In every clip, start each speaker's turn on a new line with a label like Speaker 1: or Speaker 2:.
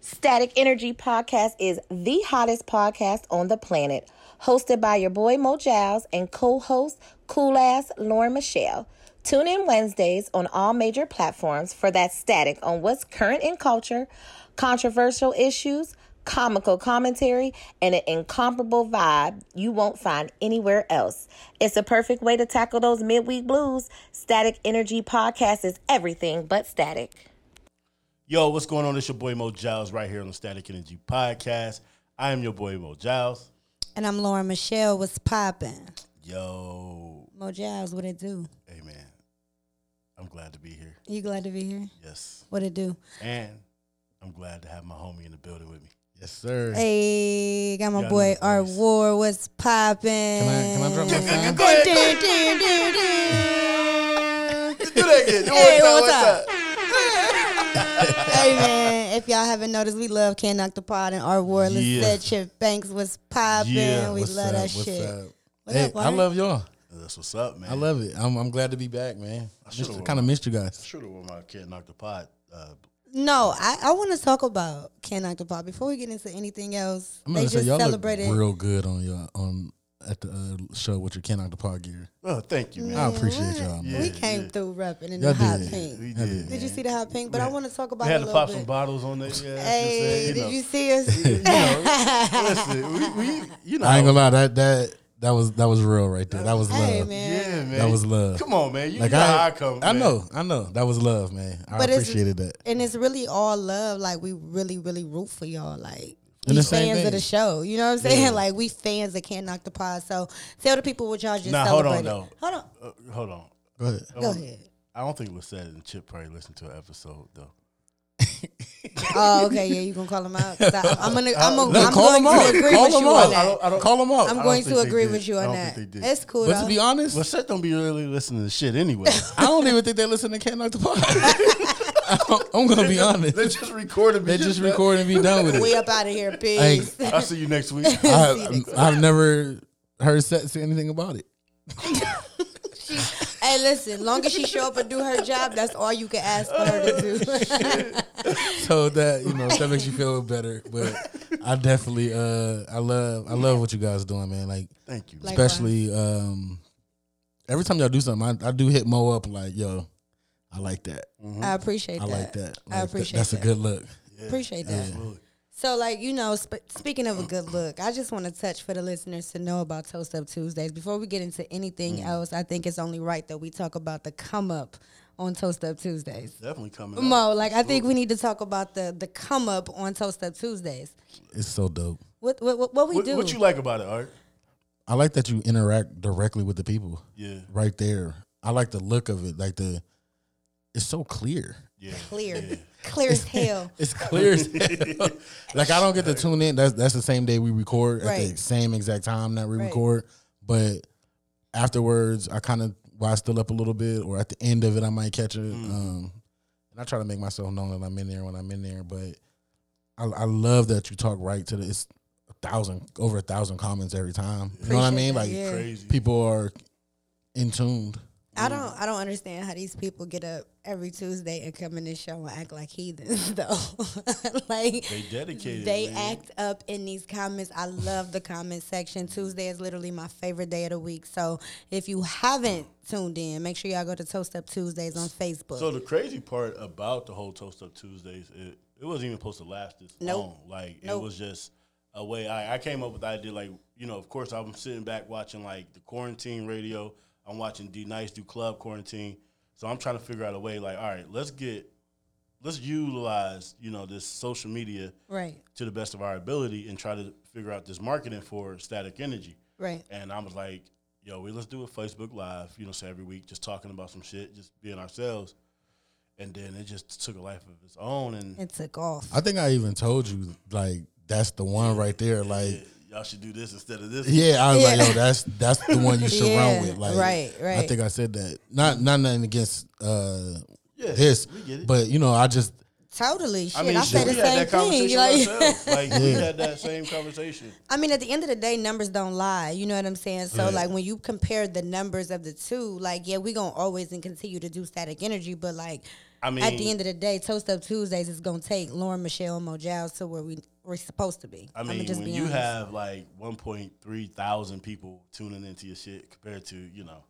Speaker 1: Static Energy Podcast is the hottest podcast on the planet, hosted by your boy Mo Giles and co-host cool ass Lauren Michelle. Tune in Wednesdays on all major platforms for that static on what's current in culture, controversial issues, comical commentary, and an incomparable vibe you won't find anywhere else. It's a perfect way to tackle those midweek blues. Static Energy Podcast is everything but static.
Speaker 2: Yo, what's going on? It's your boy Mo Giles right here on the Static Energy Podcast. I am your boy Mo Giles.
Speaker 3: And I'm Lauren Michelle. What's poppin'?
Speaker 2: Yo,
Speaker 3: Mo Giles, what it do?
Speaker 2: hey man, I'm glad to be here.
Speaker 3: You glad to be here?
Speaker 2: Yes,
Speaker 3: What it do?
Speaker 2: and I'm glad to have my homie in the building with me. Yes, sir.
Speaker 3: Hey, got my
Speaker 2: Got
Speaker 3: boy
Speaker 2: him,
Speaker 3: Art
Speaker 2: nice.
Speaker 3: War. What's poppin'? Can
Speaker 4: I- can I drop my sound?
Speaker 2: Go ahead. Do that again. Do
Speaker 3: Hey,
Speaker 2: it now,
Speaker 3: one
Speaker 2: one
Speaker 3: time.
Speaker 2: time.
Speaker 3: hey man, if y'all haven't noticed, we love Ken Knock the Pod and Art War. Let's
Speaker 2: Yeah.
Speaker 3: set your banks. What's poppin'?
Speaker 2: Yeah,
Speaker 3: we
Speaker 4: What's
Speaker 3: love
Speaker 4: up?
Speaker 3: that
Speaker 4: What's
Speaker 3: shit.
Speaker 4: up?
Speaker 3: What
Speaker 4: hey,
Speaker 3: up,
Speaker 4: I
Speaker 3: Art?
Speaker 4: love y'all.
Speaker 2: That's what's up, man.
Speaker 4: I love it. I'm, I'm glad to be back, man. I
Speaker 2: should've
Speaker 4: kind of missed you guys.
Speaker 2: Should have worn my kid knocked the pot. Uh,
Speaker 3: No, I, I want to talk about Ken Knock the Pod before we get into anything else.
Speaker 4: I'm
Speaker 3: they
Speaker 4: gonna
Speaker 3: just
Speaker 4: say y'all
Speaker 3: celebrated.
Speaker 4: look real good on your on at the uh, show with your Ken out the pod gear.
Speaker 2: oh, thank you, man.
Speaker 4: I appreciate y'all. Man.
Speaker 3: we
Speaker 2: Yeah,
Speaker 3: came
Speaker 2: yeah.
Speaker 3: through repping in
Speaker 4: Y'all
Speaker 3: the hot
Speaker 4: did.
Speaker 3: pink.
Speaker 2: We
Speaker 3: Did,
Speaker 2: did.
Speaker 3: you see the hot pink? But I want to talk about
Speaker 2: We
Speaker 3: it
Speaker 2: had
Speaker 3: a
Speaker 2: to
Speaker 3: little
Speaker 2: pop
Speaker 3: bit.
Speaker 2: some bottles on there. Yeah,
Speaker 3: Hey, did you see us?
Speaker 2: Listen, we, we, you know,
Speaker 4: I ain't gonna lie, that that that was that was real right there. That was love.
Speaker 3: hey man.
Speaker 2: yeah, man.
Speaker 4: That was love.
Speaker 2: Come on, man. You
Speaker 4: Like
Speaker 2: know
Speaker 4: I,
Speaker 2: how I come.
Speaker 4: I
Speaker 2: man.
Speaker 4: know, I know. That was love, man. I
Speaker 3: But it's-
Speaker 4: appreciated that.
Speaker 3: And it's really all love. Like we really, really root for y'all. Like
Speaker 4: And
Speaker 3: we
Speaker 4: the same
Speaker 3: fans of
Speaker 4: thing.
Speaker 3: the show. You know what I'm saying? Like we fans that can't knock the pod. So tell the people what y'all just
Speaker 2: Nah, hold on,
Speaker 3: celebrated.
Speaker 2: though.
Speaker 3: Hold on.
Speaker 2: Uh, hold on.
Speaker 4: Go ahead.
Speaker 3: Go ahead.
Speaker 2: I don't think it was said, and Chip probably listened to an episode though.
Speaker 3: Oh, okay. Yeah, you gonna call them out? 'Cause I, I'm gonna, I'm,
Speaker 2: Uh,
Speaker 3: gonna,
Speaker 4: No,
Speaker 3: I'm
Speaker 4: call
Speaker 3: going
Speaker 4: them
Speaker 3: to
Speaker 4: out.
Speaker 3: agree
Speaker 4: Call
Speaker 3: with
Speaker 4: them
Speaker 3: you on
Speaker 4: out.
Speaker 3: that.
Speaker 2: I don't-
Speaker 4: Call them out.
Speaker 3: I'm
Speaker 2: I
Speaker 3: going
Speaker 2: don't
Speaker 3: to
Speaker 2: think they
Speaker 3: agree
Speaker 2: did.
Speaker 3: with you
Speaker 2: I
Speaker 3: on
Speaker 2: don't
Speaker 3: that.
Speaker 2: think they did.
Speaker 3: It's cool
Speaker 4: But to
Speaker 3: though.
Speaker 4: be honest,
Speaker 2: Well, Seth don't be really listening to shit anyway.
Speaker 4: I don't even think they listen to Ken Knock the Pod. I don't- I'm gonna be honest.
Speaker 2: they just recorded.
Speaker 4: They just record and be done with
Speaker 3: we
Speaker 4: it.
Speaker 3: up out of here. Peace.
Speaker 2: I'll see you next week.
Speaker 4: I, I've never heard Seth say anything about it.
Speaker 3: Hey, listen. Long as she show up and do her job, that's all you can ask for her to do.
Speaker 4: So that you know that makes you feel better. But I definitely uh I love I love what you guys doing, man. Like
Speaker 2: Thank you.
Speaker 3: Like-
Speaker 4: especially um every time y'all do something, I, I do hit Mo up like yo, I like that.
Speaker 3: I appreciate
Speaker 4: Mm-hmm. I
Speaker 3: that.
Speaker 4: like that. Like
Speaker 3: I appreciate
Speaker 4: That's
Speaker 3: that.
Speaker 4: a good look.
Speaker 3: Appreciate that.
Speaker 2: Absolutely.
Speaker 3: So, like you know, sp- speaking of a good look, I just want to touch for the listeners to know about Toast Up Tuesdays. Before we get into anything
Speaker 4: Mm.
Speaker 3: else, I think it's only right that we talk about the come up on Toast Up Tuesdays.
Speaker 2: Definitely coming.
Speaker 3: Mo,
Speaker 2: up.
Speaker 3: like I think we need to talk about the the come up on Toast Up Tuesdays.
Speaker 4: It's so dope.
Speaker 3: What what what, what we
Speaker 2: what,
Speaker 3: do?
Speaker 2: what you like about it, Art?
Speaker 4: I like that you interact directly with the people.
Speaker 2: Yeah.
Speaker 4: Right there. I like the look of it. Like the it's so clear.
Speaker 2: Yeah.
Speaker 3: clear, clear as hell.
Speaker 4: It's clear as hell. like I don't get to tune in. That's that's the same day we record at the
Speaker 3: Right.
Speaker 4: same exact time that we
Speaker 3: Right.
Speaker 4: record. But afterwards, I kind of watch still up a little bit, or at the end of it, I might catch it.
Speaker 3: Mm.
Speaker 4: Um, and I try to make myself known that I'm in there when I'm in there. But I, I love that you talk right to the. It's a thousand over a thousand comments every time. You know what I
Speaker 3: Appreciate
Speaker 4: mean?
Speaker 3: that,
Speaker 4: Like
Speaker 3: yeah.
Speaker 2: Crazy.
Speaker 4: people are in tuned.
Speaker 3: I don't I don't understand how these people get up every Tuesday and come in this show and act like heathens though. like
Speaker 2: They dedicated,
Speaker 3: They
Speaker 2: man.
Speaker 3: act up in these comments. I love the comment section. Tuesday is literally my favorite day of the week. So if you haven't tuned in, make sure y'all go to Toast Up Tuesdays on Facebook.
Speaker 2: So the crazy part about the whole Toast Up Tuesdays, it, it wasn't even supposed to last this
Speaker 3: Nope.
Speaker 2: long. Like it
Speaker 3: Nope.
Speaker 2: was just a way. I, I came up with the idea. Like you know, of course, I'm sitting back watching like the quarantine radio. I'm watching D Nice do club quarantine. So I'm trying to figure out a way. Like, all right, let's get, let's utilize you know this social media
Speaker 3: right,
Speaker 2: to the best of our ability and try to figure out this marketing for Static Energy.
Speaker 3: right.
Speaker 2: And I was like, yo, we let's do a Facebook Live, you know, so every week just talking about some shit, just being ourselves. And then it just took a life of its own. And
Speaker 3: It took off.
Speaker 4: I think I even told you like that's the one right there. Like.
Speaker 2: y'all should do this instead of this.
Speaker 4: Yeah, I was like,
Speaker 3: Yeah.
Speaker 4: yo, that's that's the one you should
Speaker 3: Yeah,
Speaker 4: run with. Like,
Speaker 3: right,
Speaker 4: I
Speaker 3: right.
Speaker 4: think I said that. Not not nothing against uh,
Speaker 2: Yeah,
Speaker 4: this,
Speaker 2: we get it.
Speaker 4: but you know, I just
Speaker 3: totally. Shit,
Speaker 2: I
Speaker 3: I,
Speaker 2: mean,
Speaker 3: said
Speaker 2: shit,
Speaker 3: the
Speaker 2: we had
Speaker 3: same
Speaker 2: that conversation
Speaker 3: thing. Like-
Speaker 2: ourselves. Like, we had that same conversation.
Speaker 3: I mean, at the end of the day, numbers don't lie. You know what I'm saying? So, like, when you compare the numbers of the two, like, yeah, we going to always and continue to do static energy, but, like,
Speaker 2: I mean,
Speaker 3: at the end of the day, Toast Up Tuesdays is gonna take Lauren Michelle and Mojals to where we we're supposed to be.
Speaker 2: I
Speaker 3: I'ma
Speaker 2: mean,
Speaker 3: just
Speaker 2: when
Speaker 3: be
Speaker 2: you
Speaker 3: honest.
Speaker 2: have like 1.3 thousand people tuning into your shit compared to you know,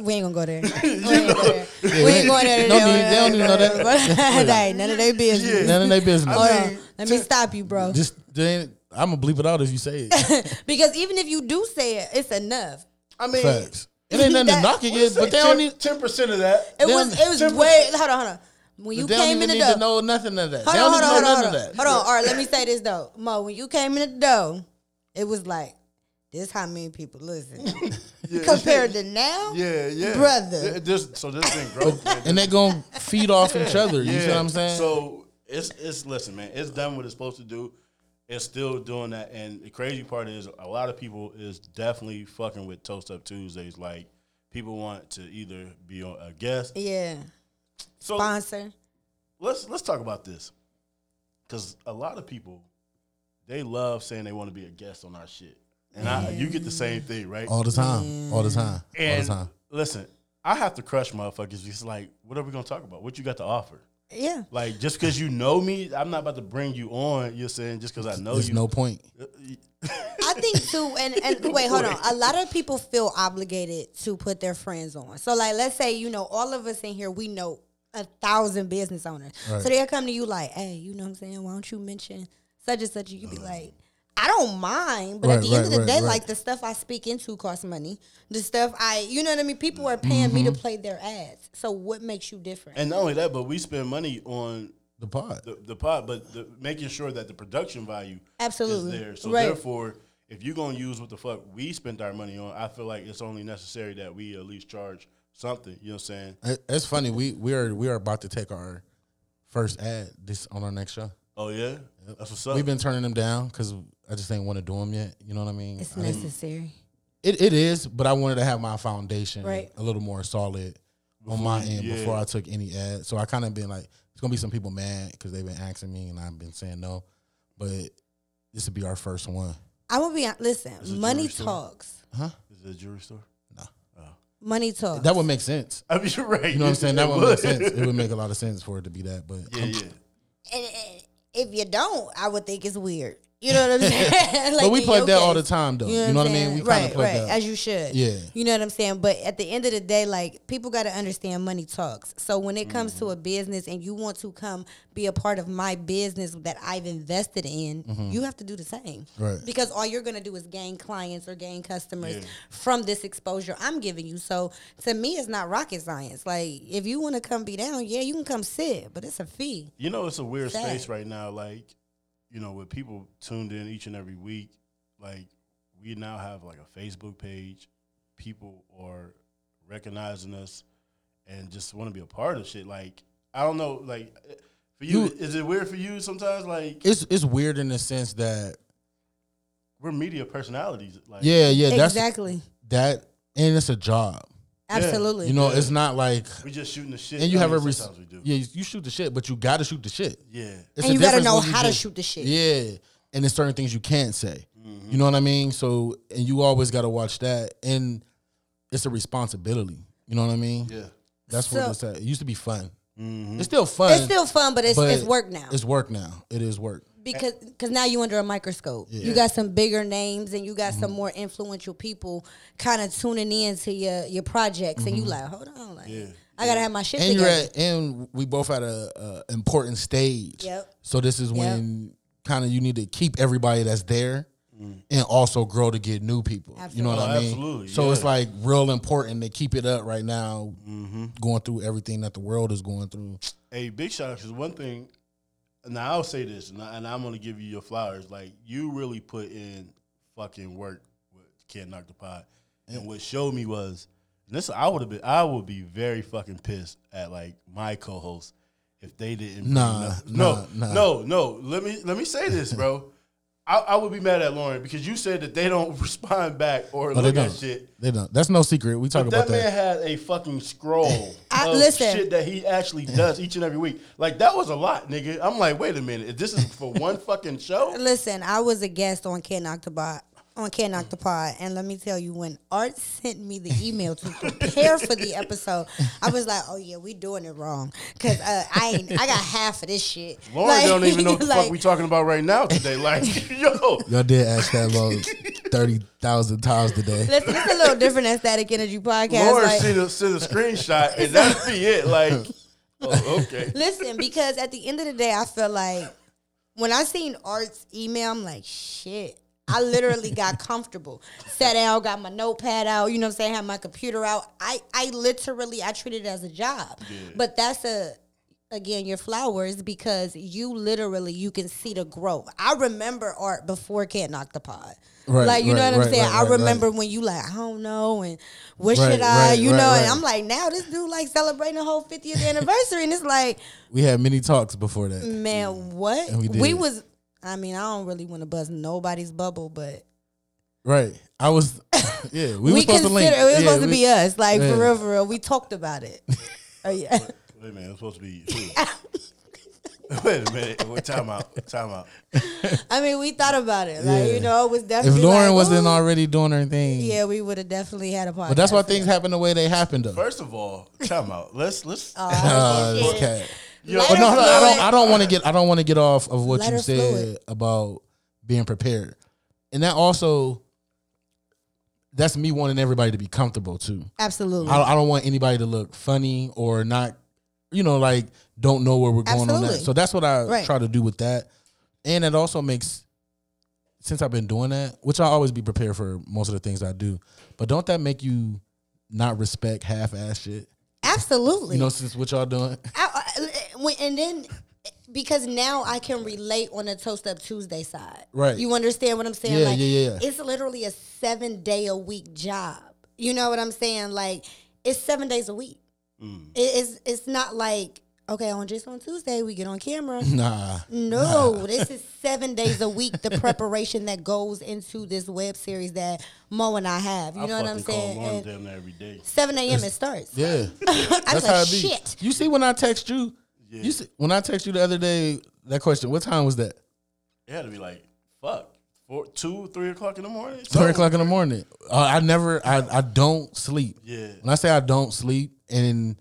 Speaker 3: we ain't gonna go there. We ain't go there. We ain't going there.
Speaker 4: Don't need- they don't need to know that.
Speaker 3: that. ain't none of their business.
Speaker 4: None of their business.
Speaker 3: Hold on, let me stop you, bro.
Speaker 4: Just then I'm gonna bleep it out if you say it.
Speaker 3: Because even if you do say it, it's enough.
Speaker 2: I mean,
Speaker 4: Facts. It ain't nothing to
Speaker 3: That-
Speaker 4: knock against, but they don't e- need.
Speaker 2: ten percent of that.
Speaker 3: It
Speaker 4: Them-
Speaker 3: was it was
Speaker 2: Simple.
Speaker 3: way. Hold on, hold on. When
Speaker 4: You
Speaker 3: you
Speaker 4: they don't
Speaker 3: came
Speaker 4: even
Speaker 3: in the
Speaker 4: need
Speaker 3: door,
Speaker 4: to know nothing of that.
Speaker 3: hold
Speaker 4: they
Speaker 3: on, hold
Speaker 4: don't need to
Speaker 3: on, hold
Speaker 4: know none
Speaker 3: on,
Speaker 4: of
Speaker 3: hold
Speaker 4: that.
Speaker 3: on. Hold on. All right, let me say this though, Mo. When you came in the door, it was like this. How many people listen compared to now?
Speaker 2: Yeah, yeah,
Speaker 3: Brother.
Speaker 2: Th- This, so this has been growth. man.
Speaker 4: And they gonna feed off each other. You see what I'm saying?
Speaker 2: So it's it's listen, man. It's done what it's supposed to do. It's still doing that, and the crazy part is a lot of people is definitely fucking with Toast Up Tuesdays. Like people want to either be on a guest.
Speaker 3: Yeah,
Speaker 2: So
Speaker 3: sponsor.
Speaker 2: let's let's talk about this because a lot of people they love saying they want to be a guest on our shit, and I, you get the same thing, right?
Speaker 4: all the time. All the time.
Speaker 2: mm.
Speaker 4: all
Speaker 2: and
Speaker 4: the time.
Speaker 2: listen, I have to crush motherfuckers. It's like, what are we gonna talk about? What you got to offer?
Speaker 3: Yeah,
Speaker 2: Like just because you know me, I'm not about to bring you on. You're saying just because I know
Speaker 4: There's
Speaker 2: you.
Speaker 4: no point.
Speaker 3: I think too, and, and wait, hold on. A lot of people feel obligated to put their friends on. So, like, let's say you know all of us in here, we know a thousand business owners. So they'll come to you like, "Hey, you know what I'm saying? Why don't you mention such and such?" You be like. I don't mind, but at
Speaker 4: Right,
Speaker 3: the
Speaker 4: right,
Speaker 3: end of the
Speaker 4: right,
Speaker 3: day,
Speaker 4: right.
Speaker 3: like the stuff I speak into costs money. The stuff I, you know what I mean. People are paying me to
Speaker 4: Mm-hmm.
Speaker 3: play their ads. So what makes you different?
Speaker 2: and not only that, but we spend money on
Speaker 4: The pod.
Speaker 2: the, the pot, but the, making sure that the production value
Speaker 3: Absolutely.
Speaker 2: is there. So
Speaker 3: Right.
Speaker 2: therefore, if you're gonna use what the fuck we spent our money on, I feel like it's only necessary that we at least charge something. You know what I'm saying?
Speaker 4: It- It's funny. We we are we are about to take our first ad this on our next show.
Speaker 2: Oh yeah, that's what's up.
Speaker 4: We've been turning them down because I just ain't want to do them yet. You know what I mean?
Speaker 3: it's
Speaker 4: I didn't-
Speaker 3: necessary.
Speaker 4: It, it is, but I wanted to have my foundation
Speaker 3: Right.
Speaker 4: a little more solid on my end
Speaker 2: yeah.
Speaker 4: before I took any ad. So I kind of been like, it's gonna be some people mad because they've been asking me and I've been saying no, but this would be our first one.
Speaker 3: I will be hon- listen. Money
Speaker 2: Jewish thing?
Speaker 3: talks.
Speaker 2: is it a jewelry store?
Speaker 3: Money talks.
Speaker 4: That would make sense.
Speaker 2: I mean, you're right.
Speaker 4: You know what I'm saying? That would make sense. It would make a lot of sense for it to be that, but
Speaker 2: Yeah,
Speaker 4: I'm-
Speaker 2: yeah.
Speaker 3: and and if you don't, I would think it's weird. You know what I'm saying? like
Speaker 4: but we
Speaker 3: in
Speaker 4: plug
Speaker 3: your
Speaker 4: that all the
Speaker 3: case.
Speaker 4: time though. You know,
Speaker 3: I'm
Speaker 4: what I mean?
Speaker 3: saying?
Speaker 4: We kind
Speaker 3: right,
Speaker 4: of plug
Speaker 3: right,
Speaker 4: that.
Speaker 3: as you should.
Speaker 4: Yeah.
Speaker 3: You know what I'm saying? But at the end of the day, like people got to understand money talks. So when it comes
Speaker 4: Mm-hmm.
Speaker 3: to a business and you want to come be a part of my business that I've invested in,
Speaker 4: Mm-hmm.
Speaker 3: you have to do the same.
Speaker 4: Right.
Speaker 3: Because all you're going to do is gain clients or gain customers
Speaker 2: Yeah.
Speaker 3: from this exposure I'm giving you. So to me, it's not rocket science. Like if you want to come be down, yeah, you can come sit, but it's a fee.
Speaker 2: You know, it's a weird
Speaker 3: Sad.
Speaker 2: space right now. Like, you know, with people tuned in each and every week, like we now have like a Facebook page. People are recognizing us and just want to be a part of shit. Like, I don't know. Like, eh, for you,
Speaker 4: You-
Speaker 2: is it weird for you sometimes? Like,
Speaker 4: It's it's weird in the sense that
Speaker 2: we're media personalities. Like,
Speaker 4: yeah, yeah, that's
Speaker 3: exactly.
Speaker 4: that and it's a job.
Speaker 3: Absolutely.
Speaker 4: You know, it's not like
Speaker 2: we just shooting the shit.
Speaker 4: and you
Speaker 2: I
Speaker 4: have
Speaker 2: mean,
Speaker 4: a res-
Speaker 2: sometimes we do.
Speaker 4: yeah. You shoot the shit, but you got to shoot the shit.
Speaker 2: yeah.
Speaker 4: It's
Speaker 3: And
Speaker 4: a
Speaker 3: you gotta
Speaker 4: difference
Speaker 3: know
Speaker 4: when
Speaker 3: how to shoot the shit.
Speaker 4: Yeah, and there's certain things you can't say. You know what I mean? So and you always got to watch that, and it's a responsibility. You know what I mean?
Speaker 2: Yeah.
Speaker 4: That's
Speaker 3: So-
Speaker 4: what it's at. It used to be fun. It's still fun.
Speaker 3: it's still fun, but it's,
Speaker 4: but
Speaker 3: it's work now
Speaker 4: It's work now. It is work.
Speaker 3: because cause now you under a microscope. You got some bigger names and you got some
Speaker 2: Mm-hmm.
Speaker 3: more influential people kind of tuning in to your your projects, and
Speaker 2: Mm-hmm.
Speaker 3: you like, hold on, like I gotta have my shit
Speaker 4: and you're
Speaker 3: together.
Speaker 4: at and we both at a, a important stage.
Speaker 3: Yep.
Speaker 4: So this is when kind of you need to keep everybody that's there and also grow to get new people. You know what
Speaker 2: Oh,
Speaker 4: I mean?
Speaker 2: Mm. absolutely,
Speaker 4: So it's
Speaker 2: yeah. Mm-hmm.
Speaker 4: like real important to keep it up right now, going through everything that the world is going through.
Speaker 2: Hey, big shout out because one thing. Now I'll say this, and, I, and I'm gonna give you your flowers. Like you really put in fucking work with Can't Knock the Pod, and what showed me was and this. I would have been. I would be very fucking pissed at like my co-host if they didn't. bring
Speaker 4: Nah,
Speaker 2: nothing.
Speaker 4: nah,
Speaker 2: no,
Speaker 4: nah.
Speaker 2: no, no. Let me let me say this, bro. I, I would be mad at Lauren because you said that they don't respond back or
Speaker 4: But they
Speaker 2: look at
Speaker 4: don't.
Speaker 2: shit.
Speaker 4: They don't. That's no secret. We talk
Speaker 2: But
Speaker 4: about
Speaker 2: that,
Speaker 4: that.
Speaker 2: man had a fucking scroll
Speaker 3: I-
Speaker 2: of
Speaker 3: listen.
Speaker 2: shit that he actually does each and every week. Like that was a lot, nigga. I'm like, wait a minute, this is for one fucking show.
Speaker 3: Listen, I was a guest on Ken Octobot on Can't Knock the Pod, and let me tell you, when Art sent me the email to prepare for the episode, I was like, "Oh yeah, we doing it wrong," because uh, I ain't, I got half of this shit.
Speaker 2: Lauren
Speaker 3: Like-
Speaker 2: don't even know what the
Speaker 3: like,
Speaker 2: fuck we talking about right now today. Like, yo,
Speaker 4: Y'all did ask that about thirty thousand times today.
Speaker 3: Listen, it's a little different than Static Energy podcast.
Speaker 2: Lauren
Speaker 3: like-
Speaker 2: sent, a, sent a screenshot, and that'd be it. Like, oh, okay.
Speaker 3: Listen, because at the end of the day, I feel like when I seen Art's email, I'm like, shit. I literally got comfortable. Sat down, got my notepad out, you know what I'm saying, had my computer out. I, I literally I treat it as a job. But that's a again your flowers because you literally you can see the growth. I remember art before Can't Knock the Pod.
Speaker 4: Right,
Speaker 3: like you know
Speaker 4: right,
Speaker 3: what I'm
Speaker 4: right,
Speaker 3: saying?
Speaker 4: right,
Speaker 3: I
Speaker 4: right,
Speaker 3: remember
Speaker 4: right.
Speaker 3: when you like, I don't know and what
Speaker 4: Right,
Speaker 3: should I
Speaker 4: right,
Speaker 3: you
Speaker 4: right,
Speaker 3: know, and
Speaker 4: right.
Speaker 3: I'm like now this dude like celebrating the whole fiftieth anniversary and it's like
Speaker 4: We had many talks before
Speaker 3: Mm.
Speaker 4: that.
Speaker 3: Man, what?
Speaker 4: Mm. And we
Speaker 3: We,
Speaker 4: did.
Speaker 3: was I mean, I don't really want to buzz nobody's bubble, but
Speaker 4: Right. I was. Yeah,
Speaker 3: we,
Speaker 4: we, were supposed to
Speaker 3: consider
Speaker 4: link.
Speaker 3: it was
Speaker 4: Yeah,
Speaker 3: supposed to
Speaker 4: we-
Speaker 3: be us. Like
Speaker 4: Yeah.
Speaker 3: for real, for real. We talked about it. Oh yeah.
Speaker 2: Wait a minute, it's supposed to be. Wait a minute, wait, time out, time out.
Speaker 3: I mean, we thought about it. Like,
Speaker 4: Yeah.
Speaker 3: you know, it was
Speaker 4: If
Speaker 3: definitely
Speaker 4: Lauren
Speaker 3: like,
Speaker 4: wasn't
Speaker 3: ooh.
Speaker 4: already doing her thing,
Speaker 3: Yeah, we would have definitely had a podcast.
Speaker 4: But that's why things happen the way they happen, though.
Speaker 2: First of all, time out. Let's let's.
Speaker 4: Uh,
Speaker 3: Oh,
Speaker 4: this
Speaker 3: shit.
Speaker 4: cat.
Speaker 2: yo,
Speaker 4: But no, no, I
Speaker 3: fluid.
Speaker 4: don't. I don't want to get. I don't want to get off of what you
Speaker 3: Letter
Speaker 4: said
Speaker 3: fluid.
Speaker 4: about being prepared, and that also. That's me wanting everybody to be comfortable too.
Speaker 3: Absolutely.
Speaker 4: I, I don't want anybody to look funny or not, you know, like don't know where we're going on that.
Speaker 3: Absolutely.
Speaker 4: So that's what I
Speaker 3: Right.
Speaker 4: try to do with that, and it also makes since I've been doing that, which I always be prepared for most of the things I do. But don't that make you not respect half-ass shit?
Speaker 3: Absolutely.
Speaker 4: You know, since what y'all doing.
Speaker 3: I, I, when- and then because now I can relate on the Toast Up Tuesday side.
Speaker 4: Right.
Speaker 3: You understand what I'm saying?
Speaker 4: Yeah,
Speaker 3: like,
Speaker 4: yeah, yeah, yeah.
Speaker 3: It's literally a seven day a week job. You know what I'm saying? Like, it's seven days a week.
Speaker 4: Mm.
Speaker 3: It- it's it's not like okay, on just on Tuesday we get on camera.
Speaker 4: Nah.
Speaker 3: No, this is seven days a week. The preparation that goes into this web series that Mo and I have. You
Speaker 2: I
Speaker 3: know what I'm
Speaker 2: fucking call
Speaker 3: saying?
Speaker 2: Lauren
Speaker 3: And
Speaker 2: damn near every day.
Speaker 3: 7 a.m. it starts.
Speaker 4: Yeah.
Speaker 3: I was
Speaker 4: That's how
Speaker 3: like,
Speaker 4: it be.
Speaker 3: shit.
Speaker 4: You see when I text you, you see, when I text you the other day that question, what time was that?
Speaker 2: It had to be like fuck four, two, three o'clock in the morning.
Speaker 4: Three o'clock in the morning. Uh, I never, I, I don't sleep.
Speaker 2: Yeah.
Speaker 4: When I say I don't sleep, and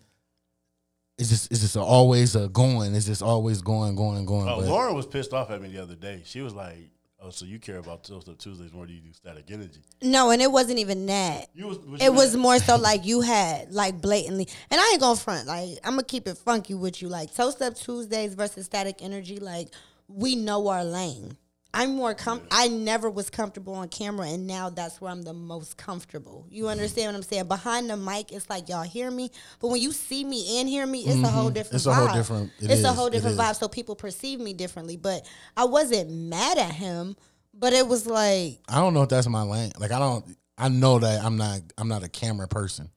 Speaker 4: it's just, it's just always a going. It's just always going, going, going.
Speaker 2: Oh,
Speaker 4: but
Speaker 2: Lauren was pissed off at me the other day. She was like, "Oh, so you care about Toast Up Tuesdays more than you do Static Energy?"
Speaker 3: No, and it wasn't even that.
Speaker 2: You was, was you-
Speaker 3: It was more so like you had like blatantly, and I ain't gonna front. Like I'm gonna keep it funky with you. Like Toast Up Tuesdays versus Static Energy. Like we know our lane. I'm more com. I never was comfortable on camera, and now that's where I'm the most comfortable.
Speaker 4: Mm-hmm.
Speaker 3: You understand what I'm saying? Behind the mic, it's like y'all hear me, but when you see me and hear me, it's a whole different.
Speaker 4: Mm-hmm. It's a whole
Speaker 3: vibe.
Speaker 4: different- it
Speaker 3: it's
Speaker 4: is,
Speaker 3: a whole
Speaker 4: it
Speaker 3: different
Speaker 4: is.
Speaker 3: vibe. So people perceive me differently, but I wasn't mad at him. But it was like,
Speaker 4: I don't know if that's my lane. Like I don't, I know that I'm not, I'm not a camera person.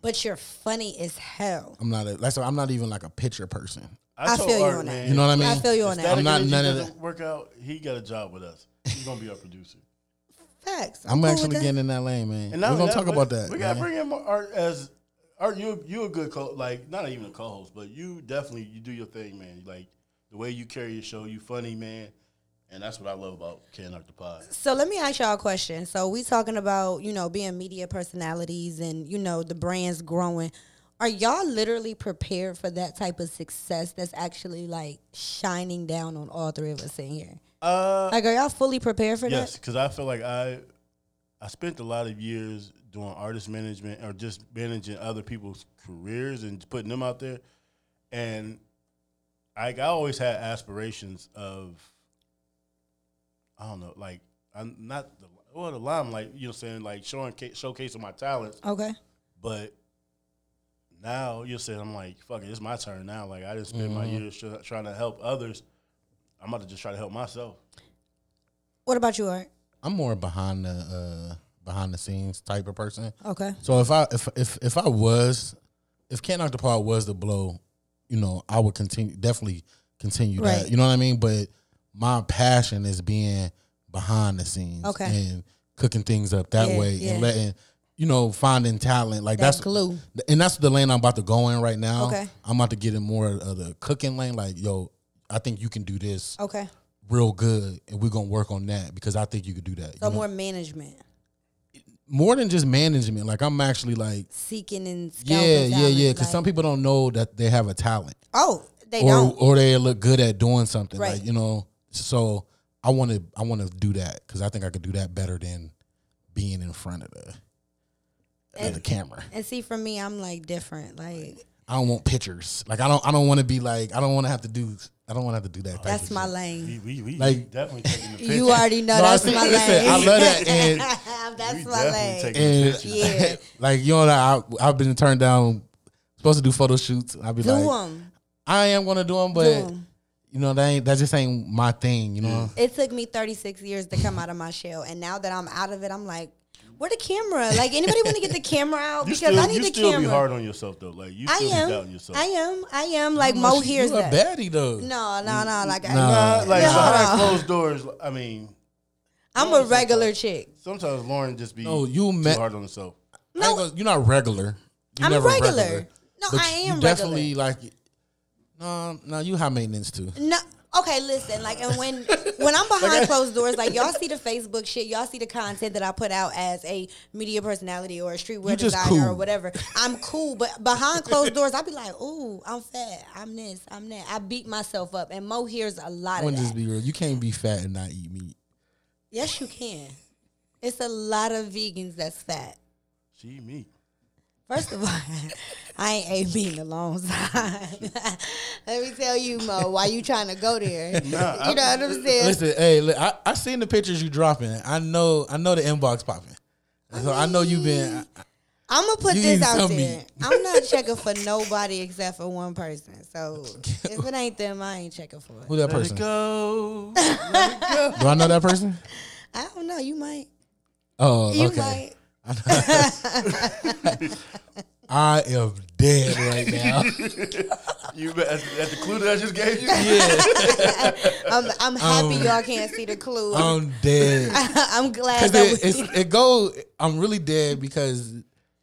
Speaker 3: but you're funny as hell.
Speaker 4: I'm not a, that's why I'm not even like a picture person.
Speaker 3: I
Speaker 2: told
Speaker 3: feel you
Speaker 2: Art,
Speaker 3: on that.
Speaker 2: man,
Speaker 4: You know what I mean?
Speaker 3: I feel you on that.
Speaker 2: Static
Speaker 4: I'm not
Speaker 2: Energy
Speaker 4: none of
Speaker 2: doesn't Work out. He got a job with us. He's gonna be our producer.
Speaker 3: Facts.
Speaker 4: I'm
Speaker 3: cool with
Speaker 4: actually
Speaker 3: that.
Speaker 4: getting in that lane, man.
Speaker 2: now
Speaker 4: We're gonna
Speaker 2: that-
Speaker 4: talk
Speaker 2: we-
Speaker 4: about that.
Speaker 2: We gotta
Speaker 4: man.
Speaker 2: bring in more Art as Art. You you a good co like not even a co-host, but you definitely you do your thing, man. Like the way you carry your show, you funny, man, and that's what I love about Can Knock the Pod.
Speaker 3: So let me ask y'all a question. So we talking about you know being media personalities and you know the brands growing. Are y'all literally prepared for that type of success that's actually like shining down on all three of us in here?
Speaker 2: Uh,
Speaker 3: Like, are y'all fully prepared for
Speaker 2: yes,
Speaker 3: that?
Speaker 2: because I feel like I I spent a lot of years doing artist management or just managing other people's careers and putting them out there, and I, I always had aspirations of I don't know, like I'm not the well the limelight, you know, what I'm saying like showing ca- showcasing my talents,
Speaker 3: Okay.
Speaker 2: but now you're saying I'm like, fuck it, it's my turn now. Like I didn't spend my
Speaker 3: Mm-hmm.
Speaker 2: years tr- trying to help others. I'm about to just try to help myself.
Speaker 3: What about you, Art?
Speaker 4: I'm more behind the uh, behind the scenes type of person.
Speaker 3: Okay.
Speaker 4: So if I if if if I was if Can't Knock the Pod was the blow, you know, I would continue definitely continue that.
Speaker 3: Right.
Speaker 4: You know what I mean? But my passion is being behind the scenes.
Speaker 3: Okay.
Speaker 4: And cooking things up that
Speaker 3: Yeah,
Speaker 4: way
Speaker 3: yeah.
Speaker 4: and letting you know, finding talent. Like
Speaker 3: That
Speaker 4: that's
Speaker 3: glue.
Speaker 4: And that's the lane I'm about to go in right now.
Speaker 3: Okay.
Speaker 4: I'm about to get in more of the cooking lane. Like, yo, I think you can do this
Speaker 3: Okay.
Speaker 4: real good, and we're gonna work on that because I think you could do that.
Speaker 3: So
Speaker 4: You know?
Speaker 3: more management,
Speaker 4: more than just management. Like I'm actually like,
Speaker 3: seeking and
Speaker 4: yeah,
Speaker 3: scouting
Speaker 4: yeah,
Speaker 3: talent,
Speaker 4: yeah. Because
Speaker 3: like-
Speaker 4: some people don't know that they have a talent,
Speaker 3: oh they
Speaker 4: or
Speaker 3: don't
Speaker 4: or they look good at doing something.
Speaker 3: Right.
Speaker 4: Like you know, so I want to I want to do that because I think I could do that better than being in front of the of the camera.
Speaker 3: and see for me I'm like different like
Speaker 4: I don't want pictures. Like I don't I don't want to be like I don't want to have to do I don't want to have to do that. type
Speaker 3: that's
Speaker 4: of
Speaker 3: my
Speaker 4: shit.
Speaker 3: lane
Speaker 2: We, we, we
Speaker 4: Like-
Speaker 2: definitely taking the picture.
Speaker 3: you already know
Speaker 4: No, I
Speaker 3: that's
Speaker 4: see-
Speaker 3: my
Speaker 4: listen,
Speaker 3: lane
Speaker 4: I love that, and-
Speaker 3: that's
Speaker 2: we
Speaker 3: my
Speaker 2: definitely
Speaker 3: lane
Speaker 2: taking the
Speaker 4: And
Speaker 2: picture.
Speaker 3: Yeah.
Speaker 4: like you know, I I've been turned down. Supposed to do photo shoots. I'd be
Speaker 3: do
Speaker 4: like,
Speaker 3: them
Speaker 4: I am gonna do them, but
Speaker 3: do 'em.
Speaker 4: you know that ain't that just ain't my thing. You know,
Speaker 3: it took me 36 years to come out of my shell and now that i'm out of it i'm like where the camera like anybody want to get the camera out
Speaker 2: You
Speaker 3: because
Speaker 2: still,
Speaker 3: i need
Speaker 2: you
Speaker 3: the
Speaker 2: still
Speaker 3: camera
Speaker 2: be hard on yourself though. Like you
Speaker 3: i
Speaker 2: still be doubting
Speaker 3: am
Speaker 2: yourself.
Speaker 3: i am i am like
Speaker 4: Unless
Speaker 3: mo
Speaker 4: you-
Speaker 3: hears
Speaker 4: you
Speaker 3: that
Speaker 4: a baddie though.
Speaker 3: no no no like
Speaker 4: Nah.
Speaker 3: I,
Speaker 2: Uh, like
Speaker 3: No.
Speaker 2: behind closed doors. I mean,
Speaker 3: i'm a regular chick
Speaker 2: sometimes Lauren just be
Speaker 4: No,
Speaker 2: too
Speaker 4: you met-
Speaker 2: hard on herself.
Speaker 4: I ain't gonna- you're not regular. You're
Speaker 3: I'm
Speaker 4: never
Speaker 3: regular. No,
Speaker 4: But
Speaker 3: I
Speaker 4: you-
Speaker 3: am
Speaker 4: you definitely like. No, no, you high maintenance too.
Speaker 3: no okay listen like and when when i'm behind closed doors like y'all see the facebook shit y'all see the content that i put out as a media personality or a streetwear
Speaker 4: You just
Speaker 3: designer or
Speaker 4: cool.
Speaker 3: whatever i'm cool but behind closed doors i be like ooh i'm fat i'm this i'm that i beat myself up and mo hears a
Speaker 4: I
Speaker 3: lot of
Speaker 4: want to
Speaker 3: that
Speaker 4: just be real. You can't be fat and not eat meat.
Speaker 3: yes you can it's a lot of vegans that's fat
Speaker 2: She me.
Speaker 3: First of all, I ain't ate meat in a long time. Let me tell you, Mo, why you trying to go there? you know what I'm saying?
Speaker 4: Listen, hey, look, I, I seen the pictures you dropping. I know, I know the inbox popping. So I know you've been.
Speaker 3: I'm gonna put
Speaker 4: You
Speaker 3: this
Speaker 4: eating
Speaker 3: out
Speaker 4: some
Speaker 3: there.
Speaker 4: meat.
Speaker 3: I'm not checking for nobody except for one person. So if it ain't them, I ain't checking for
Speaker 4: Who
Speaker 3: it.
Speaker 2: Let
Speaker 4: that
Speaker 2: it
Speaker 4: person?
Speaker 2: go.
Speaker 4: Do I know that person?
Speaker 3: I don't know. You might.
Speaker 4: Oh,
Speaker 3: You
Speaker 4: okay.
Speaker 3: might.
Speaker 4: I am dead right now.
Speaker 2: You at, the- at the clue that I just gave you.
Speaker 3: I'm, I'm
Speaker 4: Um,
Speaker 3: happy y'all can't see the clue.
Speaker 4: I'm dead.
Speaker 3: I'm glad
Speaker 4: um, Cause
Speaker 3: that
Speaker 4: it,
Speaker 3: we,
Speaker 4: it's, it go. I'm really dead because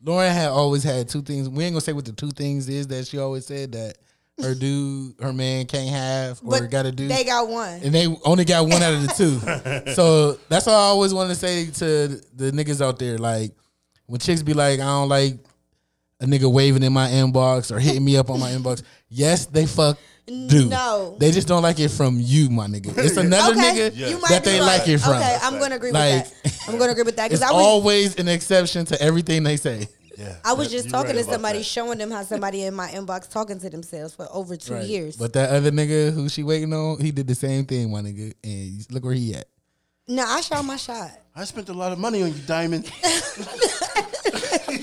Speaker 4: Lauren had always had two things. We ain't gonna say what the two things is that she always said that her dude, her man can't have or
Speaker 3: but
Speaker 4: got to do.
Speaker 3: they got one.
Speaker 4: and they only got one out of the two. so that's all I always want to say to the niggas out there. Like when chicks be like, I don't like a nigga waving in my inbox or hitting me up on my inbox. Yes, they fuck do.
Speaker 3: No.
Speaker 4: They just don't like it from you, my nigga. It's another
Speaker 3: okay,
Speaker 4: nigga
Speaker 3: you might
Speaker 4: that
Speaker 3: be
Speaker 4: they
Speaker 3: right.
Speaker 4: like it from.
Speaker 3: Okay, I'm gonna agree
Speaker 4: Like-
Speaker 3: with that. I'm gonna agree with that
Speaker 4: It's
Speaker 3: because I was
Speaker 4: always an exception to everything they say.
Speaker 2: Yeah,
Speaker 3: I was
Speaker 2: yeah,
Speaker 3: just
Speaker 2: you
Speaker 3: talking
Speaker 2: right
Speaker 3: to
Speaker 2: about
Speaker 3: somebody,
Speaker 2: that.
Speaker 3: showing them how somebody in my inbox talking to themselves for over two years.
Speaker 4: But that other nigga who she waiting on, he did the same thing, my nigga. And look where he at.
Speaker 3: no, I shot my shot.
Speaker 2: I spent a lot of money on you, Diamond. That's how them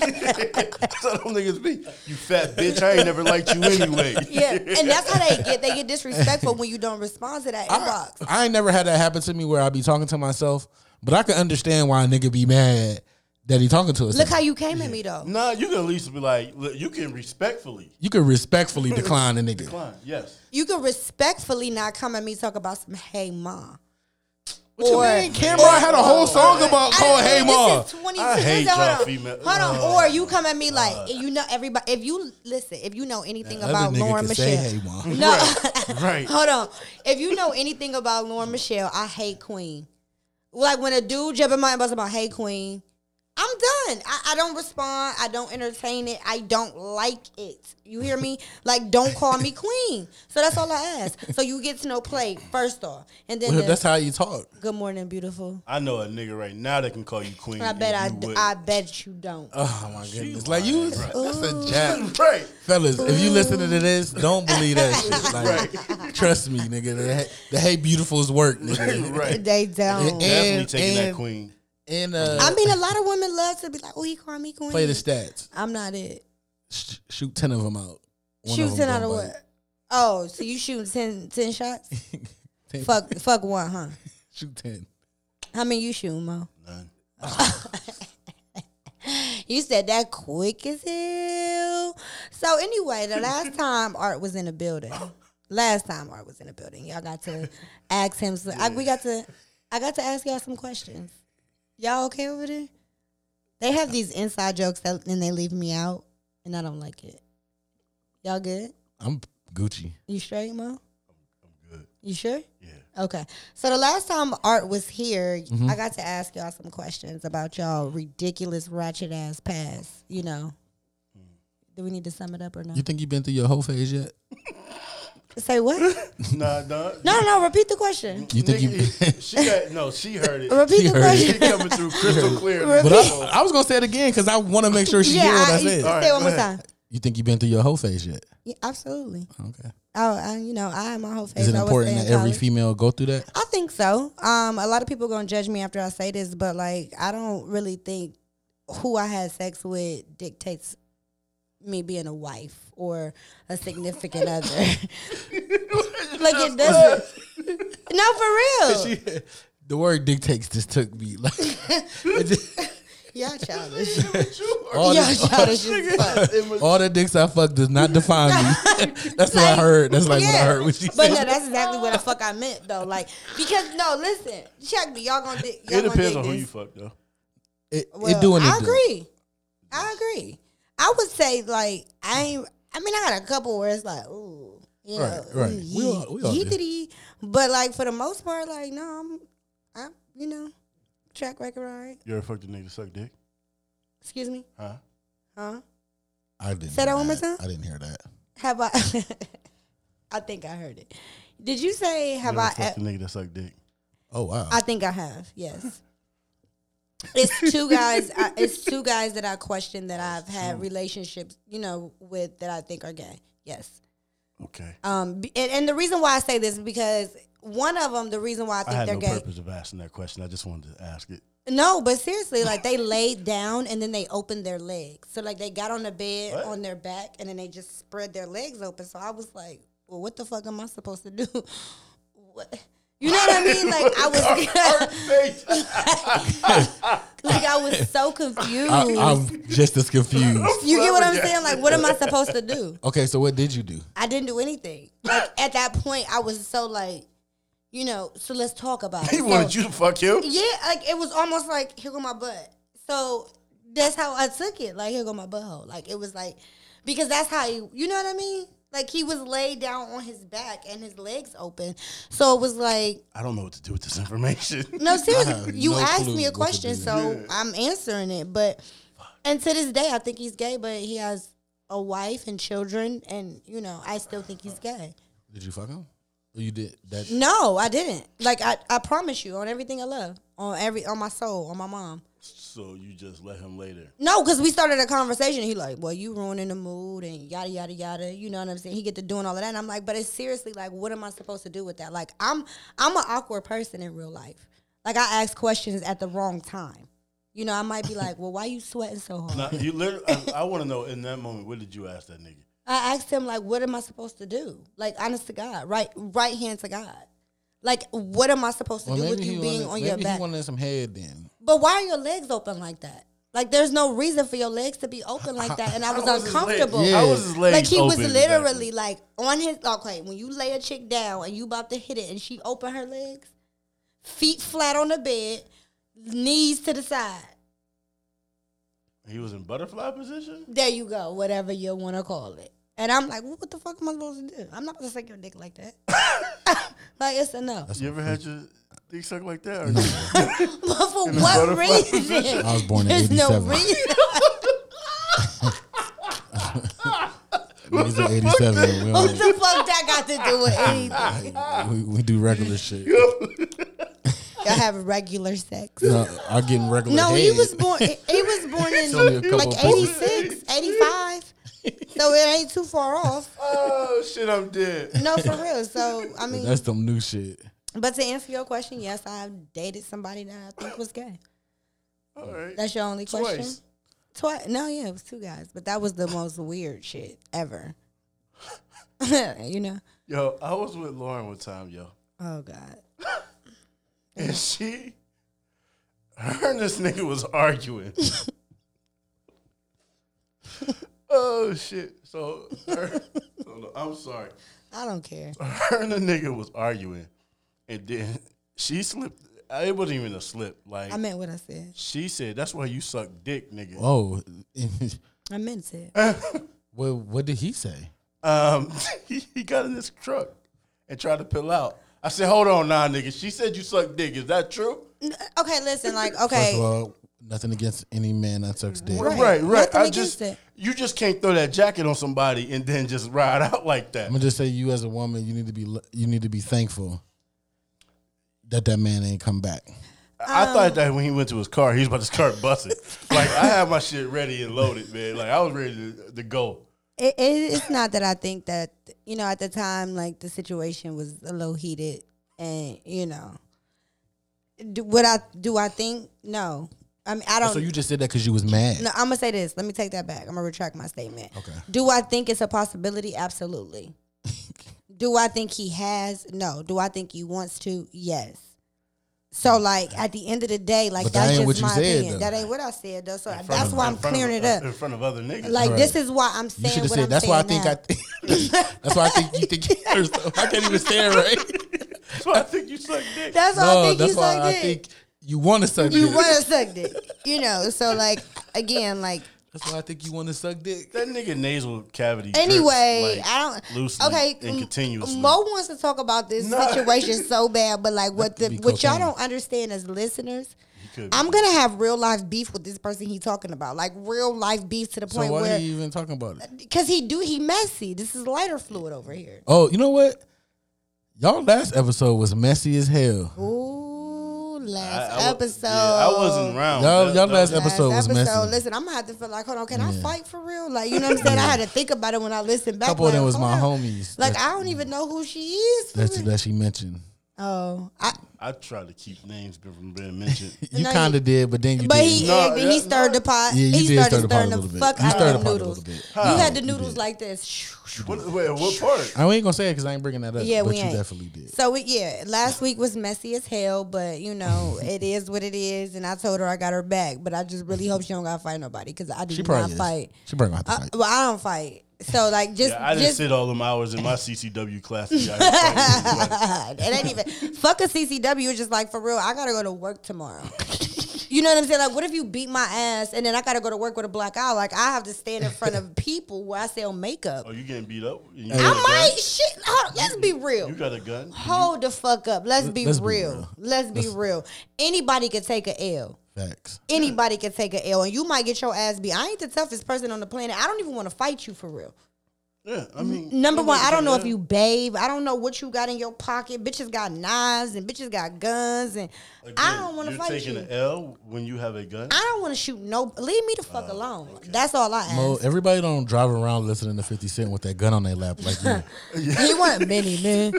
Speaker 2: niggas be. You fat bitch. I ain't never liked you anyway.
Speaker 3: Yeah, and that's how they get. They get disrespectful when you don't respond to that inbox.
Speaker 4: I ain't never had that happen to me where I be talking to myself, but I can understand why a nigga be mad that he talking to us.
Speaker 3: Look how you came at me though.
Speaker 2: Nah, you can at least be like, look, you can respectfully
Speaker 4: you can respectfully decline a nigga.
Speaker 2: decline. Yes.
Speaker 3: You can respectfully not come at me talk about some hey ma.
Speaker 4: What you mean? Cameron had a whole song about called Hey Ma.
Speaker 3: This is 22.
Speaker 2: I hate
Speaker 3: Hold
Speaker 2: y'all
Speaker 3: on.
Speaker 2: female-
Speaker 3: Hold on. or you come at me like you know everybody. If you listen, if you know anything
Speaker 4: Other
Speaker 3: about
Speaker 4: nigga
Speaker 3: Lauren
Speaker 4: can
Speaker 3: Michelle,
Speaker 4: say Hey Ma.
Speaker 3: no,
Speaker 2: Right.
Speaker 3: Hold on. If you know anything about Lauren Michelle, I hate Queen. Like when a dude jump in my inbox about "Hey Queen," I'm done. I, I don't respond. I don't entertain it. I don't like it. You hear me? Like don't call me Queen. So that's all I ask. So you get to no play first off, and then
Speaker 4: Well,
Speaker 3: the,
Speaker 4: that's how you talk.
Speaker 3: good morning, beautiful.
Speaker 2: I know a nigga right now that can call you queen.
Speaker 3: I bet I,
Speaker 2: and you
Speaker 3: d-
Speaker 2: wouldn't.
Speaker 3: I bet you don't.
Speaker 4: Oh my goodness! Like you, was- that's a jab,
Speaker 2: Right.
Speaker 4: fellas. If you listen to this, don't believe that shit. Like, trust me, nigga. The, the Hey Beautiful's work, nigga.
Speaker 2: Right.
Speaker 3: they don't.
Speaker 4: And-
Speaker 2: Definitely taking that
Speaker 4: and-
Speaker 2: queen.
Speaker 4: And uh,
Speaker 3: I mean, a lot of women love to be like, "Oh, he called me Queen."
Speaker 4: play the stats.
Speaker 3: I'm not it.
Speaker 4: Sh- shoot ten of them out. One
Speaker 3: Shoot 10
Speaker 4: them
Speaker 3: out of
Speaker 4: gonna
Speaker 3: what?
Speaker 4: bite.
Speaker 3: Oh, so you shooting 10, 10 shots?
Speaker 4: 10.
Speaker 3: fuck, fuck one, huh?
Speaker 4: Shoot ten.
Speaker 3: How many you shooting, Mo?
Speaker 2: None.
Speaker 3: You said that quick as hell. So anyway, the last time Art was in the building, last time Art was in the building, y'all got to ask him. So I, we got to, I got to ask y'all some questions. Y'all okay over there? They have these inside jokes that and they leave me out, and I don't like it. Y'all good?
Speaker 4: I'm Gucci.
Speaker 3: You straight, Mo? I'm good. You sure?
Speaker 2: Yeah.
Speaker 3: Okay. So the last time Art was here,
Speaker 4: Mm-hmm.
Speaker 3: I got to ask y'all some questions about y'all ridiculous ratchet ass past. You know,
Speaker 2: Hmm.
Speaker 3: do we need to sum it up or not?
Speaker 4: You think you've been through your whole phase yet?
Speaker 3: Say what?
Speaker 2: Nah, nah.
Speaker 3: no, no, no. Repeat the question.
Speaker 4: You think you?
Speaker 2: she got no. She heard it.
Speaker 3: Repeat
Speaker 4: She
Speaker 3: the
Speaker 4: heard
Speaker 2: She
Speaker 3: question.
Speaker 2: coming through crystal clear.
Speaker 4: But I, I was gonna say it again because I want to make sure she hear
Speaker 3: Yeah,
Speaker 4: what
Speaker 3: I,
Speaker 4: I
Speaker 3: you say
Speaker 4: said.
Speaker 2: All right,
Speaker 3: it one
Speaker 2: go
Speaker 3: more
Speaker 2: ahead.
Speaker 3: time.
Speaker 4: You think you've been through your whole phase yet?
Speaker 3: Yeah, absolutely.
Speaker 4: Okay.
Speaker 3: Oh, I, you know, I am my whole face.
Speaker 4: Is it
Speaker 3: I was
Speaker 4: important
Speaker 3: saying
Speaker 4: that every
Speaker 3: college.
Speaker 4: female go through that?
Speaker 3: I think so. Um, a lot of people gonna judge me after I say this, but like, I don't really think who I had sex with dictates me being a wife or a significant other. like it doesn't. No, for real.
Speaker 4: She, the word dictates just took me like
Speaker 3: Y'all childish.
Speaker 4: all,
Speaker 3: Y'all
Speaker 4: the,
Speaker 3: childish as fuck.
Speaker 4: all the dicks I fuck does not define me. That's what I heard. That's like what I
Speaker 3: Yeah.
Speaker 4: heard when she
Speaker 3: But
Speaker 4: said.
Speaker 3: no, that's exactly what the fuck I meant though. Like because no, listen, check me. Y'all gonna dig. Y'all
Speaker 2: It
Speaker 3: gonna
Speaker 2: depends
Speaker 3: dig
Speaker 2: on who
Speaker 3: this.
Speaker 2: you fuck though.
Speaker 4: It,
Speaker 3: Well,
Speaker 4: it doing it.
Speaker 3: I
Speaker 4: do.
Speaker 3: agree. I agree. I would say like I ain't. I mean, I got a couple where it's like, ooh, you know,
Speaker 4: Right, right.
Speaker 3: ooh,
Speaker 4: We all- we all do.
Speaker 3: yeetity. But like for the most part, like no, I'm, I'm, you know, track record, all right.
Speaker 2: You ever fucked a nigga suck dick?
Speaker 3: Excuse me,
Speaker 2: Huh?
Speaker 3: huh?
Speaker 4: I didn't
Speaker 3: Say that
Speaker 4: hear
Speaker 3: one more time?
Speaker 4: I didn't hear that.
Speaker 3: Have I? I think I heard it. Did you say have
Speaker 2: you ever
Speaker 3: I? e-,
Speaker 2: fucked a nigga that suck dick?
Speaker 4: Oh wow.
Speaker 3: I think I have. Yes. It's two guys. I, it's two guys that I question that I've had relationships, you know, with that I think are gay. Yes.
Speaker 2: Okay.
Speaker 3: Um. b- And, and the reason why I say this is because one of them, the reason why I
Speaker 2: I
Speaker 3: think
Speaker 2: had
Speaker 3: they're
Speaker 2: no
Speaker 3: gay.
Speaker 2: purpose of asking that question. I just wanted to ask it.
Speaker 3: No, but seriously, like they laid down and then they opened their legs. So like they got on the bed
Speaker 2: What?
Speaker 3: on their back and then they just spread their legs open. So I was like, well, what the fuck am I supposed to do? what? You know what I mean? Like I was. Like I was so confused.
Speaker 4: I, I'm just as confused.
Speaker 3: you get what I'm saying? Like, what am I supposed to do?
Speaker 4: Okay, so what did you do?
Speaker 3: I didn't do anything. Like at that point, I was so like, you know. So let's talk about it.
Speaker 2: He
Speaker 3: So-
Speaker 2: wanted you to fuck him.
Speaker 3: yeah, like it was almost like here go my butt. So that's how I took it. Like here go my butthole. Like it was like because that's how he, you know what I mean. Like he was laid down on his back and his legs open. So it was like
Speaker 2: I don't know what to do with this information.
Speaker 3: No,
Speaker 4: have
Speaker 3: seriously, you
Speaker 4: no
Speaker 3: asked
Speaker 4: clue
Speaker 3: me a
Speaker 4: what to
Speaker 3: question,
Speaker 4: do.
Speaker 3: so I'm answering it. But and to this day, I think he's gay, but he has a wife and children, and you know, I still think he's gay.
Speaker 4: Did you fuck him? Or you did that?
Speaker 3: No, I didn't. Like I, I promise you, on everything I love, on every, on my soul, on my mom.
Speaker 2: so you just let him lay there.
Speaker 3: No, because we started a conversation. He like, well, you ruining the mood and yada yada yada. You know what I'm saying? He get to doing all of that, and I'm like, but it's seriously like, what am I supposed to do with that? Like, I'm I'm an awkward person in real life. Like, I ask questions at the wrong time. You know, I might be like, well, why you sweating so hard?
Speaker 2: Now, you literally, I, I want to know in that moment, what did you ask that nigga?
Speaker 3: I asked him like, what am I supposed to do? Like, honest to God, right right hand to God. Like, what am I supposed to
Speaker 4: Well,
Speaker 3: do with
Speaker 4: maybe he
Speaker 3: you being
Speaker 4: wanted,
Speaker 3: on
Speaker 4: maybe
Speaker 3: your
Speaker 4: he
Speaker 3: back?
Speaker 4: wanted some head then.
Speaker 3: But why are your legs open like that? Like, there's no reason for your legs to be open like that, and I was
Speaker 2: How his leg-
Speaker 3: uncomfortable.
Speaker 2: How was his legs
Speaker 3: like he was
Speaker 2: open
Speaker 3: literally like on his okay when you lay a chick down and you about to hit it and she open her legs feet flat on the bed knees to the side
Speaker 2: exactly? He was in butterfly position.
Speaker 3: there you go whatever you want to call it and i'm like what the fuck am i supposed to do i'm not gonna suck your dick like that like it's enough
Speaker 2: You ever had your dick sucked like that? Or you-
Speaker 3: but for
Speaker 2: a
Speaker 3: what
Speaker 2: butterfly
Speaker 3: reason
Speaker 4: I was born in
Speaker 3: there's no
Speaker 4: 87.
Speaker 3: reason
Speaker 4: Niggas are 87. We,
Speaker 3: what
Speaker 4: don't-
Speaker 3: the fuck that got to do with anything
Speaker 4: we, we do regular shit.
Speaker 3: y'all have regular sex
Speaker 4: No, I'm getting regular
Speaker 3: No, he
Speaker 4: head.
Speaker 3: was born. He he was born
Speaker 4: only a
Speaker 3: in
Speaker 4: couple
Speaker 3: like
Speaker 4: of
Speaker 3: 86, 85. So it ain't too far off.
Speaker 2: oh shit, I'm dead.
Speaker 3: No, for real. So I mean,
Speaker 4: That's some new shit.
Speaker 3: but to answer your question, yes, I've dated somebody that I think was gay.
Speaker 2: All right,
Speaker 3: That's your only question.
Speaker 2: twice.
Speaker 3: Twice. No, yeah, it was two guys, but that was the most weird shit ever. you know?
Speaker 2: Yo, I was with Lauren one time, yo,
Speaker 3: Oh God.
Speaker 2: and she, her and this nigga was arguing. oh shit! So, her, so no, I'm sorry.
Speaker 3: I don't care.
Speaker 2: her and the nigga was arguing, and then she slipped. It wasn't even a slip. Like
Speaker 3: I meant what I said.
Speaker 2: she said, "That's why you suck dick, nigga."
Speaker 4: Oh,
Speaker 3: I meant it.
Speaker 4: well, what did he say?
Speaker 2: Um, he, he got in this truck and tried to pull out. I said, hold on, nah, nigga. She said you suck dick. Is that true?
Speaker 3: Okay, listen, like,
Speaker 4: First
Speaker 3: okay.
Speaker 4: of all, nothing against any man that sucks dick.
Speaker 2: Right,
Speaker 3: Right.
Speaker 2: right.
Speaker 3: Nothing
Speaker 2: I
Speaker 3: against
Speaker 2: just
Speaker 3: it.
Speaker 2: you just can't throw that jacket on somebody and then just ride out like that.
Speaker 4: I'm gonna just say, you as a woman, you need to be l- you need to be thankful that that man ain't come back.
Speaker 2: I
Speaker 3: Um,
Speaker 2: I thought that when he went to his car, he was about to start busting. like I had my shit ready and loaded, man. Like I was ready to, to go.
Speaker 3: It, it, it's not that I think that you know at the time like the situation was a little heated, and you know, do, what I do I think no, I mean I don't.
Speaker 4: Oh, So you just did that because you was mad.
Speaker 3: no, I'm gonna say this. Let me take that back. I'm gonna retract my statement.
Speaker 4: Okay.
Speaker 3: Do I think it's a possibility? Absolutely. do I think he has? No. Do I think he wants to? Yes. So like at the end of the day, like
Speaker 4: Mm. But that
Speaker 3: that's just
Speaker 4: ain't what you
Speaker 3: my
Speaker 4: said,
Speaker 3: opinion.
Speaker 4: though.
Speaker 3: That ain't what I said though. So
Speaker 2: In front
Speaker 3: that's
Speaker 2: of-
Speaker 3: why
Speaker 2: in
Speaker 3: I'm
Speaker 2: front of-
Speaker 3: clearing it up.
Speaker 2: in front of other niggas.
Speaker 3: Like
Speaker 4: Right.
Speaker 3: this is why I'm
Speaker 4: You
Speaker 3: saying
Speaker 4: should have
Speaker 3: what
Speaker 4: said.
Speaker 3: I'm
Speaker 4: That's
Speaker 3: saying
Speaker 4: why I think
Speaker 3: now.
Speaker 4: I. that's why I think you think. I can't even say it right.
Speaker 2: that's
Speaker 3: uh,
Speaker 2: why I think you suck dick.
Speaker 3: That's why I
Speaker 4: No,
Speaker 3: think
Speaker 4: that's
Speaker 3: you
Speaker 4: why
Speaker 3: suck
Speaker 4: I
Speaker 3: dick.
Speaker 4: think you want to suck
Speaker 3: you
Speaker 4: dick.
Speaker 3: want to suck dick, you know. So like again, like
Speaker 4: That's why I think you want to suck dick.
Speaker 2: that nigga nasal cavity. drips,
Speaker 3: anyway,
Speaker 2: like,
Speaker 3: I don't.
Speaker 2: loosely
Speaker 3: okay,
Speaker 2: and
Speaker 3: M-
Speaker 2: continuously.
Speaker 3: Mo wants to talk about this
Speaker 2: No.
Speaker 3: situation so bad, but like what the
Speaker 4: could be
Speaker 3: what y'all
Speaker 4: cocaine.
Speaker 3: don't understand as listeners.
Speaker 2: could be.
Speaker 3: I'm gonna have real life beef with this person he talking about, like real life beef to the
Speaker 4: So
Speaker 3: point
Speaker 4: why are
Speaker 3: where
Speaker 4: you even talking about it?
Speaker 3: because he do he messy. This is lighter fluid over here.
Speaker 4: Oh, you know what? Y'all last episode was messy as hell.
Speaker 3: Ooh, last
Speaker 2: I- I wa-
Speaker 3: episode.
Speaker 2: yeah, I wasn't around.
Speaker 4: Y'all-
Speaker 2: That-
Speaker 4: y'all
Speaker 2: that-
Speaker 4: last episode was messy.
Speaker 3: Listen, I'm gonna have to feel like, hold on, can I fight for real? Like, you know what I'm saying? I had to think about it when I listened back.
Speaker 4: couple of
Speaker 3: like,
Speaker 4: them was my
Speaker 3: hold on.
Speaker 4: homies.
Speaker 3: Like,
Speaker 4: that,
Speaker 3: I don't even know who she is. for
Speaker 4: that,
Speaker 3: real.
Speaker 4: that she mentioned.
Speaker 3: oh, I,
Speaker 2: I try to keep names from being mentioned.
Speaker 4: You
Speaker 3: No,
Speaker 4: kind
Speaker 3: you-
Speaker 4: of did, but then you
Speaker 3: but
Speaker 4: did.
Speaker 3: he
Speaker 2: No,
Speaker 3: he, he
Speaker 2: that-
Speaker 3: stirred the pot.
Speaker 4: Yeah, you
Speaker 3: he
Speaker 4: did
Speaker 3: started
Speaker 4: stir the pot a
Speaker 3: stirring
Speaker 4: little bit.
Speaker 3: fuck
Speaker 4: You
Speaker 3: out
Speaker 4: stirred
Speaker 3: of
Speaker 4: the pot
Speaker 3: the
Speaker 4: a little
Speaker 3: noodles.
Speaker 4: bit.
Speaker 3: You had the
Speaker 4: You
Speaker 3: noodles
Speaker 4: did.
Speaker 3: like this.
Speaker 2: what, wait, what part?
Speaker 4: I ain't gonna say it because I ain't bringing that up.
Speaker 3: Yeah,
Speaker 4: but
Speaker 3: we
Speaker 4: you
Speaker 3: ain't.
Speaker 4: definitely did.
Speaker 3: So we, yeah, last week was messy as hell, but you know it is what it is, and I told her I got her back. But I just really hope she don't gotta fight nobody because I do
Speaker 4: She
Speaker 3: not
Speaker 4: probably is.
Speaker 3: fight. Uh,
Speaker 4: She probably gonna have to
Speaker 3: I,
Speaker 4: fight.
Speaker 3: well, I don't fight, so like just
Speaker 2: Yeah, I didn't
Speaker 3: just
Speaker 2: sit all them hours in my CCW classes. y'all. Like,
Speaker 3: God, it ain't even fuck a CCW. It's just like for real. I gotta go to work tomorrow. You know what I'm saying? Like, what if you beat my ass and then I gotta go to work with a black eye? Like, I have to stand in front of people where I sell makeup.
Speaker 2: oh, you getting beat up? You got
Speaker 4: I
Speaker 2: a
Speaker 3: I
Speaker 2: gun?
Speaker 3: might shit. Hold, let's be real.
Speaker 2: You got a gun?
Speaker 3: Hold the fuck up. Let's be
Speaker 4: Let's be
Speaker 3: real.
Speaker 4: real.
Speaker 3: Let's be real. Anybody can take a L.
Speaker 4: Facts.
Speaker 3: Anybody can take a L, and you might get your ass beat. I ain't the toughest person on the planet. I don't even want to fight you for real.
Speaker 2: Yeah, I mean,
Speaker 3: Number one, I don't know if
Speaker 2: Yeah.
Speaker 3: you babe. I don't know what you got in your pocket. Bitches got knives and bitches got guns, and I
Speaker 2: again,
Speaker 3: don't want to
Speaker 2: you're
Speaker 3: fight
Speaker 2: taking
Speaker 3: you.
Speaker 2: an L when you have a gun.
Speaker 3: I don't want to shoot no. Leave me the
Speaker 2: Oh,
Speaker 3: fuck alone. That's all I ask.
Speaker 4: Mo, everybody don't drive around listening to Fifty Cent with that gun on their lap like you.
Speaker 3: He want many men,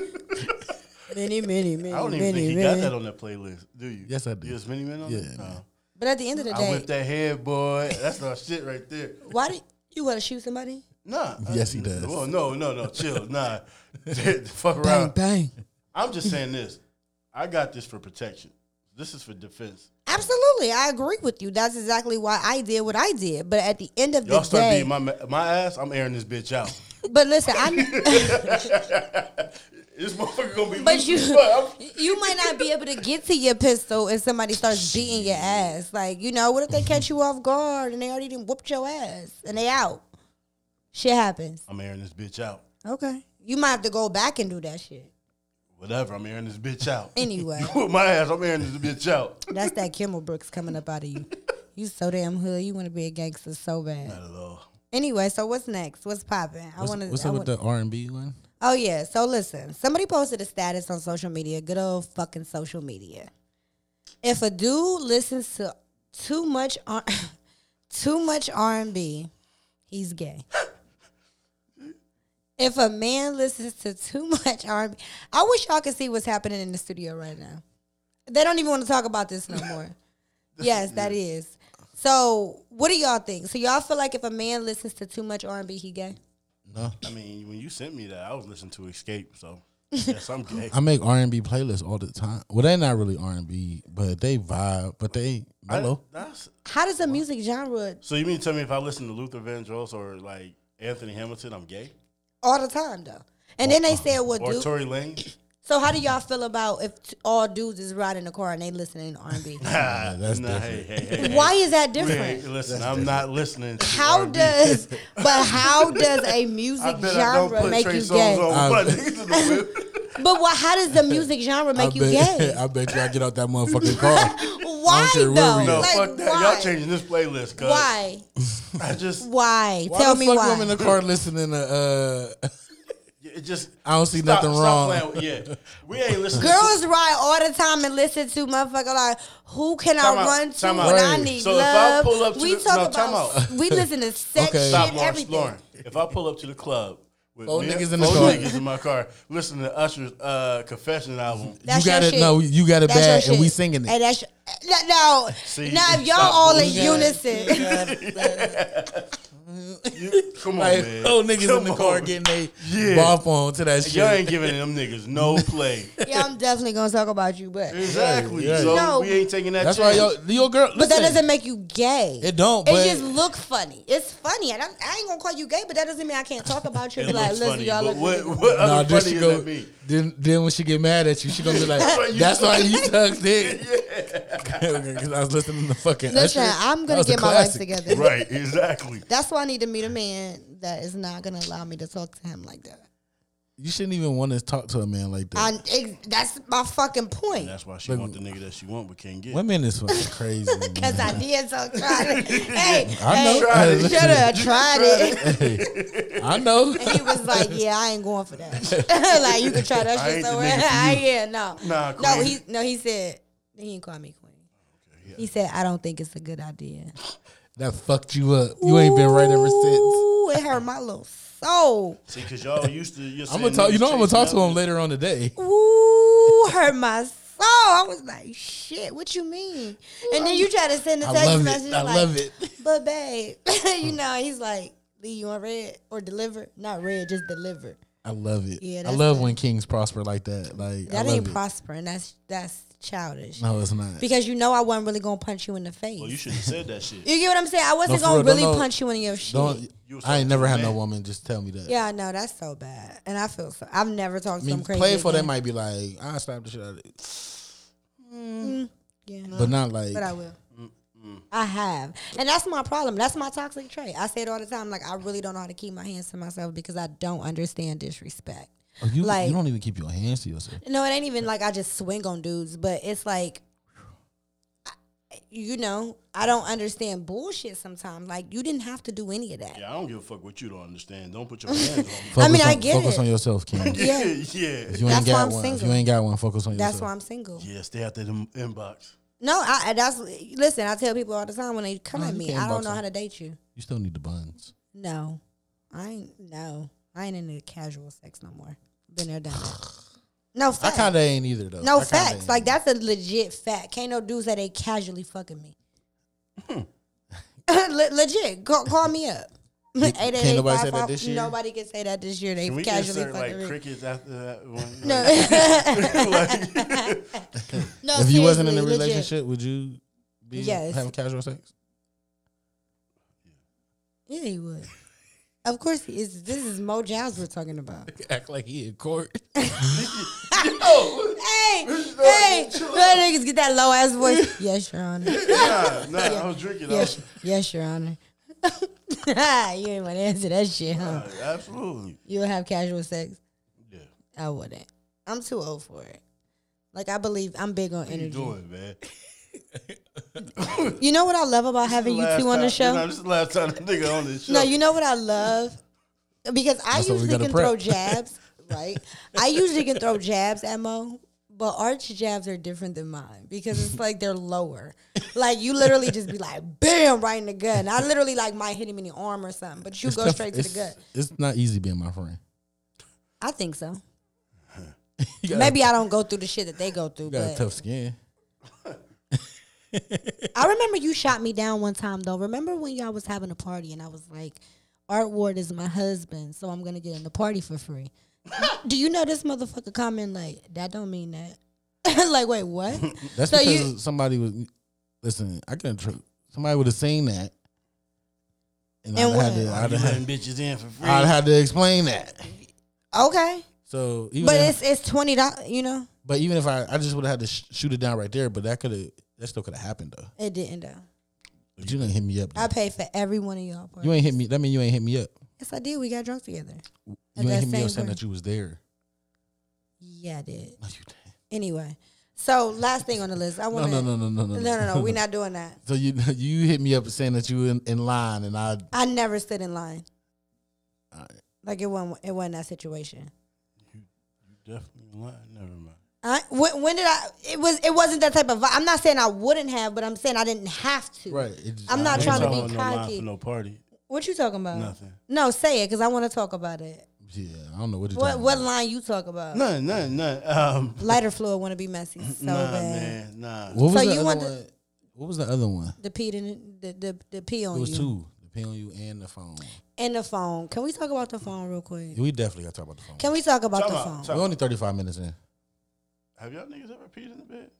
Speaker 3: many, many, many,
Speaker 2: I don't even
Speaker 3: many
Speaker 2: think he
Speaker 3: men.
Speaker 2: got that on that playlist, do you?
Speaker 4: Yes, I do.
Speaker 2: Yes, many men on
Speaker 4: Yeah,
Speaker 2: it? Oh.
Speaker 4: man.
Speaker 3: But at the end of the
Speaker 2: I whipped
Speaker 3: day,
Speaker 2: that head, boy. That's our shit right there.
Speaker 3: why do you want to shoot somebody?
Speaker 2: Nah. I-
Speaker 4: Yes, he does.
Speaker 2: Well, no, no, no. Chill. Nah. Fuck
Speaker 3: Bang
Speaker 2: around.
Speaker 3: bang.
Speaker 2: I'm just saying this. I got this for protection. This is for defense.
Speaker 3: Absolutely, I agree with you. That's exactly why I did what I did. But at the end of the
Speaker 2: Y'all start
Speaker 3: day,
Speaker 2: beating my ma- my ass. I'm airing this bitch out.
Speaker 3: but listen, I.
Speaker 2: This motherfucker gonna be.
Speaker 3: But
Speaker 2: loose
Speaker 3: you,
Speaker 2: as fuck. I'm-
Speaker 3: you might not be able to get to your pistol if somebody starts beating your ass. Like, you know, what if they catch you off guard and they already done whooped your ass and they out? Shit happens.
Speaker 2: I'm airing this bitch out.
Speaker 3: Okay. You might have to go back and do that shit.
Speaker 2: Whatever. I'm airing this bitch out.
Speaker 3: Anyway,
Speaker 2: With my ass, I'm airing this bitch out.
Speaker 3: that's that Kimmel Brooks coming up out of you. You so damn hood. You want to be a gangster so bad.
Speaker 2: Hello.
Speaker 3: Anyway, so what's next? What's popping? I
Speaker 4: What's,
Speaker 3: want to.
Speaker 4: what's up with the R and B one?
Speaker 3: Oh yeah. So listen, somebody posted a status on social media. Good old fucking social media. If a dude listens to too much R- too much R and B, he's gay. If a man listens to too much R and I wish y'all could see what's happening in the studio right now. They don't even want to talk about this no more. yes, that is. So, what do y'all think? So, y'all feel like if a man listens to too much R and B, he gay?
Speaker 4: No,
Speaker 2: I mean, when you sent me that, I was listening to Escape. So yes, I'm gay.
Speaker 4: I make R and B playlists all the time. Well, they're not really R and B, but they vibe. But they mellow.
Speaker 2: I- that's-
Speaker 3: How does the music genre
Speaker 2: so you mean to tell me if I listen to Luther Vandross or like Anthony Hamilton, I'm gay?
Speaker 3: all the time though. And then they said, "Well,
Speaker 2: Or
Speaker 3: dude."
Speaker 2: Tory Lanez?
Speaker 3: So how do y'all feel about if t- all dudes is riding the car and they listening to R and B?
Speaker 2: Nah,
Speaker 4: that's
Speaker 2: nah, hey, hey, hey, hey.
Speaker 3: Why is that
Speaker 2: Hey,
Speaker 3: different?
Speaker 2: listen, I'm not listening. To
Speaker 3: How
Speaker 2: R&B.
Speaker 3: does but how does a music
Speaker 2: I bet I don't
Speaker 3: genre
Speaker 2: put
Speaker 3: make
Speaker 2: Trey
Speaker 3: you
Speaker 2: songs
Speaker 3: gay?
Speaker 2: on.
Speaker 4: Um,
Speaker 2: but niggas in the whip.
Speaker 3: But what, how does the music genre make
Speaker 4: I
Speaker 3: you
Speaker 4: bet,
Speaker 3: gay?
Speaker 4: I bet you I get out that motherfucking car.
Speaker 3: Why
Speaker 4: care
Speaker 3: though?
Speaker 4: where we at.
Speaker 2: No,
Speaker 3: Like,
Speaker 2: fuck that.
Speaker 3: Why?
Speaker 2: Y'all changing this playlist. Cause
Speaker 3: Why?
Speaker 2: I just
Speaker 3: Why?
Speaker 4: Why
Speaker 3: Tell
Speaker 4: the
Speaker 3: me
Speaker 4: fuck
Speaker 3: why.
Speaker 4: I'm in the car listening to. Uh,
Speaker 2: it just.
Speaker 4: I don't see
Speaker 2: Stop,
Speaker 4: nothing
Speaker 2: stop
Speaker 4: wrong.
Speaker 2: playing with- yeah, we ain't listening. to,
Speaker 3: Girls ride all the time and listen to motherfucker like who can
Speaker 2: Time
Speaker 3: I
Speaker 2: out,
Speaker 3: run to
Speaker 2: time
Speaker 3: when
Speaker 2: out.
Speaker 3: I
Speaker 4: Right.
Speaker 3: need
Speaker 2: So if I
Speaker 3: love.
Speaker 2: pull up to
Speaker 3: we
Speaker 2: the-
Speaker 3: talk
Speaker 2: no, time
Speaker 3: about
Speaker 2: out.
Speaker 3: we listen to sex
Speaker 4: Okay.
Speaker 3: shit,
Speaker 4: Stop,
Speaker 2: Lawrence,
Speaker 3: everything.
Speaker 2: Lauren. If I pull up to the club with
Speaker 4: Four
Speaker 2: me-
Speaker 4: niggas in the
Speaker 2: four
Speaker 4: car.
Speaker 2: niggas in my car, listening to Usher's uh, Confession album.
Speaker 3: That's
Speaker 4: you got
Speaker 3: your
Speaker 4: it.
Speaker 3: shit.
Speaker 4: No, you got it
Speaker 3: That's your
Speaker 4: bad, and
Speaker 3: shit.
Speaker 4: we singing it.
Speaker 3: And that's your- no, no.
Speaker 2: See,
Speaker 3: now if y'all
Speaker 2: stop.
Speaker 3: all in
Speaker 2: You got it.
Speaker 3: unison,
Speaker 2: You- come on,
Speaker 4: Like,
Speaker 2: man.
Speaker 4: oh, niggas in
Speaker 2: Come
Speaker 4: the car
Speaker 2: on.
Speaker 4: getting they
Speaker 2: Yeah.
Speaker 4: bop on to that shit.
Speaker 2: Y'all ain't giving them niggas no play.
Speaker 3: yeah, I'm definitely gonna talk about you, but
Speaker 2: Exactly.
Speaker 4: Right, right.
Speaker 2: So
Speaker 3: No.
Speaker 2: we ain't taking that.
Speaker 4: That's why
Speaker 2: chance.
Speaker 4: your your girl. Listen,
Speaker 3: but that doesn't make you gay.
Speaker 4: It don't,
Speaker 3: It
Speaker 4: but-
Speaker 3: just look funny. It's funny. And I'm, I ain't gonna call you gay, but that doesn't mean I can't talk about you.
Speaker 2: It
Speaker 3: and be like,
Speaker 2: looks
Speaker 3: listen,
Speaker 2: funny,
Speaker 3: y'all.
Speaker 2: but
Speaker 3: Look
Speaker 2: what, what
Speaker 4: Nah,
Speaker 2: other
Speaker 4: then
Speaker 2: funny
Speaker 4: she
Speaker 2: is
Speaker 4: go.
Speaker 2: that mean?
Speaker 4: Then, then when she get mad at you, she gonna be like,
Speaker 2: why you
Speaker 4: "That's why you suck dick." Because I was listening to fucking.
Speaker 3: Listen,
Speaker 4: Usher.
Speaker 3: I'm
Speaker 4: That
Speaker 3: gonna
Speaker 4: was a
Speaker 3: get my life
Speaker 4: classic.
Speaker 3: together.
Speaker 2: Right. Exactly.
Speaker 3: That's why I need to meet a man that is not gonna allow me to talk to him like that.
Speaker 4: You shouldn't even want to talk to a man like that.
Speaker 3: I, ex that's my fucking point.
Speaker 2: That's why she want the nigga that she want but can't get.
Speaker 4: Women is fucking crazy. man.
Speaker 3: Cause I did so tried it. Hey,
Speaker 4: I
Speaker 3: hey,
Speaker 4: know.
Speaker 2: Tried it.
Speaker 3: should have tried it.
Speaker 4: Hey, I know.
Speaker 3: And he was like, "Yeah, I ain't going for that. like you can try that
Speaker 2: I
Speaker 3: shit
Speaker 2: ain't the
Speaker 3: somewhere.
Speaker 2: nigga for
Speaker 3: I
Speaker 2: you.
Speaker 3: yeah, no,
Speaker 2: Nah,
Speaker 3: no.
Speaker 2: queen.
Speaker 3: He no. He said he didn't call me queen. He said I don't think it's a good idea.
Speaker 4: That fucked you up. You ain't been right ever since.
Speaker 3: Ooh, it hurt my little soul.
Speaker 2: See, cause y'all used to. You're
Speaker 4: I'm
Speaker 2: saying
Speaker 4: gonna talk. You
Speaker 2: niggas
Speaker 4: know I'm gonna talk to
Speaker 2: chasing
Speaker 4: him later on today.
Speaker 3: Ooh, hurt my soul. I was like, shit, what you mean? And then you try to send a
Speaker 4: I
Speaker 3: text
Speaker 4: love it.
Speaker 3: message.
Speaker 4: I
Speaker 3: like,
Speaker 4: love it. Mm.
Speaker 3: But babe, you know, he's like, leave you on red or deliver. Not red, just deliver.
Speaker 4: I love it.
Speaker 3: Yeah,
Speaker 4: I
Speaker 3: that's
Speaker 4: love
Speaker 3: it.
Speaker 4: when kings prosper like that. Like
Speaker 3: That
Speaker 4: I love
Speaker 3: ain't
Speaker 4: it.
Speaker 3: prospering. That's that's childish.
Speaker 4: no, it's not.
Speaker 3: Because you know I wasn't really gonna punch you in the face.
Speaker 2: Well,
Speaker 3: you,
Speaker 2: you should have said that shit.
Speaker 3: get what I'm saying? I wasn't
Speaker 4: for
Speaker 3: gonna
Speaker 4: real, don't
Speaker 3: really
Speaker 4: know-
Speaker 3: punch you in your shit.
Speaker 4: Don't.
Speaker 2: You was
Speaker 4: I
Speaker 2: talking
Speaker 4: ain't never
Speaker 2: to a
Speaker 4: had no
Speaker 2: man.
Speaker 4: woman just tell me that.
Speaker 3: yeah, I know that's so bad, and I feel so. I've never talked
Speaker 4: I
Speaker 3: to
Speaker 4: mean,
Speaker 3: some crazy.
Speaker 4: play for that
Speaker 3: again.
Speaker 4: might be like I slap the shit out of it,
Speaker 3: Yeah.
Speaker 4: but not like.
Speaker 3: But I will. I have. And that's my problem. That's my toxic trait. I say it all the time. Like, I really don't know how to keep my hands to myself because I don't understand disrespect.
Speaker 4: Oh, you,
Speaker 3: like-
Speaker 4: you don't even keep your hands to yourself.
Speaker 3: No, it ain't even like I just swing on dudes, but it's like, I- you know, I don't understand bullshit sometimes. Like, you didn't have to do any of that.
Speaker 2: Yeah, I don't give a fuck what you don't understand. Don't put your hands on me.
Speaker 4: Focus
Speaker 3: mean, I
Speaker 4: on,
Speaker 3: get
Speaker 4: focus
Speaker 3: it.
Speaker 4: on yourself, Kim. If
Speaker 3: Yeah.
Speaker 2: yeah.
Speaker 4: you ain't
Speaker 3: That's why
Speaker 4: got
Speaker 3: I'm
Speaker 4: one, if
Speaker 3: single.
Speaker 4: you ain't got one, focus on
Speaker 3: That's why
Speaker 4: yourself.
Speaker 3: I'm single.
Speaker 2: Yeah, stay out that in- inbox.
Speaker 3: No, I, I- that's, listen, I tell people all the time when they come
Speaker 4: No,
Speaker 3: at
Speaker 4: you
Speaker 3: me,
Speaker 4: can't
Speaker 3: I don't
Speaker 4: box
Speaker 3: know
Speaker 4: them.
Speaker 3: how to date you.
Speaker 4: You still need the buns.
Speaker 3: No, I ain't. No, I ain't into casual sex no more. Been there, done that. No
Speaker 4: I
Speaker 3: facts.
Speaker 4: kind of ain't either though. I
Speaker 3: no
Speaker 4: kinda
Speaker 3: facts.
Speaker 4: ain't.
Speaker 3: Like that's a legit fact. Can't no dudes that they casually fucking me.
Speaker 4: Hmm.
Speaker 3: Le- legit. Call, call me up.
Speaker 4: Can't- can't nobody say that this year?
Speaker 3: Nobody can say that this year. They
Speaker 2: Can we
Speaker 3: casually
Speaker 2: insert
Speaker 3: fucking
Speaker 2: like
Speaker 3: me.
Speaker 2: crickets after that one?
Speaker 3: no,
Speaker 2: Like,
Speaker 3: no.
Speaker 4: if you wasn't in a
Speaker 3: seriously, legit.
Speaker 4: relationship, would you be
Speaker 3: Yes.
Speaker 4: having casual sex?
Speaker 3: yeah, you would. Of course, he is. This is Mo Giles we're talking about.
Speaker 4: Act like he in court.
Speaker 3: Hey, hey, let niggas get that low ass voice. Yes, Your Honor.
Speaker 2: nah, nah, I was drinking. I
Speaker 3: Yes,
Speaker 2: was,
Speaker 3: yes, Your Honor. you ain't want to answer that shit, huh?
Speaker 2: absolutely.
Speaker 3: You'll have casual sex.
Speaker 2: Yeah.
Speaker 3: I wouldn't. I'm too old for it. Like I believe I'm big on
Speaker 2: What you
Speaker 3: energy. You,
Speaker 2: doing, man?
Speaker 3: know what I love about having you
Speaker 2: Last
Speaker 3: two on
Speaker 2: time-
Speaker 3: the show?
Speaker 2: No, this is the last time the nigga on this show.
Speaker 3: No, you know what I love? Because I
Speaker 4: That's why we
Speaker 3: usually
Speaker 4: gotta
Speaker 3: can throw
Speaker 4: prep.
Speaker 3: jabs, right? I usually can throw jabs at Mo, but Arch jabs are different than mine because it's like they're lower. Like you literally just be like, bam, right in the gut. And I literally like might hit him in the arm or something, but you go
Speaker 4: tough.
Speaker 3: straight to the
Speaker 4: It's-
Speaker 3: gut.
Speaker 4: It's not easy being my friend.
Speaker 3: I think so.
Speaker 4: You got,
Speaker 3: Maybe I don't go through the shit that they go through,
Speaker 4: you got a
Speaker 3: but
Speaker 4: tough skin.
Speaker 3: I remember you shot me down one time though. Remember when y'all was having a party and I was like, Art Ward is my husband, so I'm gonna get in the party for free. Do you know this motherfucker comment like that don't mean that? like, wait, what?
Speaker 4: That's
Speaker 3: So
Speaker 4: because
Speaker 3: you-
Speaker 4: somebody was listen. I couldn't. Tr- somebody would have seen that,
Speaker 3: And
Speaker 4: and, I'd, have
Speaker 3: what?
Speaker 4: to,
Speaker 2: Why
Speaker 4: I'd,
Speaker 2: you
Speaker 4: have,
Speaker 2: letting bitches in for free.
Speaker 4: I'd have to explain that.
Speaker 3: okay.
Speaker 4: So even
Speaker 3: But
Speaker 4: if,
Speaker 3: it's it's twenty dollars you know?
Speaker 4: but even if I I just would have had to sh- shoot it down right there, but that could have that still could have happened though.
Speaker 3: It didn't though.
Speaker 4: But you didn't hit me up. though.
Speaker 3: I paid for every one of y'all parties.
Speaker 4: You ain't hit me. That mean you ain't hit me up.
Speaker 3: yes I did. We got drunk together. At
Speaker 4: You
Speaker 3: that
Speaker 4: ain't hit me
Speaker 3: same
Speaker 4: up
Speaker 3: party.
Speaker 4: saying that you was there.
Speaker 3: Yeah, I did.
Speaker 4: No, you didn't.
Speaker 3: Anyway, so last thing on the list, I
Speaker 4: No,
Speaker 3: want
Speaker 4: no, no, no, no, no,
Speaker 3: no, no, no. We're not doing that.
Speaker 4: So you you hit me up saying that you in, in line, and I
Speaker 3: I never stood in line.
Speaker 4: All right.
Speaker 3: Like it wasn't. It wasn't that situation.
Speaker 2: Definitely lying. Never mind.
Speaker 3: I, when, when did I? It was. It wasn't that type of. vi- I'm not saying I wouldn't have, but I'm saying I didn't have to.
Speaker 4: right. it just-
Speaker 3: I'm not
Speaker 2: Ain't
Speaker 4: I-
Speaker 3: trying to
Speaker 2: nobody
Speaker 3: be
Speaker 2: on no line
Speaker 3: cocky.
Speaker 2: for no party.
Speaker 3: What you talking about?
Speaker 2: Nothing.
Speaker 3: No, say it because I want to talk about it.
Speaker 4: Yeah, I don't know what you.
Speaker 3: What
Speaker 4: talking
Speaker 3: what
Speaker 4: about.
Speaker 3: line you talk about?
Speaker 2: None, none, none. Um,
Speaker 3: Lighter fluid want to be messy so
Speaker 2: nah,
Speaker 3: bad.
Speaker 2: man, nah.
Speaker 4: What was
Speaker 3: So
Speaker 4: the
Speaker 3: you
Speaker 4: other
Speaker 3: want to-
Speaker 4: one? What was the other one?
Speaker 3: The pee didn't, the, the the pee on
Speaker 4: It was
Speaker 3: you
Speaker 4: two. The pin on you and the phone.
Speaker 3: and the phone. Can we talk about the phone real quick?
Speaker 4: We definitely got to talk about the phone.
Speaker 3: Can we talk about
Speaker 2: Talk
Speaker 3: the
Speaker 2: about-
Speaker 3: phone?
Speaker 2: talk-
Speaker 4: We're only 35 minutes in.
Speaker 2: Have y'all niggas ever peed in the bed?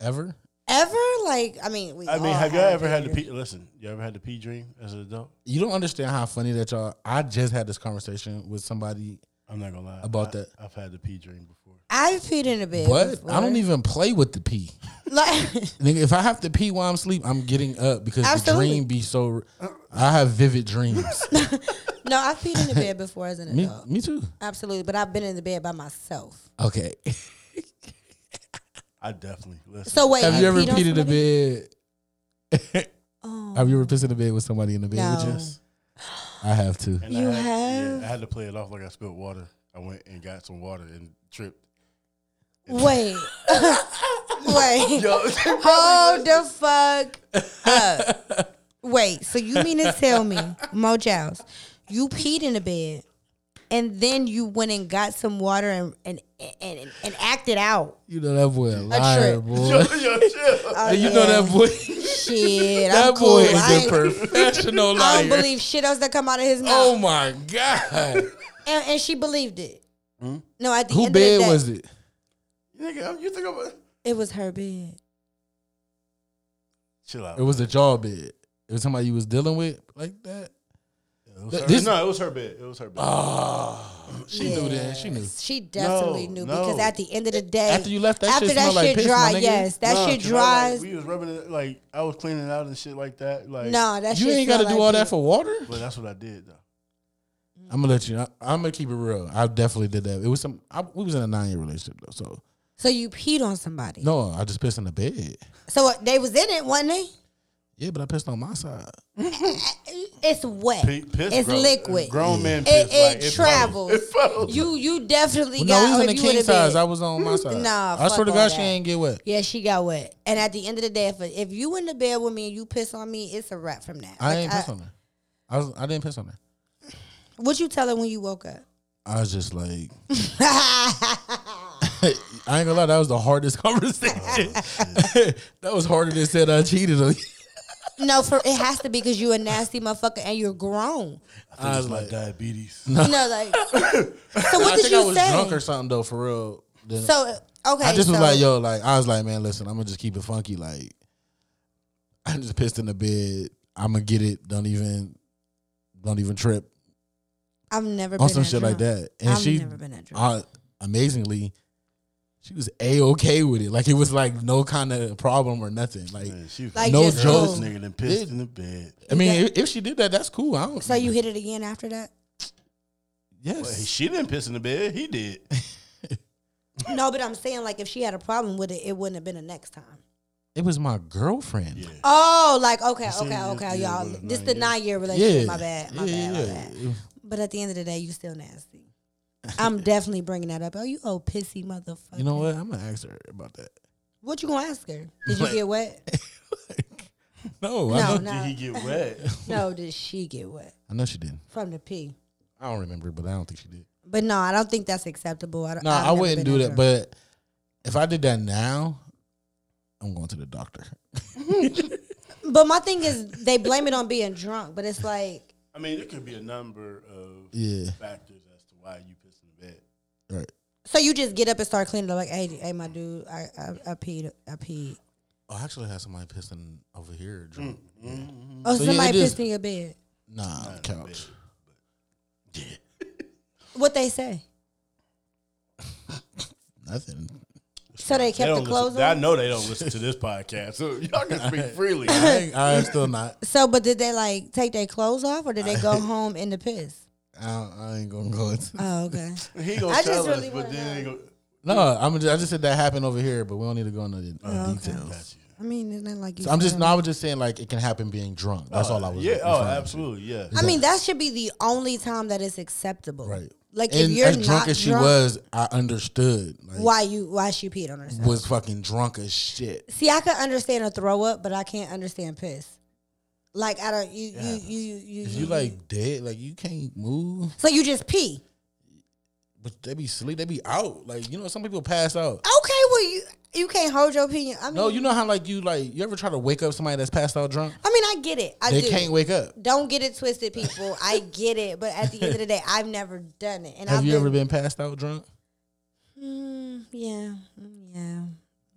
Speaker 4: Ever?
Speaker 3: Ever like I mean we.
Speaker 2: I mean,
Speaker 3: all
Speaker 2: have y'all
Speaker 3: had a
Speaker 2: ever had to
Speaker 3: period.
Speaker 2: pee? Listen, you ever had to pee dream as an adult?
Speaker 4: You don't understand how funny that y'all. I just had this conversation with somebody
Speaker 2: I'm not gonna lie
Speaker 4: About
Speaker 2: I-
Speaker 4: that.
Speaker 2: I've had to pee dream before.
Speaker 3: I've peed in a bed.
Speaker 4: What?
Speaker 3: before.
Speaker 4: I don't even play with the pee.
Speaker 3: like.
Speaker 4: Nigga, if I have to pee while I'm asleep, I'm getting up because
Speaker 3: Absolutely.
Speaker 4: the dream be so. I have vivid dreams.
Speaker 3: No, I've peed in the bed before as an
Speaker 4: me,
Speaker 3: adult.
Speaker 4: me too.
Speaker 3: Absolutely, but I've been in the bed by myself.
Speaker 4: Okay.
Speaker 2: I definitely listen.
Speaker 3: So wait,
Speaker 4: have you ever
Speaker 3: peed on
Speaker 4: peed in the
Speaker 3: somebody?
Speaker 4: bed?
Speaker 3: Oh.
Speaker 4: Have you ever pissed in the bed with somebody in the bed with
Speaker 3: No.
Speaker 4: you? I have too.
Speaker 2: and
Speaker 3: you
Speaker 2: I had,
Speaker 3: have?
Speaker 2: Yeah, I had to play it off like I spilled water. I went and got some water and tripped.
Speaker 3: Wait, wait.
Speaker 2: Yo,
Speaker 3: Hold the fuck up. Wait, so you mean to tell me, Mojals, you peed in the bed and then you went and got some water and and and, and acted out.
Speaker 4: You know that boy a liar,
Speaker 3: trip.
Speaker 4: boy.
Speaker 2: yo, chill.
Speaker 4: And you know that boy.
Speaker 3: Shit, I'm
Speaker 4: That
Speaker 3: cool.
Speaker 4: boy
Speaker 3: I,
Speaker 4: is a
Speaker 3: ain't-
Speaker 4: professional
Speaker 3: I don't
Speaker 4: liar.
Speaker 3: believe shit else that come out of his mouth.
Speaker 4: Oh my god.
Speaker 3: and, and she believed it. No, at the
Speaker 4: Hmm?
Speaker 3: end of
Speaker 4: Who
Speaker 3: the
Speaker 4: bed
Speaker 3: day,
Speaker 4: was it?
Speaker 2: Nigga, I'm- you think I'm a-
Speaker 3: It was her bed.
Speaker 2: chill out?
Speaker 4: It was a jaw bed. It was somebody you was dealing with like that.
Speaker 2: It was
Speaker 4: th-
Speaker 2: her-
Speaker 4: this- Uh,
Speaker 2: no, it was her bed. It was her bed.
Speaker 3: Ah.
Speaker 4: Oh, she knew that. She knew.
Speaker 3: She definitely
Speaker 2: No,
Speaker 3: knew
Speaker 2: no.
Speaker 3: because at the end of the day,
Speaker 4: After you left, that
Speaker 3: after
Speaker 4: shit
Speaker 3: that
Speaker 4: smelled like
Speaker 3: shit
Speaker 4: piss, my
Speaker 3: dry,
Speaker 4: nigga.
Speaker 3: yes, that
Speaker 2: Nah,
Speaker 3: shit
Speaker 2: 'cause I,
Speaker 3: dries.
Speaker 2: like, we was rubbing it like I was cleaning it out and shit like that. Like
Speaker 3: no, that
Speaker 4: You
Speaker 3: shit
Speaker 4: ain't got to
Speaker 3: smell
Speaker 4: do
Speaker 3: like
Speaker 4: all that
Speaker 3: pee.
Speaker 4: for water.
Speaker 2: but that's what I did though.
Speaker 4: I'm gonna let you. I, I'm gonna keep it real. I definitely did that. It was some. I, we was in a nine year relationship though, so
Speaker 3: So you peed on somebody.
Speaker 4: no, I just pissed in the bed.
Speaker 3: So what, they was in it, wasn't they?
Speaker 4: Yeah, but I pissed on my side.
Speaker 3: It's wet.
Speaker 2: P- piss,
Speaker 3: it's
Speaker 2: gross.
Speaker 3: liquid.
Speaker 2: Grown man
Speaker 3: It,
Speaker 2: piss.
Speaker 3: it
Speaker 2: like, follows.
Speaker 3: travels.
Speaker 2: It follows.
Speaker 3: You you definitely
Speaker 4: no, we was
Speaker 3: got.
Speaker 4: in the
Speaker 3: if you
Speaker 4: king
Speaker 3: would've
Speaker 4: size.
Speaker 3: been- Mm,
Speaker 4: I was on my side.
Speaker 3: Nah,
Speaker 4: I
Speaker 3: fuck
Speaker 4: swear to
Speaker 3: all
Speaker 4: God, she
Speaker 3: that.
Speaker 4: ain't get wet.
Speaker 3: yeah, she got wet. And at the end of the day, if if you in the bed with me and you piss on me, it's a wrap from that.
Speaker 4: I
Speaker 3: Like,
Speaker 4: ain't piss on her. I was. I didn't piss on her.
Speaker 3: What you tell her when you woke up?
Speaker 4: I was just like, I ain't gonna lie. That was the hardest conversation. Oh, that was harder than said I cheated on you.
Speaker 3: No, for it has to be because you a nasty motherfucker and you're grown.
Speaker 2: I was like diabetes.
Speaker 3: You know, like. So what
Speaker 4: I
Speaker 3: did
Speaker 4: think I
Speaker 3: you
Speaker 4: was
Speaker 3: say?
Speaker 4: drunk or something though, for real. Then
Speaker 3: so okay,
Speaker 4: I just
Speaker 3: so,
Speaker 4: was like, yo, like I was like, man, listen, I'm gonna just keep it funky. Like, I just pissed in the bed. I'm gonna get it. Don't even, don't even trip
Speaker 3: I've never
Speaker 4: on
Speaker 3: been
Speaker 4: some
Speaker 3: that
Speaker 4: shit like
Speaker 3: drunk.
Speaker 4: that. And
Speaker 3: I've
Speaker 4: she,
Speaker 3: never been that drunk.
Speaker 4: uh, amazingly, she was a okay with it. Like it was like no kind of problem or nothing. Like,
Speaker 2: Man, she
Speaker 3: Like,
Speaker 4: No
Speaker 3: just
Speaker 4: joke.
Speaker 2: This
Speaker 3: cool.
Speaker 2: nigga done pissed
Speaker 4: Did-
Speaker 2: in the bed.
Speaker 4: I mean, if, if she did that, that's cool. I don't.
Speaker 3: So you hit it again after that?
Speaker 2: Well,
Speaker 4: yes.
Speaker 2: she didn't piss in the bed. He did.
Speaker 3: Oh, No, but I'm saying like if she had a problem with it, it wouldn't have been the next time.
Speaker 4: It was my girlfriend. Yeah.
Speaker 3: Oh, like okay,
Speaker 2: see,
Speaker 3: okay,
Speaker 2: yeah, yeah,
Speaker 3: okay,
Speaker 2: it
Speaker 3: y'all.
Speaker 2: was
Speaker 3: This
Speaker 2: nine
Speaker 3: the
Speaker 2: years.
Speaker 3: nine year relationship. My bad, my bad, my bad. But at the end of the day, you still nasty. I'm definitely bringing that up. Oh, you old pissy motherfucker.
Speaker 4: You know what? I'm gonna ask her about that.
Speaker 3: What you gonna ask her? Did you get wet?
Speaker 4: no,
Speaker 3: No,
Speaker 4: I, know,
Speaker 2: Did he
Speaker 3: no,
Speaker 2: get wet?
Speaker 3: no. Did she get wet
Speaker 4: I know she didn't.
Speaker 3: from the pee?
Speaker 4: I don't remember, but I don't think she did.
Speaker 3: But no, I don't think that's acceptable. I don't,
Speaker 4: No,
Speaker 3: I've
Speaker 4: I
Speaker 3: never
Speaker 4: wouldn't
Speaker 3: been
Speaker 4: do that.
Speaker 3: drunk.
Speaker 4: But if I did that now, I'm going to the doctor.
Speaker 3: but my thing is they blame it on being drunk. But it's like
Speaker 2: I mean, it could be a number of
Speaker 4: Yeah.
Speaker 2: factors as to why you pissed in the bed.
Speaker 4: Right.
Speaker 3: so you just get up and start cleaning. up, Like hey, hey, my dude, I I, I peed, I peed.
Speaker 4: Oh, I actually had somebody pissing over here. Drunk.
Speaker 3: Oh,
Speaker 4: So you-
Speaker 3: somebody
Speaker 4: it is-
Speaker 3: pissed in your bed.
Speaker 4: Nah, on the couch.
Speaker 3: What they say?
Speaker 4: Nothing.
Speaker 3: So they
Speaker 2: They
Speaker 3: kept
Speaker 2: don't
Speaker 3: the clothes
Speaker 2: listen- I
Speaker 3: on.
Speaker 2: know they don't listen to this podcast, so y'all can speak freely.
Speaker 4: I ain't- I'm still not.
Speaker 3: So, but did they like take their clothes off, or did they go home in the piss?
Speaker 4: I, I ain't gonna go into.
Speaker 3: Oh, okay.
Speaker 2: He gonna
Speaker 3: I just
Speaker 2: tell us,
Speaker 3: really
Speaker 2: but
Speaker 3: wanna
Speaker 2: then he gonna,
Speaker 4: No, I'm just, I just said that happened over here, but we don't need to go into the uh, details.
Speaker 3: I mean, isn't that like you?
Speaker 4: So I'm just
Speaker 3: said?
Speaker 4: no, I was just saying like it can happen being drunk. That's all I was.
Speaker 2: Yeah. Oh,
Speaker 4: referring to.
Speaker 2: absolutely. Yeah.
Speaker 3: I mean, that should be the only time that it's acceptable.
Speaker 4: Right.
Speaker 3: Like
Speaker 4: and
Speaker 3: if you're
Speaker 4: as
Speaker 3: not
Speaker 4: drunk as she was, I understood. Like,
Speaker 3: why you why she peed on herself.
Speaker 4: was fucking drunk as shit.
Speaker 3: See, I could understand a throw up, but I can't understand piss. Like I don't you you you you,
Speaker 4: If
Speaker 2: Mm-hmm.
Speaker 4: you like dead, like you can't move,
Speaker 3: so you just pee.
Speaker 4: but they be sleep, they be out. Like you know, some people pass out.
Speaker 3: Okay, well you you can't hold your opinion. I mean,
Speaker 4: No, you know how like you like you ever try to wake up somebody that's passed out drunk?
Speaker 3: I mean, I get it. I
Speaker 4: They
Speaker 3: do.
Speaker 4: can't wake up.
Speaker 3: Don't get it twisted, people. I get it, but at the end of the day, I've never done it. And
Speaker 4: Have
Speaker 3: I've
Speaker 4: you ever been passed out drunk?
Speaker 3: Mm, yeah, mm,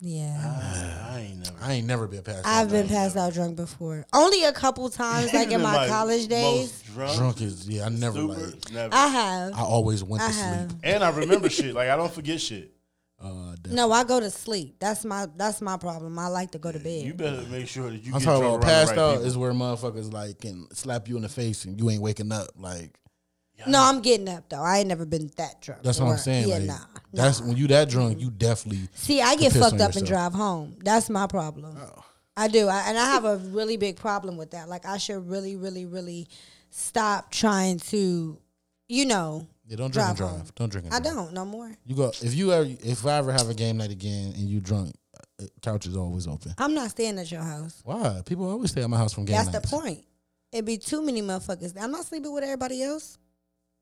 Speaker 3: yeah, yeah.
Speaker 2: I ain't never.
Speaker 4: Ah, I ain't never been passed out.
Speaker 3: I've been passed out drunk before. Only a couple times, like in
Speaker 2: Been,
Speaker 3: my
Speaker 2: like,
Speaker 3: college
Speaker 2: most
Speaker 3: days.
Speaker 2: Drunk.
Speaker 4: Drunk is yeah. I never
Speaker 2: Super.
Speaker 4: like.
Speaker 2: never.
Speaker 3: I have.
Speaker 4: I always went
Speaker 3: I
Speaker 4: to
Speaker 3: have.
Speaker 4: sleep.
Speaker 2: and I remember shit. Like I don't forget shit.
Speaker 4: Uh, that-
Speaker 3: No, I go to sleep. That's my that's my problem. I like to go to bed.
Speaker 2: You better make sure that you.
Speaker 4: I'm
Speaker 2: get drunk
Speaker 4: talking about
Speaker 2: around the
Speaker 4: passed
Speaker 2: right
Speaker 4: out
Speaker 2: people.
Speaker 4: is where motherfuckers like can slap you in the face and you ain't waking up. Like
Speaker 3: no, I'm getting up though. I ain't never been that drunk.
Speaker 4: that's what
Speaker 3: Or-
Speaker 4: I'm saying.
Speaker 3: Yeah,
Speaker 4: like,
Speaker 3: nah. Mm-hmm.
Speaker 4: That's when you that drunk, you definitely
Speaker 3: See, I get
Speaker 4: piss on
Speaker 3: fucked up and
Speaker 4: yourself. Oh.
Speaker 3: drive home. That's my problem. I do, I, and I have a really big problem with that. Like, I should really, really, really stop trying to, you know,
Speaker 4: yeah, don't drink and
Speaker 3: Drive home.
Speaker 4: drive. Don't drink and
Speaker 3: I
Speaker 4: drive.
Speaker 3: don't no more.
Speaker 4: You go if you ever if I ever have a game night again and you drunk, uh, couch is always open.
Speaker 3: I'm not staying at your house.
Speaker 4: Why people always stay at my house from game
Speaker 3: That's the
Speaker 4: nights.
Speaker 3: point. It'd be too many motherfuckers. I'm not sleeping with everybody else.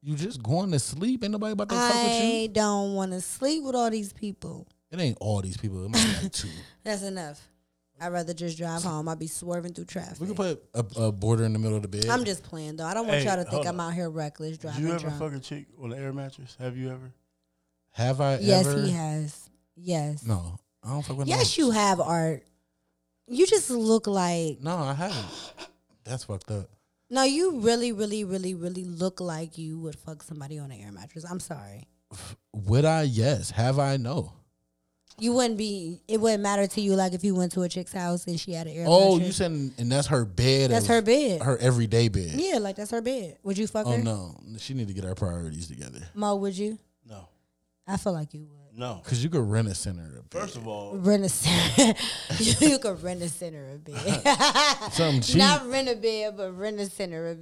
Speaker 4: You just going to sleep. Ain't nobody about to fuck with you.
Speaker 3: I don't want to sleep with all these people.
Speaker 4: It ain't all these people. It might be like two.
Speaker 3: That's enough. I'd rather just drive home. I'd be swerving through traffic.
Speaker 4: We can put a, a border in the middle of the bed.
Speaker 3: I'm just playing though. I don't want
Speaker 2: Hey,
Speaker 3: y'all to think
Speaker 2: hold
Speaker 3: I'm out here reckless driving
Speaker 2: you ever
Speaker 3: drunk.
Speaker 2: fuck a chick on an air mattress? Have you ever?
Speaker 4: Have I
Speaker 3: yes,
Speaker 4: ever?
Speaker 3: he has. Yes.
Speaker 4: No, I don't fuck with.
Speaker 3: Yes,
Speaker 4: no.
Speaker 3: you have art. You just look like
Speaker 4: No, I haven't. That's fucked up.
Speaker 3: no. You really, really, really, really look like you would fuck somebody on an air mattress. I'm sorry.
Speaker 4: Would I? Yes. Have I? No.
Speaker 3: You wouldn't be. It wouldn't matter to you like if you went to a chick's house and she had an air mattress.
Speaker 4: Oh, you said, and that's her bed.
Speaker 3: that's
Speaker 4: of-
Speaker 3: her bed.
Speaker 4: Her everyday bed.
Speaker 3: yeah, like that's her bed. Would you fuck
Speaker 4: Oh
Speaker 3: her?
Speaker 4: no, she need to get her priorities together.
Speaker 3: Mo, would you?
Speaker 2: No.
Speaker 3: I feel like you would.
Speaker 2: No.
Speaker 4: Cause you could rent a center. A bed.
Speaker 2: First of all,
Speaker 3: Rent a center. you could rent a center a bed.
Speaker 4: Something cheap.
Speaker 3: Not rent a bed, but rent a center a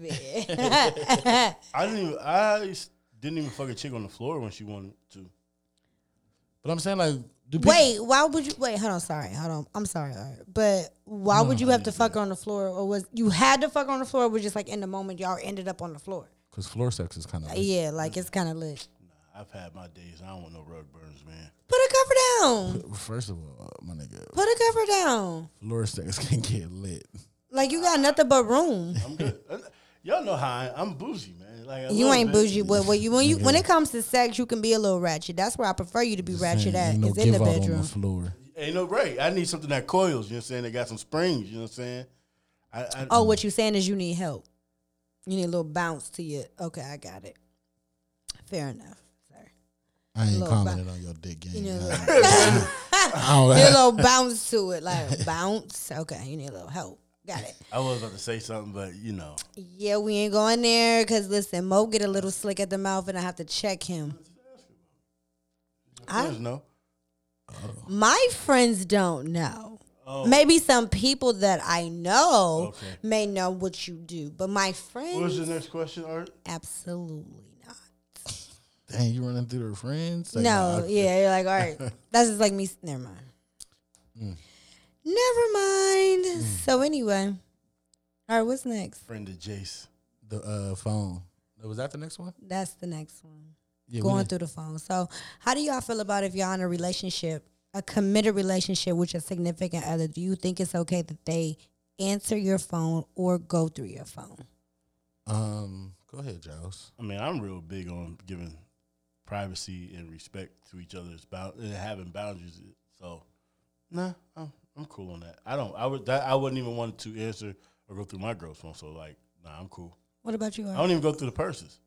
Speaker 3: bed.
Speaker 2: I didn't even. I s- didn't even fuck a chick on the floor when she wanted to.
Speaker 4: But I'm saying like, do people,
Speaker 3: wait, why would you? Wait, hold on. Sorry, hold on. I'm sorry, Art, but why would you have to fuck her on the floor, or was you had to fuck her on the floor? Or was just like in the moment y'all ended up on the floor?
Speaker 4: Cause floor sex is kind of.
Speaker 3: Yeah, like it's kind of lit.
Speaker 2: I've had my days. I don't want no rug burns, man.
Speaker 3: Put a cover down.
Speaker 4: First of all, my nigga,
Speaker 3: Put a cover down.
Speaker 4: floor sex can get lit.
Speaker 3: Like you got nothing but room.
Speaker 2: I'm good. Uh, Y'all know how I, I'm bougie, man. Like a
Speaker 3: You
Speaker 2: little
Speaker 3: ain't
Speaker 2: bit.
Speaker 3: bougie, but when you when you when it comes to sex, you can be a little ratchet. That's where I prefer you to be ratchet
Speaker 4: Man,
Speaker 3: at.
Speaker 4: ain't no
Speaker 3: is in the
Speaker 4: give out on
Speaker 3: bedroom.
Speaker 4: the floor.
Speaker 2: Ain't no break. I need something that coils. You know what I'm saying? That got some springs. You know what I'm saying? I, I,
Speaker 3: Oh, what you saying is you need help. You need a little bounce to you. Okay, I got it. Fair enough. Sorry.
Speaker 4: I ain't
Speaker 3: Little
Speaker 4: commenting on your dick game.
Speaker 3: You need a
Speaker 4: I
Speaker 3: little,
Speaker 4: don't-
Speaker 3: need a little bounce to it. Like bounce. Okay, you need a little help. Got it.
Speaker 2: I was about to say something, but you know.
Speaker 3: Yeah, we ain't going there because listen, Mo get a little slick at the mouth and I have to check him. I
Speaker 2: There's no.
Speaker 3: my friends don't know. Maybe some people that I know
Speaker 2: Okay.
Speaker 3: may know what you do, but my
Speaker 2: What was
Speaker 3: friends
Speaker 2: the next question, Art?
Speaker 3: absolutely not.
Speaker 4: Dang, you running through the friends? Like,
Speaker 3: no,
Speaker 4: nah, I-
Speaker 3: yeah, you're like, all right, that's just like me. s- Never mind.
Speaker 4: Mm.
Speaker 3: Never mind. So anyway, all right, what's next?
Speaker 2: Friend of Jace.
Speaker 4: The uh, phone. Was that the next one?
Speaker 3: That's the next one.
Speaker 4: Yeah, we
Speaker 3: Going
Speaker 4: did-
Speaker 3: through the phone. So, how do y'all feel about if y'all in a relationship, a committed relationship with your significant other? Do you think it's okay that they answer your phone or go through your phone?
Speaker 4: Um, go ahead, Giles.
Speaker 2: I mean, I'm real big on giving privacy and respect to each other's bound and having boundaries. So, nah, I'm, I'm cool on that. I don't. I would. That, I wouldn't even want to answer or go through my girl's phone. So, like, nah, I'm cool.
Speaker 3: What about you?
Speaker 2: I
Speaker 3: Ari?
Speaker 2: don't even go through the purses.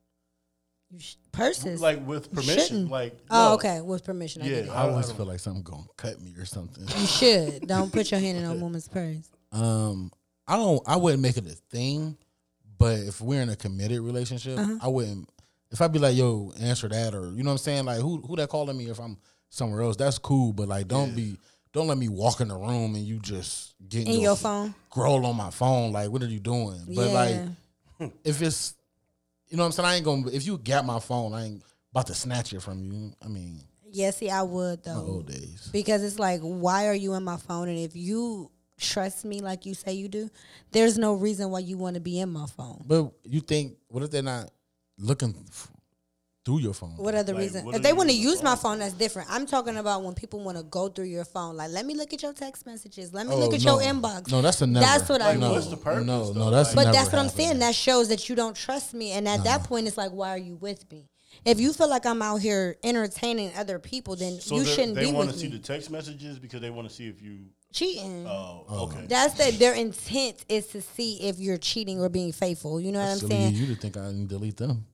Speaker 3: You sh- Purses.
Speaker 2: Like with permission.
Speaker 3: shouldn't.
Speaker 2: Like.
Speaker 3: oh,
Speaker 2: no.
Speaker 3: okay. With permission. I get
Speaker 2: Yeah,
Speaker 3: it.
Speaker 4: I always
Speaker 2: don't-
Speaker 4: feel like something gonna cut me or something.
Speaker 3: You should. Don't put your hand in a woman's purse.
Speaker 4: Um, I don't. I wouldn't make it a thing, but if we're in a committed
Speaker 3: Uh-huh.
Speaker 4: relationship, I wouldn't. If I'd be like, "Yo, answer that," or you know what I'm saying, like, who who that calling me? If I'm somewhere else. That's cool, but like don't be don't let me walk in the room and you just get
Speaker 3: In your phone.
Speaker 4: Scroll on my phone. Like, what are you doing? But
Speaker 3: Yeah.
Speaker 4: like if it's you know what I'm saying, I ain't gonna if you got my phone, I ain't about to snatch it from you. I mean,
Speaker 3: Yeah, see, I would though.
Speaker 4: old days.
Speaker 3: Because it's like, why are you in my phone? And if you trust me like you say you do, there's no reason why you want to be in my phone.
Speaker 4: But you think what if they're not looking f- through your phone?
Speaker 3: What other
Speaker 2: Like,
Speaker 3: reason?
Speaker 2: what
Speaker 3: If
Speaker 2: are
Speaker 3: they
Speaker 2: you
Speaker 3: want to
Speaker 2: using
Speaker 3: use my phone, that's different. I'm talking about when people want to go through your phone. Like, let me look at your text messages. Let me
Speaker 4: Oh,
Speaker 3: look at
Speaker 4: no.
Speaker 3: your inbox.
Speaker 4: No, that's a never.
Speaker 3: That's what I
Speaker 4: no,
Speaker 3: mean.
Speaker 2: what's the purpose,
Speaker 4: No, no,
Speaker 2: though?
Speaker 4: that's
Speaker 3: But
Speaker 4: never
Speaker 3: that's what I'm
Speaker 4: happening.
Speaker 3: saying. That shows that you don't trust me. And at that point, it's like, why are you with me? If you feel like I'm out here entertaining other people, then
Speaker 2: So
Speaker 3: you
Speaker 2: they-
Speaker 3: shouldn't
Speaker 2: they
Speaker 3: be
Speaker 2: wanna
Speaker 3: with
Speaker 2: see
Speaker 3: me.
Speaker 2: the text messages because they want to see if you.
Speaker 3: Cheating.
Speaker 2: Oh, okay.
Speaker 3: That's that their intent is to see if you're cheating or being faithful. You know what I'm
Speaker 4: Silly
Speaker 3: saying?
Speaker 4: you to think I didn't delete them.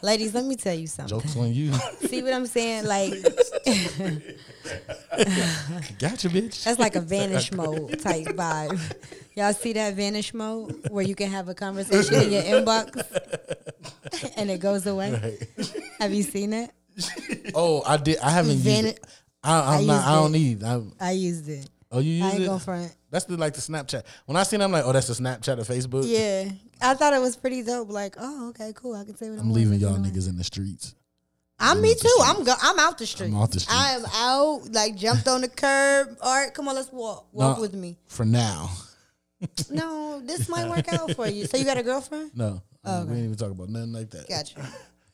Speaker 3: Ladies, let me tell you something.
Speaker 4: Jokes on you.
Speaker 3: See what I'm saying? Like
Speaker 4: gotcha, bitch.
Speaker 3: that's like a vanish mode type vibe. Y'all see that vanish mode where you can have a conversation in your inbox and it goes away? Have you seen it?
Speaker 4: Oh, I did. I haven't
Speaker 3: Vani-
Speaker 4: used. It. I, I'm
Speaker 3: I
Speaker 4: not. I don't
Speaker 3: used
Speaker 4: need. I,
Speaker 3: I used it.
Speaker 4: oh, you use
Speaker 3: I ain't
Speaker 4: it?
Speaker 3: going front.
Speaker 4: That's the, like the Snapchat. When I seen, it, I'm like, oh, that's the Snapchat of Facebook.
Speaker 3: Yeah, I thought it was pretty dope. Like, oh, okay, cool. I can say what I'm,
Speaker 4: I'm leaving y'all
Speaker 3: niggas.
Speaker 4: niggas in the streets.
Speaker 3: I'm me too. I'm go. I'm out the street.
Speaker 4: out the streets.
Speaker 3: I am out. Like jumped on the curb. All right, come on, let's walk. Walk
Speaker 4: No.
Speaker 3: with me.
Speaker 4: For now,
Speaker 3: No, this might work out for you. So you got a girlfriend?
Speaker 4: no, we ain't even talk about nothing like that.
Speaker 3: Gotcha.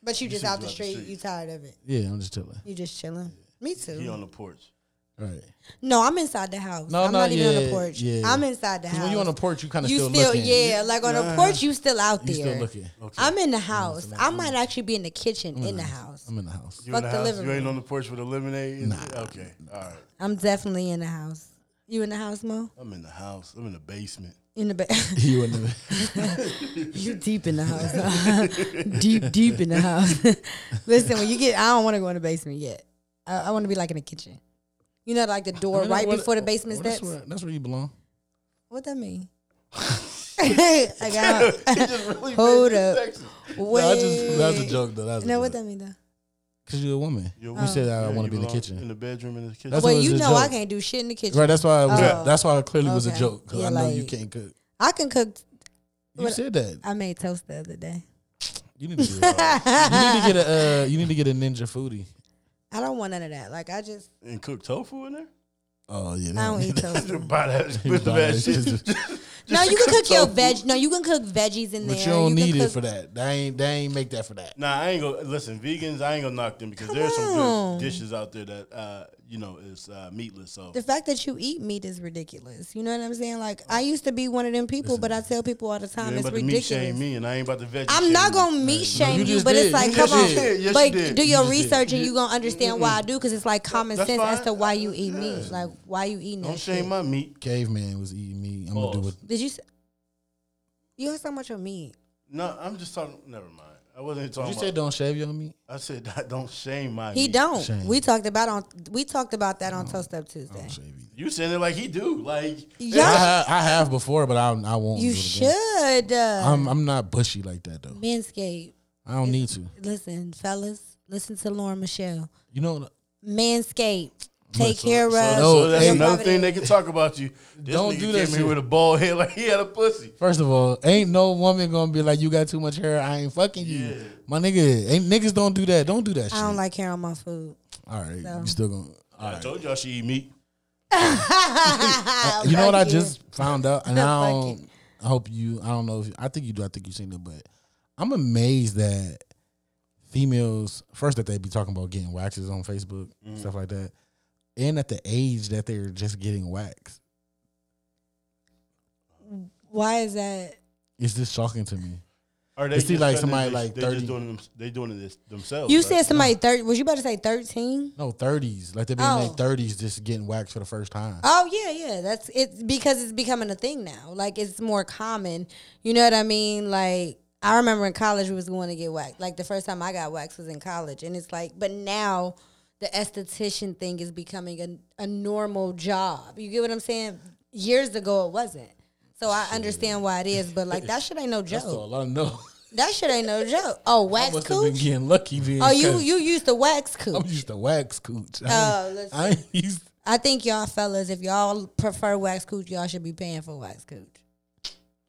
Speaker 3: But you just out the street. You tired of it.
Speaker 4: Yeah, I'm just chilling.
Speaker 3: You just chilling. Me
Speaker 2: He
Speaker 3: too.
Speaker 2: on the porch.
Speaker 4: All right.
Speaker 3: No, I'm inside the house.
Speaker 4: No,
Speaker 3: I'm
Speaker 4: no,
Speaker 3: not even on the
Speaker 4: yeah,
Speaker 3: porch.
Speaker 4: yeah.
Speaker 3: I'm inside the
Speaker 4: 'Cause
Speaker 3: house.
Speaker 4: when you on the porch, you kind of
Speaker 3: You
Speaker 4: still,
Speaker 3: still,
Speaker 4: looking.
Speaker 3: yeah, like on the porch, you still out
Speaker 4: you
Speaker 3: there.
Speaker 4: still looking.
Speaker 3: I'm in the house. I might actually be in the kitchen in the house.
Speaker 4: I'm in the house.
Speaker 2: You in
Speaker 3: Fuck
Speaker 2: the
Speaker 3: the
Speaker 2: house?
Speaker 3: living
Speaker 2: You ain't on the porch with a lemonade. Nah. Okay. All right.
Speaker 3: I'm definitely in the house. You in the house, Mo?
Speaker 2: I'm in the house. I'm in the basement.
Speaker 3: In the bed.
Speaker 4: you in the.
Speaker 3: You deep in the house, deep, deep in the house. Listen, when you get, I don't want to go in the basement yet. I, I want to be like in the kitchen. You know, like the door
Speaker 4: I mean,
Speaker 3: right
Speaker 4: what-
Speaker 3: before
Speaker 2: Oh,
Speaker 3: the basement
Speaker 4: well,
Speaker 3: steps.
Speaker 4: That's where, that's where you belong.
Speaker 3: What that mean? I got.
Speaker 2: really
Speaker 3: Hold up. Wait.
Speaker 4: No, I just, that's a joke though. That's a
Speaker 3: No,
Speaker 4: joke.
Speaker 3: what that mean though?
Speaker 4: Cause you're a woman.
Speaker 2: You
Speaker 4: You,
Speaker 2: a woman.
Speaker 4: said I
Speaker 2: Yeah,
Speaker 4: want
Speaker 2: you
Speaker 4: to be in the
Speaker 2: belong
Speaker 4: kitchen.
Speaker 2: In the bedroom, in the kitchen.
Speaker 4: That's
Speaker 3: well,
Speaker 4: what
Speaker 3: you
Speaker 4: it's a
Speaker 3: know I
Speaker 4: joke.
Speaker 3: can't do shit in the kitchen.
Speaker 4: right. That's why. It was
Speaker 2: Yeah.
Speaker 4: that's why it clearly was a
Speaker 3: Oh. Okay.
Speaker 4: joke. Cause
Speaker 3: Yeah,
Speaker 4: I know you
Speaker 3: like-
Speaker 4: can't cook.
Speaker 3: I can cook.
Speaker 4: You said that.
Speaker 3: I made toast the other day.
Speaker 4: You need to. Do that. you need to get a. Uh, you need to get a ninja foodie.
Speaker 3: I don't want none of that. Like I just,
Speaker 2: and cook tofu in there.
Speaker 4: Oh yeah.
Speaker 3: I don't
Speaker 4: that-
Speaker 3: eat toast.
Speaker 2: Just buy that expensive
Speaker 4: buy
Speaker 2: ass shit.
Speaker 4: that shit.
Speaker 3: no, you can cook your
Speaker 2: tofu.
Speaker 3: veg. No, you can cook veggies in there.
Speaker 4: But you don't
Speaker 3: can
Speaker 4: need it
Speaker 3: cook-
Speaker 4: for that. They ain't. They ain't make that for that.
Speaker 2: Nah, I ain't gonna listen. Vegans, I ain't gonna knock them because there's some
Speaker 3: on.
Speaker 2: good dishes out there that uh, you know is uh, meatless. So
Speaker 3: the fact that you eat meat is ridiculous. You know what I'm saying? Like I used to be one of them people, but I tell people all the
Speaker 2: you
Speaker 3: time
Speaker 2: ain't
Speaker 3: it's
Speaker 2: about to meat shame
Speaker 3: ridiculous.
Speaker 2: me, and I ain't about to veggie.
Speaker 3: I'm
Speaker 2: shame
Speaker 3: not
Speaker 2: you.
Speaker 3: gonna meat shame
Speaker 4: you
Speaker 3: you,
Speaker 4: just
Speaker 3: but
Speaker 4: did.
Speaker 3: it's like,
Speaker 4: You
Speaker 3: come
Speaker 4: just
Speaker 3: on,
Speaker 2: did. Yes,
Speaker 3: but
Speaker 2: you did.
Speaker 3: do your
Speaker 4: You just did.
Speaker 3: research and you gonna understand why I do, because it's like common
Speaker 2: That's
Speaker 3: sense as
Speaker 2: fine.
Speaker 3: to why you eat meat, like why you eating
Speaker 2: Don't
Speaker 3: that
Speaker 2: shame
Speaker 3: shit.
Speaker 2: my meat.
Speaker 4: Caveman was eating meat. I'm gonna do
Speaker 2: Pause.
Speaker 4: it.
Speaker 3: Did you? s- You heard so much of meat.
Speaker 2: No, I'm just talking. Never mind. I wasn't even talking.
Speaker 4: You
Speaker 2: about,
Speaker 4: said don't shave your meat.
Speaker 2: I said I don't shame my.
Speaker 3: He
Speaker 2: meat.
Speaker 3: don't.
Speaker 4: Shame.
Speaker 3: We talked about on. We talked about that on Toast Up Tuesday.
Speaker 4: Shave either.
Speaker 2: You saying it like he do. Like
Speaker 4: I
Speaker 3: Yeah,
Speaker 4: have, I have before, but I I won't.
Speaker 3: you
Speaker 4: do it again.
Speaker 3: should. Uh,
Speaker 4: I'm I'm not bushy like that though.
Speaker 3: Manscaped.
Speaker 4: I don't need to.
Speaker 3: Listen, fellas. Listen to Lauren Michelle.
Speaker 4: You know.
Speaker 3: Manscaped. Take
Speaker 2: So-
Speaker 3: care
Speaker 2: so,
Speaker 3: of.
Speaker 2: So
Speaker 4: No,
Speaker 2: that's
Speaker 4: hey,
Speaker 2: another thing they can talk about you. This
Speaker 4: Don't
Speaker 2: nigga
Speaker 4: do that
Speaker 2: Came
Speaker 4: shit.
Speaker 2: here with a bald head like he had a pussy.
Speaker 4: First of all, ain't no woman gonna be like, "You got too much hair. I ain't fucking you,
Speaker 2: Yeah.
Speaker 4: my nigga." Ain't niggas don't do that. Don't do that shit.
Speaker 3: I don't like hair on my food.
Speaker 4: all right,
Speaker 3: so.
Speaker 4: you still gonna.
Speaker 2: I told y'all she eat meat.
Speaker 4: Uh, you know what I
Speaker 3: Fuck
Speaker 4: just found out, and I
Speaker 3: Fuck
Speaker 4: don't. I hope you. I don't know. if I think you do. I think you seen it, but I'm amazed that females first that they be talking about getting waxes on Facebook stuff like that, and at the age that they're just getting waxed.
Speaker 3: Why is that?
Speaker 4: It's just shocking to me.
Speaker 2: Or they
Speaker 4: You see,
Speaker 2: just
Speaker 4: like,
Speaker 2: cutting it,
Speaker 4: somebody
Speaker 2: they,
Speaker 4: like
Speaker 2: they
Speaker 4: 30.
Speaker 2: just doing them, they doing it this, themselves.
Speaker 4: Oh,
Speaker 3: You
Speaker 2: right?
Speaker 3: said somebody thirty. Was you about to say thirteen?
Speaker 4: No, 30s. Like they be in
Speaker 3: Oh.
Speaker 4: their 30s just getting waxed for the first time.
Speaker 3: Oh yeah, yeah. That's it's because it's becoming a thing now. Like it's more common. You know what I mean? Like I remember in college we was going to get waxed. Like the first time I got waxed was in college, and it's like, but now the esthetician thing is becoming a, a normal job. You get what I'm saying? Years ago it wasn't. So I understand why it is, but like that shit ain't no
Speaker 4: That's
Speaker 3: joke.
Speaker 4: all I know.
Speaker 3: That shit ain't no joke. Oh,
Speaker 4: I
Speaker 3: wax
Speaker 4: must have been
Speaker 3: cooch.
Speaker 4: getting lucky being.
Speaker 3: Oh, you
Speaker 4: cut.
Speaker 3: you used the wax
Speaker 4: I'm
Speaker 3: cooch.
Speaker 4: used to wax cooch. I
Speaker 3: Oh,
Speaker 4: ain't-
Speaker 3: listen.
Speaker 4: I ain't used.
Speaker 3: I think y'all fellas, if y'all prefer wax cooch, y'all should be paying for wax cooch.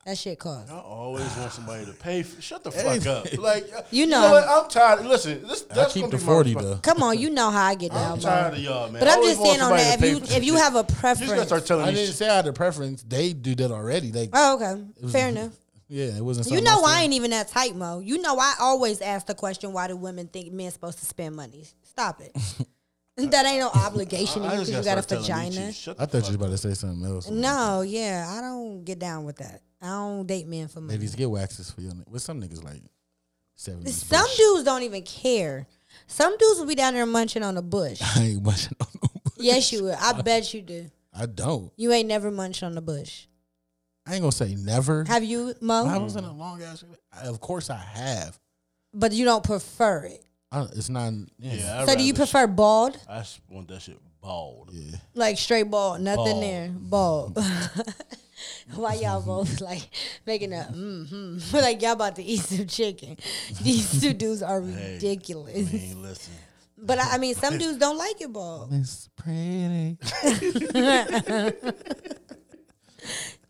Speaker 3: That shit costs.
Speaker 2: I always want somebody to pay. For, shut the fuck up. Like
Speaker 3: You know.
Speaker 2: what? I'm tired. Listen, this,
Speaker 4: I
Speaker 2: that's
Speaker 4: keep
Speaker 2: gonna
Speaker 4: the
Speaker 2: be my
Speaker 4: forty
Speaker 2: response.
Speaker 4: though.
Speaker 3: Come on, you know how I get
Speaker 2: I'm
Speaker 3: down.
Speaker 2: tired of
Speaker 3: bro.
Speaker 2: y'all, man.
Speaker 3: But
Speaker 2: I
Speaker 3: I'm
Speaker 2: always
Speaker 3: just
Speaker 2: want
Speaker 3: saying on
Speaker 2: somebody
Speaker 3: that.
Speaker 2: to pay
Speaker 3: If you
Speaker 2: for
Speaker 3: if you
Speaker 2: shit.
Speaker 3: have a
Speaker 2: You just gonna
Speaker 3: preference,
Speaker 2: start telling
Speaker 4: I
Speaker 2: me
Speaker 4: didn't
Speaker 2: shit.
Speaker 4: say I had a preference. They do that already. Like,
Speaker 3: oh okay, fair
Speaker 2: Mm-hmm.
Speaker 3: enough.
Speaker 4: yeah, it wasn't.
Speaker 3: You
Speaker 4: something
Speaker 3: know
Speaker 4: said.
Speaker 3: I ain't even that tight, Mo. You know I always ask the question, why do women think men supposed to spend money? Stop it. that ain't no obligation to you
Speaker 2: I just
Speaker 3: because you got
Speaker 2: gotta
Speaker 3: a
Speaker 2: start telling me
Speaker 3: vagina.
Speaker 2: shit. Shut
Speaker 4: I
Speaker 2: the
Speaker 4: thought you
Speaker 2: fuck
Speaker 4: was about to say something else.
Speaker 3: No, yeah, I don't get down with that. I don't date men for money.
Speaker 4: ladies get waxes for your. With some niggas like seventy.
Speaker 3: Some dudes don't even care. Some dudes will be down there munching on a bush.
Speaker 4: I ain't munching on no bush.
Speaker 3: yes, you will. I bet you do.
Speaker 4: I don't.
Speaker 3: You ain't never munched on a bush.
Speaker 4: I ain't gonna say never.
Speaker 3: Have you,
Speaker 4: I
Speaker 3: Mo?
Speaker 4: was in a long ass. I- Of course I have.
Speaker 3: But you don't prefer it.
Speaker 4: I, it's not.
Speaker 2: Yeah.
Speaker 4: Yeah.
Speaker 2: I'd
Speaker 3: so do you
Speaker 2: rather-
Speaker 3: prefer bald?
Speaker 2: I just want that shit bald.
Speaker 4: yeah.
Speaker 3: Like straight bald, nothing
Speaker 2: Bald.
Speaker 3: there. Bald. Why y'all both like making a mm-hmm. like y'all about to eat some chicken. These two dudes are ridiculous.
Speaker 2: I mean, listen.
Speaker 3: But I, I mean some dudes don't like it bald.
Speaker 4: It's pretty.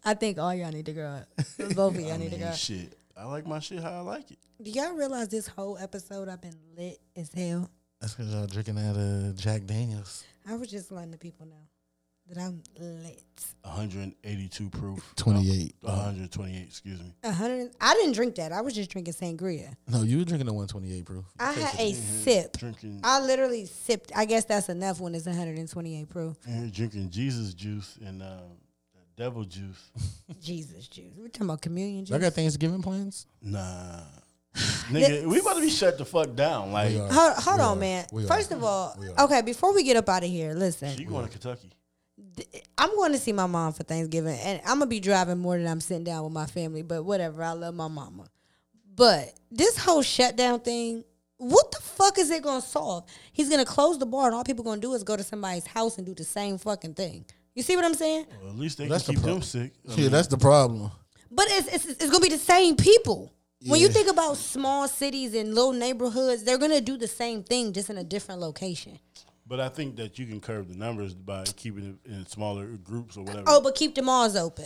Speaker 3: I think all y'all need to grow up. Both of y'all need to grow
Speaker 2: Man,
Speaker 3: up.
Speaker 2: shit. I like my shit how I like it.
Speaker 3: Do y'all realize this whole episode I've been lit as hell?
Speaker 4: That's because y'all drinking out of Jack Daniels.
Speaker 3: I was just letting the people know that I'm lit.
Speaker 2: 182 proof.
Speaker 4: 28.
Speaker 2: Uh, 128, excuse me.
Speaker 3: A hundred. I didn't drink that. I was just drinking sangria.
Speaker 4: No, you were drinking the 128 proof.
Speaker 3: I had a
Speaker 4: Mm-hmm.
Speaker 3: sip.
Speaker 2: Mm-hmm. Drinking
Speaker 3: I literally sipped. I guess that's enough when it's 128 proof.
Speaker 2: and drinking Jesus juice and uh, devil juice.
Speaker 3: Jesus juice. We're talking about communion
Speaker 4: Y'all
Speaker 3: juice.
Speaker 4: got Thanksgiving plans?
Speaker 2: Nah. Nigga, we about to be shut the fuck down. Like,
Speaker 4: We are.
Speaker 3: Hold, hold
Speaker 4: We
Speaker 3: on,
Speaker 4: are.
Speaker 3: man.
Speaker 4: We are.
Speaker 3: First of all,
Speaker 4: We are.
Speaker 3: okay, before we get up out of here,
Speaker 2: you
Speaker 3: listen.
Speaker 2: going to Kentucky.
Speaker 3: th- I'm going to see my mom for Thanksgiving, and I'm gonna be driving more than I'm sitting down with my family. But whatever, I love my mama. But this whole shutdown thing, what the fuck is it gonna solve? He's gonna close the bar, and all people gonna do is go to somebody's house and do the same fucking thing. You see what I'm saying?
Speaker 2: Well, at least they
Speaker 4: That's the
Speaker 2: can keep
Speaker 4: pro-
Speaker 2: them sick. I
Speaker 4: yeah,
Speaker 2: mean,
Speaker 4: that's the problem.
Speaker 3: But it's it's, it's gonna be the same people. When you
Speaker 4: Yeah.
Speaker 3: think about small cities and little neighborhoods, they're gonna do the same thing just in a different location.
Speaker 2: but I think that you can curb the numbers by keeping it in smaller groups or whatever.
Speaker 3: Oh, but keep the malls open.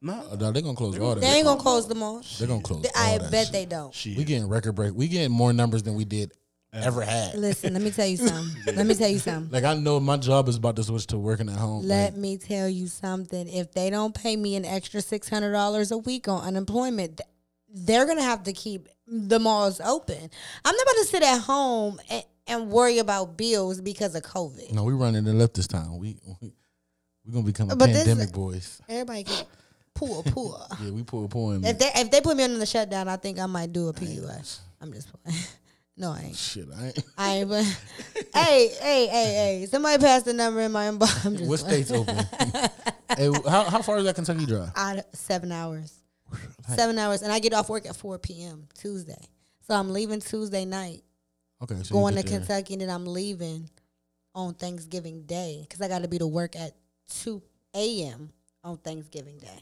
Speaker 2: Nah,
Speaker 4: No, they're Uh, gonna close all that.
Speaker 3: They ain't gonna close the malls.
Speaker 4: They're gonna close. all
Speaker 3: I
Speaker 4: that
Speaker 3: bet
Speaker 4: shit.
Speaker 3: they don't.
Speaker 2: shit.
Speaker 4: We getting record break. We getting more numbers than we did ever had.
Speaker 3: Listen, let me tell you something. Let me tell you something.
Speaker 4: Like I know my job is about to switch to working at home.
Speaker 3: Let
Speaker 4: like,
Speaker 3: me tell you something. If they don't pay me an extra six hundred dollars a week on unemployment, th- they're gonna have to keep the malls open. I'm not about to sit at home and, and worry about bills because of COVID.
Speaker 4: no, we running it up this time. We we, we gonna become a
Speaker 3: But this-
Speaker 4: pandemic boys.
Speaker 3: Everybody get poor, poor.
Speaker 4: Yeah, we pull a point.
Speaker 3: if they if they put me under the shutdown, I think I might do a PUI. I'm just playing. No, I ain't.
Speaker 4: Shit, I ain't.
Speaker 3: I ain't. But hey, hey, hey, hey! Somebody passed the number in my inbox. I'm just
Speaker 4: What
Speaker 3: playing.
Speaker 4: state's open? hey, how how far is that Kentucky Drive?
Speaker 3: out of seven hours. Seven hours, and I get off work at four p.m. Tuesday. So I'm leaving Tuesday night,
Speaker 4: Okay, so you
Speaker 3: going to
Speaker 4: get there.
Speaker 3: Kentucky, and then I'm leaving on Thanksgiving Day because I got to be to work at two a.m. on Thanksgiving Day.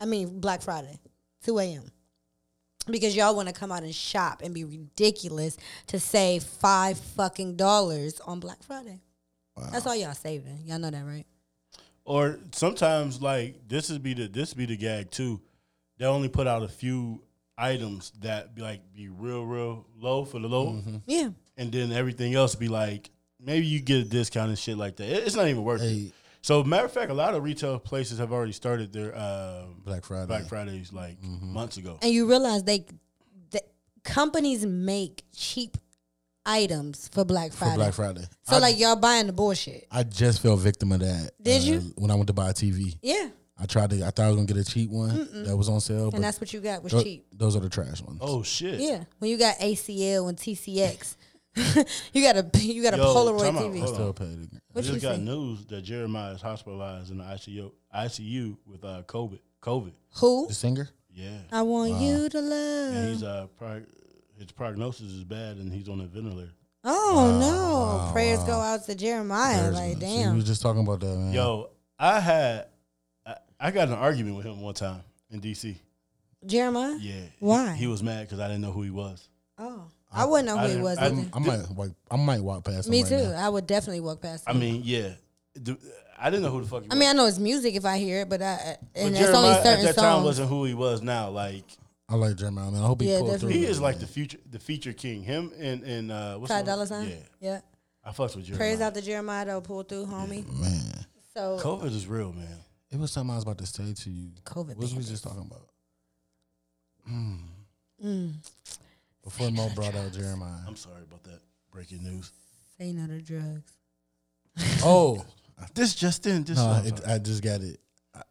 Speaker 3: I mean Black Friday, two a.m. Because y'all want to come out and shop and be ridiculous to save five fucking dollars on Black Friday. That's all y'all saving. Y'all know that, right?
Speaker 2: Or sometimes like this is be the this be the gag too. They only put out a few items that be like be real real low for the low,
Speaker 4: Mm-hmm.
Speaker 3: Yeah.
Speaker 2: and then everything else be like maybe you get a discount and shit like that. It- it's not even worth it.
Speaker 4: Hey,
Speaker 2: So matter of fact, a lot of retail places have already started their um,
Speaker 4: Black Friday.
Speaker 2: Black Fridays like months ago.
Speaker 3: and you realize they the companies make cheap items for Black
Speaker 4: for
Speaker 3: Friday.
Speaker 4: Black Friday.
Speaker 3: So like y'all buying the bullshit.
Speaker 4: I just fell victim of that. uh,
Speaker 3: Did you?
Speaker 4: When I went to buy a TV,
Speaker 3: Yeah.
Speaker 4: I tried to. I thought I was gonna get a cheap one that was on sale, but
Speaker 3: And that's what you got was
Speaker 4: tho-
Speaker 3: cheap.
Speaker 4: those are the trash ones.
Speaker 2: Oh shit!
Speaker 3: Yeah. When you got ACL and TCX, you got a you got a
Speaker 2: Yo,
Speaker 3: Polaroid
Speaker 2: time out.
Speaker 3: TV.
Speaker 2: Hold
Speaker 4: still paid. it.
Speaker 2: I
Speaker 3: What you
Speaker 2: just got
Speaker 3: see?
Speaker 2: news that Jeremiah is hospitalized in the ICU ICU with uh, COVID. COVID.
Speaker 3: Who?
Speaker 4: The singer.
Speaker 2: Yeah.
Speaker 3: I want you to love.
Speaker 2: And he's uh prog- his prognosis is bad, and he's on a ventilator.
Speaker 3: oh no! Prayers go out to Jeremiah. Like
Speaker 4: So
Speaker 3: damn.
Speaker 4: we was just talking about that, man.
Speaker 2: Yo, I had I, I got in an argument with him one time in D.C.
Speaker 3: Jeremiah?
Speaker 2: Yeah.
Speaker 3: Why?
Speaker 2: He, he was mad because I didn't know who he was.
Speaker 3: oh, I, wouldn't know
Speaker 2: I
Speaker 3: who he
Speaker 2: didn't-
Speaker 3: was.
Speaker 2: I'm-
Speaker 3: either.
Speaker 4: I might walk, I might walk past. him
Speaker 3: Me
Speaker 4: right
Speaker 3: too.
Speaker 4: now.
Speaker 3: I would definitely walk past him.
Speaker 2: I mean, yeah. The- I didn't know who the fuck he was.
Speaker 3: I mean, I know it's music if I hear it, but I and
Speaker 2: But
Speaker 3: that's
Speaker 2: Jeremiah
Speaker 3: only
Speaker 2: at
Speaker 3: certain
Speaker 2: that time
Speaker 3: songs.
Speaker 2: wasn't who he was now. Like
Speaker 4: I like Jeremiah. Man, I hope he
Speaker 3: Yeah,
Speaker 4: pulled
Speaker 3: definitely.
Speaker 4: through.
Speaker 2: he is like the future, the feature king. Him and and uh, what's
Speaker 3: Ty
Speaker 2: the-
Speaker 3: Dolla Sign.
Speaker 2: Yeah,
Speaker 3: yeah.
Speaker 2: I fucked with Jeremiah.
Speaker 3: Praise out to Jeremiah though, pull through, homie.
Speaker 4: man.
Speaker 3: So
Speaker 2: COVID is real, man.
Speaker 4: It was something I was about to say to you.
Speaker 3: COVID
Speaker 4: What was we
Speaker 3: bandits.
Speaker 4: just talking about? Mm. Before Mo brought out Jeremiah.
Speaker 2: I'm sorry about that. Breaking news.
Speaker 3: say no to drugs.
Speaker 4: Oh,
Speaker 2: Uh, This just in. This
Speaker 4: no, it, I just got it. I-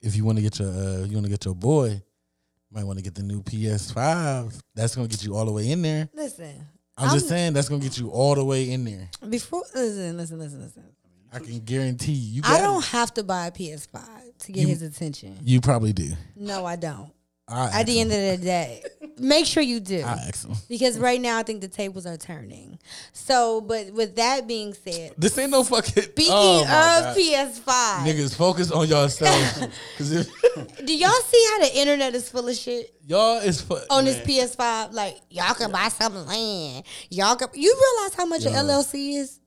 Speaker 4: If you want to get your, uh, you want to get your boy, you might want to get the new PS Five. That's gonna get you all the way in there.
Speaker 3: Listen,
Speaker 4: I'm, just saying that's gonna get you all the way in there.
Speaker 3: before listen, listen, listen, listen.
Speaker 4: I can guarantee you. you got
Speaker 3: I don't
Speaker 4: It.
Speaker 3: have to buy a PS5 to get
Speaker 4: You-
Speaker 3: his attention.
Speaker 4: You probably do.
Speaker 3: No, I don't.
Speaker 4: I
Speaker 3: At the end of the day, make sure you do.
Speaker 4: I ask him.
Speaker 3: Because right now, I think the tables are turning. So, but with that being said,
Speaker 4: This ain't no fucking.
Speaker 3: speaking
Speaker 4: oh
Speaker 3: of
Speaker 4: my God.
Speaker 3: PS5,
Speaker 4: Niggas, focus on yourselves. Cause if
Speaker 3: do y'all see how the internet is full of shit?
Speaker 4: y'all is fu-
Speaker 3: on this PS5, like y'all can buy some land. Y'all can. You realize how much
Speaker 4: Yo.
Speaker 3: an LLC is,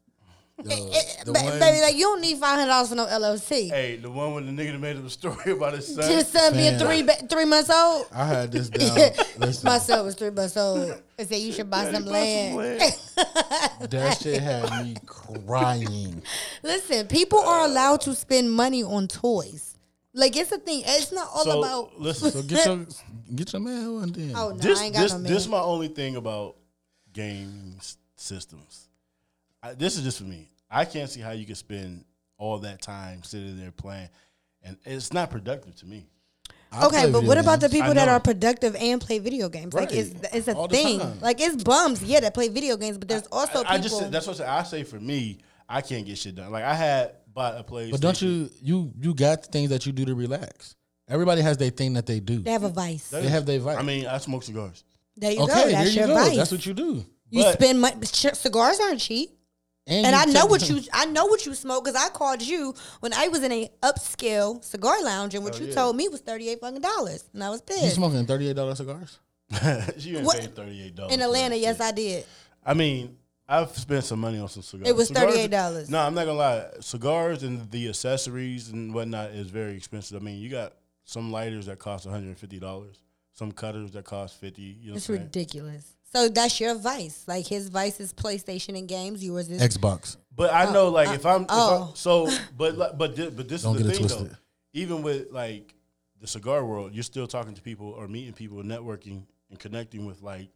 Speaker 4: yo, the
Speaker 3: Ba-
Speaker 4: one-
Speaker 3: baby? Like you don't need five hundred dollars for no LLC.
Speaker 2: hey, the one with the nigga that made up the story about his son.
Speaker 3: His son being
Speaker 4: Man.
Speaker 3: three ba- three months old.
Speaker 4: I had this down. Listen,
Speaker 3: My son was three months old. I said you should buy some land.
Speaker 4: that shit had me crying.
Speaker 3: Listen, people are allowed to spend money on toys. Like it's a thing. It's not all
Speaker 2: so
Speaker 3: about.
Speaker 2: listen,
Speaker 4: So get your get your man one then.
Speaker 3: Oh no,
Speaker 2: this
Speaker 3: I ain't got
Speaker 2: this
Speaker 3: no man.
Speaker 2: this my only thing about game s- systems. I, this is just for me. I can't see how you can spend all that time sitting there playing, and it's not productive to me.
Speaker 4: I
Speaker 3: okay,
Speaker 4: play
Speaker 3: but
Speaker 4: video
Speaker 3: what about the
Speaker 4: games.
Speaker 3: people
Speaker 2: I
Speaker 3: that
Speaker 2: know.
Speaker 3: are productive and play video games? Like
Speaker 4: Right.
Speaker 3: it's it's a
Speaker 4: All the
Speaker 3: thing.
Speaker 4: time.
Speaker 3: Like it's bums, yeah, that play video games, but there's also people.
Speaker 2: I, I just said- that's what I, said. I say for me. I can't get shit done. Like I had bought a PlayStation.
Speaker 4: But don't you you you got things that you do to relax. Everybody has their thing that they do.
Speaker 3: They have a vice.
Speaker 4: They have their vice.
Speaker 2: I mean, I smoke cigars.
Speaker 3: There you
Speaker 4: okay,
Speaker 3: go.
Speaker 4: there
Speaker 3: That's
Speaker 4: you
Speaker 3: your
Speaker 4: go.
Speaker 3: vice.
Speaker 4: That's what you do.
Speaker 3: you
Speaker 2: but-
Speaker 3: spend money. Cigars aren't cheap. And
Speaker 4: you
Speaker 3: I know
Speaker 4: check-
Speaker 3: what you I know what you smoke because I called you when I was in a upscale cigar lounge and what you told me was thirty eight fucking dollars and I was
Speaker 4: You
Speaker 3: pissed.
Speaker 4: smoking thirty eight dollar cigars?
Speaker 2: she didn't
Speaker 3: What-
Speaker 2: pay thirty eight dollars
Speaker 3: In Atlanta, yes, I did.
Speaker 2: I mean, I've spent some money on some cigars.
Speaker 3: It was
Speaker 2: Cigars-
Speaker 3: $38.
Speaker 2: No, I'm not gonna lie. Cigars and the accessories and whatnot is very expensive. I mean, you got some lighters that cost 150 dollars, some cutters that cost 50. You know,
Speaker 3: It's
Speaker 2: what I'm saying?
Speaker 3: ridiculous. So that's your vice. Like his vice is PlayStation and games. Yours is
Speaker 4: Xbox.
Speaker 2: But I know, like, if I'm, if
Speaker 3: oh.
Speaker 2: I'm so, but like, but thi- but this
Speaker 4: Don't
Speaker 2: is the
Speaker 4: get it
Speaker 2: thing though.
Speaker 4: twisted.
Speaker 2: Even with like the cigar world, you're still talking to people or meeting people, networking and connecting with like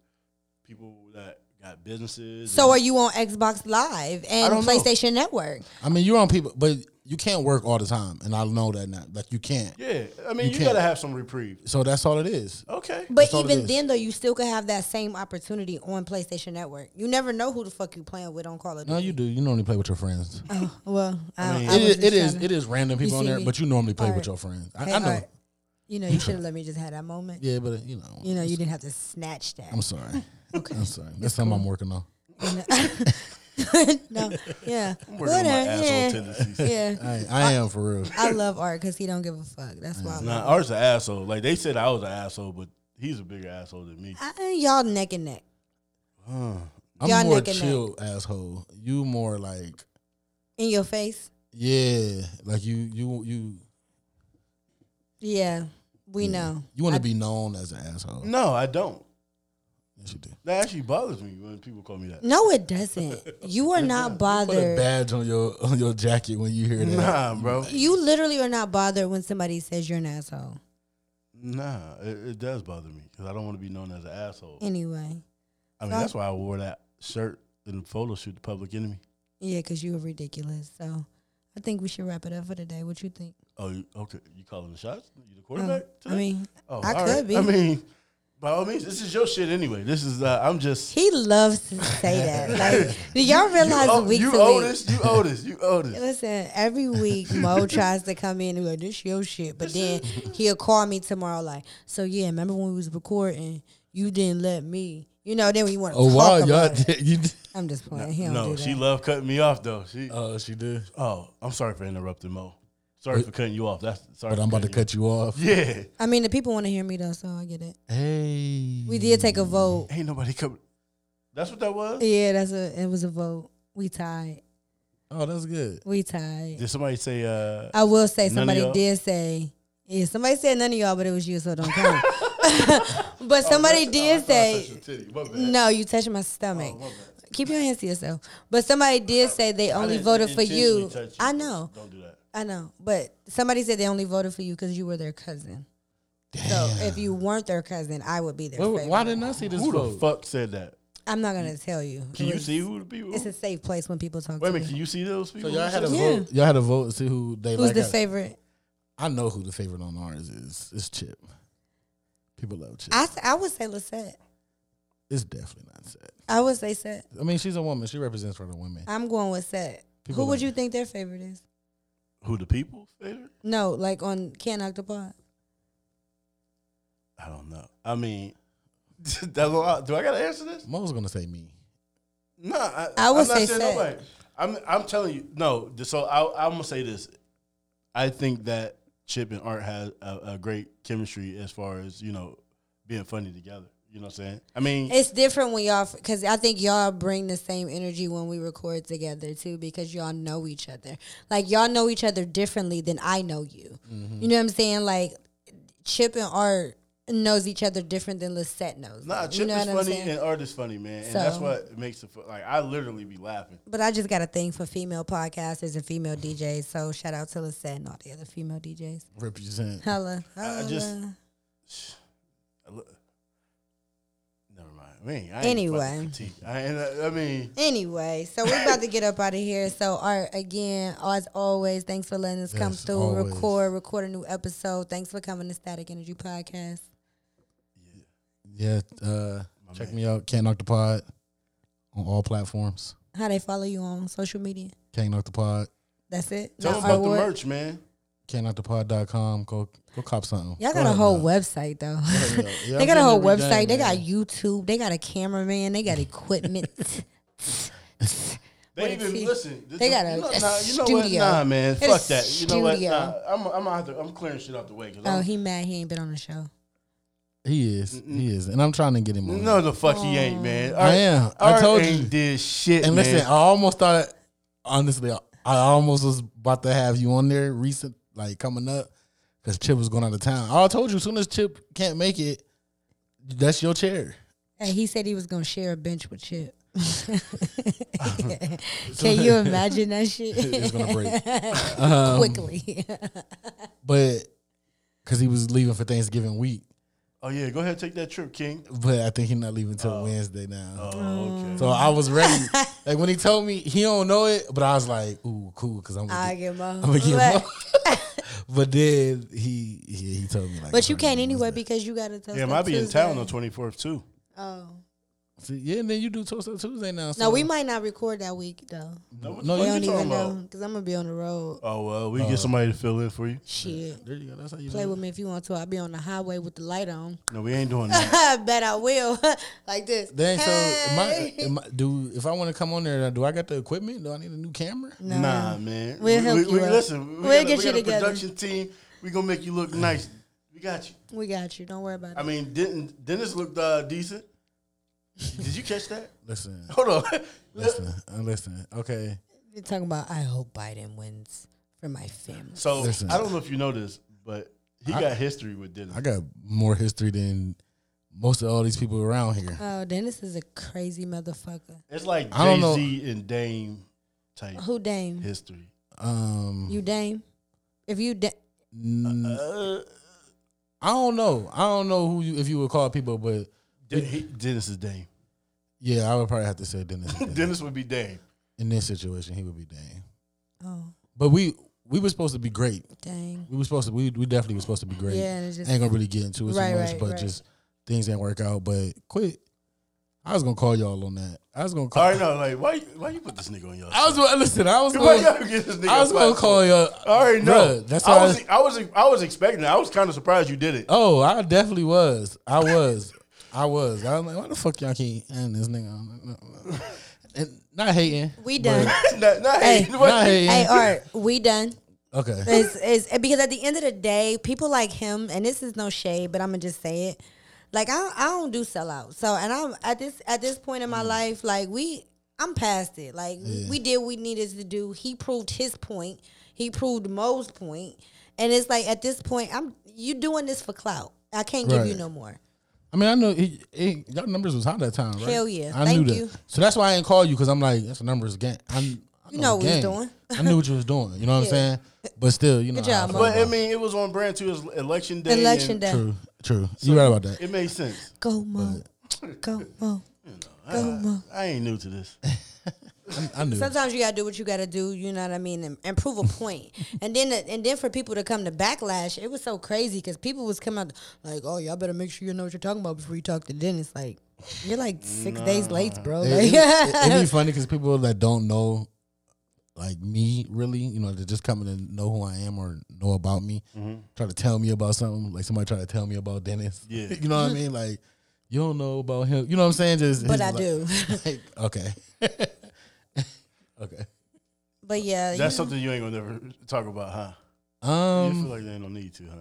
Speaker 2: people that got businesses.
Speaker 3: so
Speaker 2: and-
Speaker 3: are you on Xbox Live and
Speaker 4: don't know.
Speaker 3: PlayStation Network?
Speaker 4: I mean, you're on people, but you can't work all the time, and I know that now. Like you can't.
Speaker 2: yeah, I mean,
Speaker 4: You
Speaker 2: you,
Speaker 4: can't.
Speaker 2: gotta have some reprieve.
Speaker 4: So that's all it is.
Speaker 2: Okay,
Speaker 3: But
Speaker 4: That's all it
Speaker 3: even
Speaker 4: is.
Speaker 3: then though, you still could have that same opportunity on PlayStation Network. You never know who the fuck you playing with on Call of Duty. Oh,
Speaker 4: No, you do. You normally play with your friends.
Speaker 3: Well, I, I
Speaker 4: It
Speaker 3: was
Speaker 4: is,
Speaker 3: just
Speaker 4: it is
Speaker 3: trying
Speaker 4: it
Speaker 3: to-
Speaker 4: is random people on
Speaker 3: see
Speaker 4: there,
Speaker 3: me?
Speaker 4: but you normally play
Speaker 3: Alright.
Speaker 4: with your friends. I,
Speaker 3: Hey,
Speaker 4: I know.
Speaker 3: alright. You know, you should have let me just have that moment.
Speaker 4: Yeah, but uh, you know,
Speaker 3: You know, you didn't have to snatch that.
Speaker 4: I'm sorry. I'm sorry. That's something I'm working on.
Speaker 3: no, yeah, I'm
Speaker 2: working on my asshole
Speaker 3: yeah.
Speaker 2: tendencies.
Speaker 3: yeah.
Speaker 4: I, I am for real.
Speaker 3: I love Art because he don't give a fuck. That's why. I
Speaker 2: Nah, Art's an asshole. Like they said, I was an asshole, but he's a bigger asshole than me.
Speaker 3: I, y'all neck and neck.
Speaker 4: I'm
Speaker 3: Y'all
Speaker 4: more
Speaker 3: neck and neck.
Speaker 4: chill asshole. You more like
Speaker 3: In your face.
Speaker 4: yeah, like you you you
Speaker 3: Yeah, we know.
Speaker 4: you want to be known as an asshole.
Speaker 2: No, I don't.
Speaker 4: Yes, you do.
Speaker 2: That actually bothers me when people call me that.
Speaker 3: No, it doesn't. You are not
Speaker 4: Put a
Speaker 3: bothered.
Speaker 4: badge on your on your jacket when you hear that.
Speaker 2: Nah, bro.
Speaker 3: You literally are not bothered when somebody says you're an asshole.
Speaker 2: Nah, it, it does bother me because I don't want to be known as an asshole.
Speaker 3: Anyway,
Speaker 2: I mean, that's why I wore that shirt in the photo shoot, the Public Enemy.
Speaker 3: yeah, because you were ridiculous. So, I think we should wrap it up for today. What you think?
Speaker 2: Oh, you- okay. You calling the shots? You the
Speaker 3: Oh,
Speaker 2: quarterback?
Speaker 3: I
Speaker 2: today?
Speaker 3: mean,
Speaker 2: oh,
Speaker 3: I
Speaker 2: all
Speaker 3: could
Speaker 2: right.
Speaker 3: be.
Speaker 2: I mean, by all means, this is your shit anyway. This is uh, I'm just.
Speaker 3: He loves to say that. Like, do y'all realize
Speaker 2: Oh,
Speaker 3: week
Speaker 2: you
Speaker 3: to
Speaker 2: owe
Speaker 3: week?
Speaker 2: this. You owe this. You owe this.
Speaker 3: Listen, every week Mo tries to come in and be like, "This your shit," but then he'll call me tomorrow. Like, so yeah, remember when we was recording? You didn't let me. You know. Then we want to
Speaker 4: Oh
Speaker 3: talk
Speaker 4: wow, y'all
Speaker 3: about it.
Speaker 4: did, you did.
Speaker 3: I'm just playing. he don't
Speaker 2: No,
Speaker 3: do
Speaker 2: she
Speaker 3: that. Uh,
Speaker 2: loved cutting me off though. She.
Speaker 4: Oh, she did.
Speaker 2: Oh, I'm sorry for interrupting, Mo. Sorry for cutting you off. That's sorry.
Speaker 4: But
Speaker 2: for
Speaker 4: I'm about to
Speaker 2: cutting
Speaker 4: cut you off.
Speaker 2: you off. Yeah.
Speaker 3: I mean, the people want to hear me though, so I get it.
Speaker 4: Hey.
Speaker 3: We did take a vote.
Speaker 2: Ain't nobody coming. That's what that was.
Speaker 3: Yeah, that's a. It was a vote. We tied.
Speaker 4: Oh, that's good.
Speaker 3: We tied.
Speaker 2: Did somebody say? uh
Speaker 3: I will say
Speaker 2: None of
Speaker 3: somebody
Speaker 2: y'all?
Speaker 3: did say. Yeah, somebody said none of y'all, but it was you, so don't count.
Speaker 2: Oh,
Speaker 3: but somebody did say. No, you touched my
Speaker 2: Oh,
Speaker 3: stomach. Keep your hands to yourself. But somebody did say they only voted for you. I know,
Speaker 2: Don't do that.
Speaker 3: I know. But somebody said they only voted for you because you were their cousin. So if you weren't their cousin, I would be their
Speaker 4: Wait,
Speaker 3: favorite.
Speaker 4: why didn't I see this
Speaker 2: Who the
Speaker 4: vote?
Speaker 2: fuck said that?
Speaker 3: I'm not gonna tell you.
Speaker 2: Can
Speaker 3: It
Speaker 2: you
Speaker 3: was-
Speaker 2: see who the people?
Speaker 3: It's a
Speaker 2: Wait
Speaker 3: safe place when people talk.
Speaker 2: a
Speaker 3: to
Speaker 2: minute. Can
Speaker 3: me.
Speaker 2: you see those people?
Speaker 4: So y'all had a
Speaker 2: who
Speaker 3: Yeah.
Speaker 4: vote. Y'all had a vote to see who they
Speaker 3: Who's
Speaker 4: like.
Speaker 3: the
Speaker 4: out of-
Speaker 3: favorite?
Speaker 4: I know who the favorite on ours is. It's Chip. People love Chip.
Speaker 3: I s- I would say Lisette.
Speaker 4: it's definitely not Seth.
Speaker 3: I would say Set.
Speaker 4: I mean, she's a woman. She represents for the women.
Speaker 3: I'm going with Set.
Speaker 4: People
Speaker 3: Who would
Speaker 4: like-
Speaker 3: you think their favorite is?
Speaker 2: Who the people? favorite?
Speaker 3: No, like on Can't Knock the Pod.
Speaker 2: I don't know. I mean, that's a lot. Do I gotta answer this?
Speaker 4: Mo was gonna say me.
Speaker 2: No, I,
Speaker 3: I would
Speaker 2: I'm not
Speaker 3: say
Speaker 2: saying
Speaker 3: Seth.
Speaker 2: nobody. I'm I'm telling you no. th- So I, I'm gonna say this. I think that Chip and Art has a, a great chemistry as far as you know being funny together. You know what I'm saying? I mean,
Speaker 3: It's different when y'all, because I think y'all bring the same energy when we record together too, because y'all know each other. Like y'all know each other differently than I know you.
Speaker 2: Mm-hmm.
Speaker 3: You know what I'm saying? Like Chip and Art knows each other different than Lisette knows.
Speaker 2: nah,
Speaker 3: them.
Speaker 2: Chip
Speaker 3: you know
Speaker 2: is
Speaker 3: what I'm
Speaker 2: funny
Speaker 3: saying?
Speaker 2: and Art is funny, man, and that's
Speaker 3: So-
Speaker 2: what makes it fu- like I literally be laughing.
Speaker 3: but I just got a thing for female podcasters and female DJs. So shout out to Lisette and all the other female DJs.
Speaker 4: Represent.
Speaker 3: Holla,
Speaker 2: I- I just-
Speaker 3: holla.
Speaker 2: I look, never mind. I mean, I ain't
Speaker 3: Anyway.
Speaker 2: fucking critique. I, ain't- I mean,
Speaker 3: Anyway, so we're about to get up out of here. So, Art, again, as always, thanks for letting us come
Speaker 4: Yes,
Speaker 3: through,
Speaker 4: always.
Speaker 3: record, record a new episode. Thanks for coming to Static Energy Podcast.
Speaker 4: Yeah. Uh, check
Speaker 2: man.
Speaker 4: me out. Can't knock the pod on all platforms.
Speaker 3: How they follow you on social media?
Speaker 4: Can't knock the pod.
Speaker 3: That's it.
Speaker 2: tell
Speaker 3: Not
Speaker 2: them
Speaker 3: Art
Speaker 2: about the
Speaker 3: Ward?
Speaker 2: merch, man.
Speaker 4: Can't knock the pod.com. Go go cop something.
Speaker 3: Y'all
Speaker 4: Go
Speaker 3: got a
Speaker 4: ahead,
Speaker 3: whole
Speaker 4: man.
Speaker 3: website though.
Speaker 4: ahead, yo.
Speaker 3: they got
Speaker 4: Yeah, I'm
Speaker 3: a
Speaker 4: getting
Speaker 3: whole
Speaker 4: every day,
Speaker 3: website. they got
Speaker 4: man.
Speaker 3: YouTube. They got a cameraman. They got equipment.
Speaker 2: They
Speaker 3: What
Speaker 2: even
Speaker 3: if he-
Speaker 2: listen.
Speaker 3: they got a-
Speaker 2: you know,
Speaker 3: a
Speaker 2: nah, you know what?
Speaker 3: studio.
Speaker 2: Nah, man,
Speaker 3: They got a
Speaker 2: fuck that. You know what?
Speaker 3: studio.
Speaker 2: Nah, I'm I'm out there. I'm clearing shit out the way. 'cause
Speaker 3: oh,
Speaker 2: I'm-
Speaker 3: he mad. He ain't been on the show.
Speaker 4: He is. He is. And I'm trying to get him on.
Speaker 2: no, the fuck he
Speaker 3: Mm.
Speaker 2: ain't, man.
Speaker 4: I am. I
Speaker 2: Art
Speaker 4: told
Speaker 2: ain't
Speaker 4: you.
Speaker 2: did shit,
Speaker 4: And listen,
Speaker 2: man.
Speaker 4: I almost thought, honestly, I, I almost was about to have you on there recent, like coming up, because Chip was going out of town. I told you, as soon as Chip can't make it, that's your chair.
Speaker 3: Hey, he said he was gonna share a bench with Chip. Can you imagine that shit?
Speaker 4: It's gonna break.
Speaker 3: Quickly.
Speaker 4: But because he was leaving for Thanksgiving week,
Speaker 2: oh yeah, go ahead, take that trip,
Speaker 3: Mm.
Speaker 2: King.
Speaker 4: but I think he's not leaving till Wednesday now.
Speaker 2: Oh, okay.
Speaker 4: So I was ready. like when he told me he don't know it, but I was like, ooh, cool, because I'm.
Speaker 3: I
Speaker 4: Gonna get,
Speaker 3: get my.
Speaker 4: I'm gonna get
Speaker 3: But-
Speaker 4: more. but then he, he he told me like,
Speaker 3: But you
Speaker 4: "Sorry,
Speaker 3: can't anyway
Speaker 4: Wednesday."
Speaker 3: because you gotta tell.
Speaker 2: yeah,
Speaker 3: Steph
Speaker 2: might be in
Speaker 3: Tuesday.
Speaker 2: town on twenty fourth too.
Speaker 3: Oh
Speaker 4: See, yeah, and then you do Toast Up Tuesday now.
Speaker 3: no,
Speaker 4: so-
Speaker 3: we might not record that week though.
Speaker 2: No, what
Speaker 4: No,
Speaker 2: the fuck
Speaker 3: We don't
Speaker 4: you
Speaker 2: you
Speaker 3: even
Speaker 2: talking
Speaker 3: know
Speaker 2: about?
Speaker 3: because I'm gonna be on the road.
Speaker 2: Oh well,
Speaker 4: Uh.
Speaker 2: we get somebody to fill in for you.
Speaker 3: Shit,
Speaker 4: There you go. That's how you
Speaker 3: play
Speaker 4: do
Speaker 3: with me if you want to. I'll be on the highway with the light on.
Speaker 2: No, we ain't doing that.
Speaker 3: I bet I will. like this.
Speaker 4: it. Dang, so am I,
Speaker 3: Hey.
Speaker 4: am I- do if I want to come on there, do I got the equipment? Do I need a new camera?
Speaker 3: No.
Speaker 2: Nah, man.
Speaker 3: We'll
Speaker 2: we,
Speaker 3: help
Speaker 2: we,
Speaker 3: you
Speaker 2: we-
Speaker 3: out.
Speaker 2: Listen, we
Speaker 3: We'll
Speaker 2: got
Speaker 3: get
Speaker 2: a, we got
Speaker 3: you
Speaker 2: a
Speaker 3: together.
Speaker 2: production team. We gonna make you look nice. We got you.
Speaker 3: we got you. Don't worry about
Speaker 2: I
Speaker 3: it.
Speaker 2: mean, didn't Dennis looked uh, decent? Did you catch that?
Speaker 4: Listen,
Speaker 2: Hold on.
Speaker 4: listen, uh, listen. Okay,
Speaker 3: You're talking about. I hope Biden wins for my family.
Speaker 2: So
Speaker 4: Listen.
Speaker 2: I don't know if you know this, but he got history with Dennis.
Speaker 4: I got more history than most of all these people around here.
Speaker 3: Oh, Dennis is a crazy motherfucker.
Speaker 2: it's like
Speaker 4: I don't
Speaker 2: Jay
Speaker 4: know.
Speaker 2: Z and Dame type
Speaker 3: Who Dame?
Speaker 2: history.
Speaker 4: Um,
Speaker 3: You Dame? If you da-
Speaker 4: n-
Speaker 2: Uh,
Speaker 4: I don't know. I don't know who you if you would call people, but
Speaker 2: Den- he- Dennis is Dame.
Speaker 4: yeah, I would probably have to say Dennis. is Dennis.
Speaker 2: Dennis would be Dame.
Speaker 4: In this situation, he would be Dane.
Speaker 3: oh
Speaker 4: But we we were supposed to be great.
Speaker 3: dang.
Speaker 4: We were supposed to. We, we definitely were supposed to be great.
Speaker 3: Yeah, and it's just-
Speaker 4: ain't gonna really get into it
Speaker 3: Right,
Speaker 4: too much,
Speaker 3: right,
Speaker 4: but
Speaker 3: right.
Speaker 4: just things didn't work out. But quit. I was gonna call y'all on that. I was gonna call.
Speaker 2: All right, no, like why? Why you put this nigga on your?
Speaker 4: I was gonna- listen. I was.
Speaker 2: Why
Speaker 4: Gonna,
Speaker 2: y'all get this nigga
Speaker 4: I was gonna
Speaker 2: platform?
Speaker 4: call y'all.
Speaker 2: All right, no.
Speaker 4: Bruh, that's
Speaker 2: I
Speaker 4: all.
Speaker 2: was, I was, I was expecting. It. I was kind of surprised you did it.
Speaker 4: oh, I definitely was. I was. I was. I was like, why the fuck y'all keep and this nigga? And not hating.
Speaker 3: We done.
Speaker 2: not, not
Speaker 3: Hey.
Speaker 2: hating,
Speaker 4: Not
Speaker 2: but-
Speaker 4: hating.
Speaker 3: Hey, Art, we done.
Speaker 4: Okay.
Speaker 3: It's, it's, because at the end of the day, people like him, and this is no shade, but I'm gonna just say it. Like I, I don't do sellouts. So, and I'm at this at this point in
Speaker 4: Mm.
Speaker 3: my life, like we, I'm past it. Like we did what we needed to do. He proved his point. He proved Mo's point, and it's like at this point, I'm you doing this for clout. I can't give you
Speaker 4: Right.
Speaker 3: no more.
Speaker 4: I mean, I know he, he, y'all numbers was hot that time, right?
Speaker 3: Hell yeah.
Speaker 4: I
Speaker 3: Thank
Speaker 4: knew that.
Speaker 3: you.
Speaker 4: So that's why I didn't call you because I'm like, that's a numbers game. I, I
Speaker 3: You know what we was
Speaker 4: game.
Speaker 3: doing.
Speaker 4: I knew what you was doing. You know what
Speaker 3: Yeah.
Speaker 4: I'm saying? But still, you know.
Speaker 3: Good
Speaker 4: how I
Speaker 3: job,
Speaker 4: feel
Speaker 3: Mo.
Speaker 2: But I
Speaker 4: about-
Speaker 2: mean, it was on brand too. It was election day.
Speaker 3: Election
Speaker 2: and
Speaker 3: day.
Speaker 4: True, true. you right about that.
Speaker 2: It made sense.
Speaker 3: Go Mo, go Mo, go Mo.
Speaker 2: I ain't new to this.
Speaker 4: I knew.
Speaker 3: Sometimes you gotta do what you gotta do. You know what I mean, and, and prove a point. and then, and then for people to come to backlash, it was so crazy because people was coming out like, "Oh, y'all better make sure you know what you're talking about before you talk to Dennis." Like, you're like six days late, bro.
Speaker 4: It,
Speaker 3: Like,
Speaker 4: it, it, would be funny because people that don't know, like me, really, you know, they're just coming to know who I am or know about me,
Speaker 2: Mm-hmm.
Speaker 4: try to tell me about something. Like somebody try to tell me about Dennis.
Speaker 2: Yeah.
Speaker 4: you know what I mean? Like you don't know about him. You know what I'm saying? Just
Speaker 3: but
Speaker 4: it's
Speaker 3: I
Speaker 4: like-
Speaker 3: do.
Speaker 4: like, okay. okay.
Speaker 3: but yeah,
Speaker 2: That's
Speaker 3: you know,
Speaker 2: something you ain't gonna never talk about, huh? You feel
Speaker 4: Um,
Speaker 2: like there ain't no need to, huh?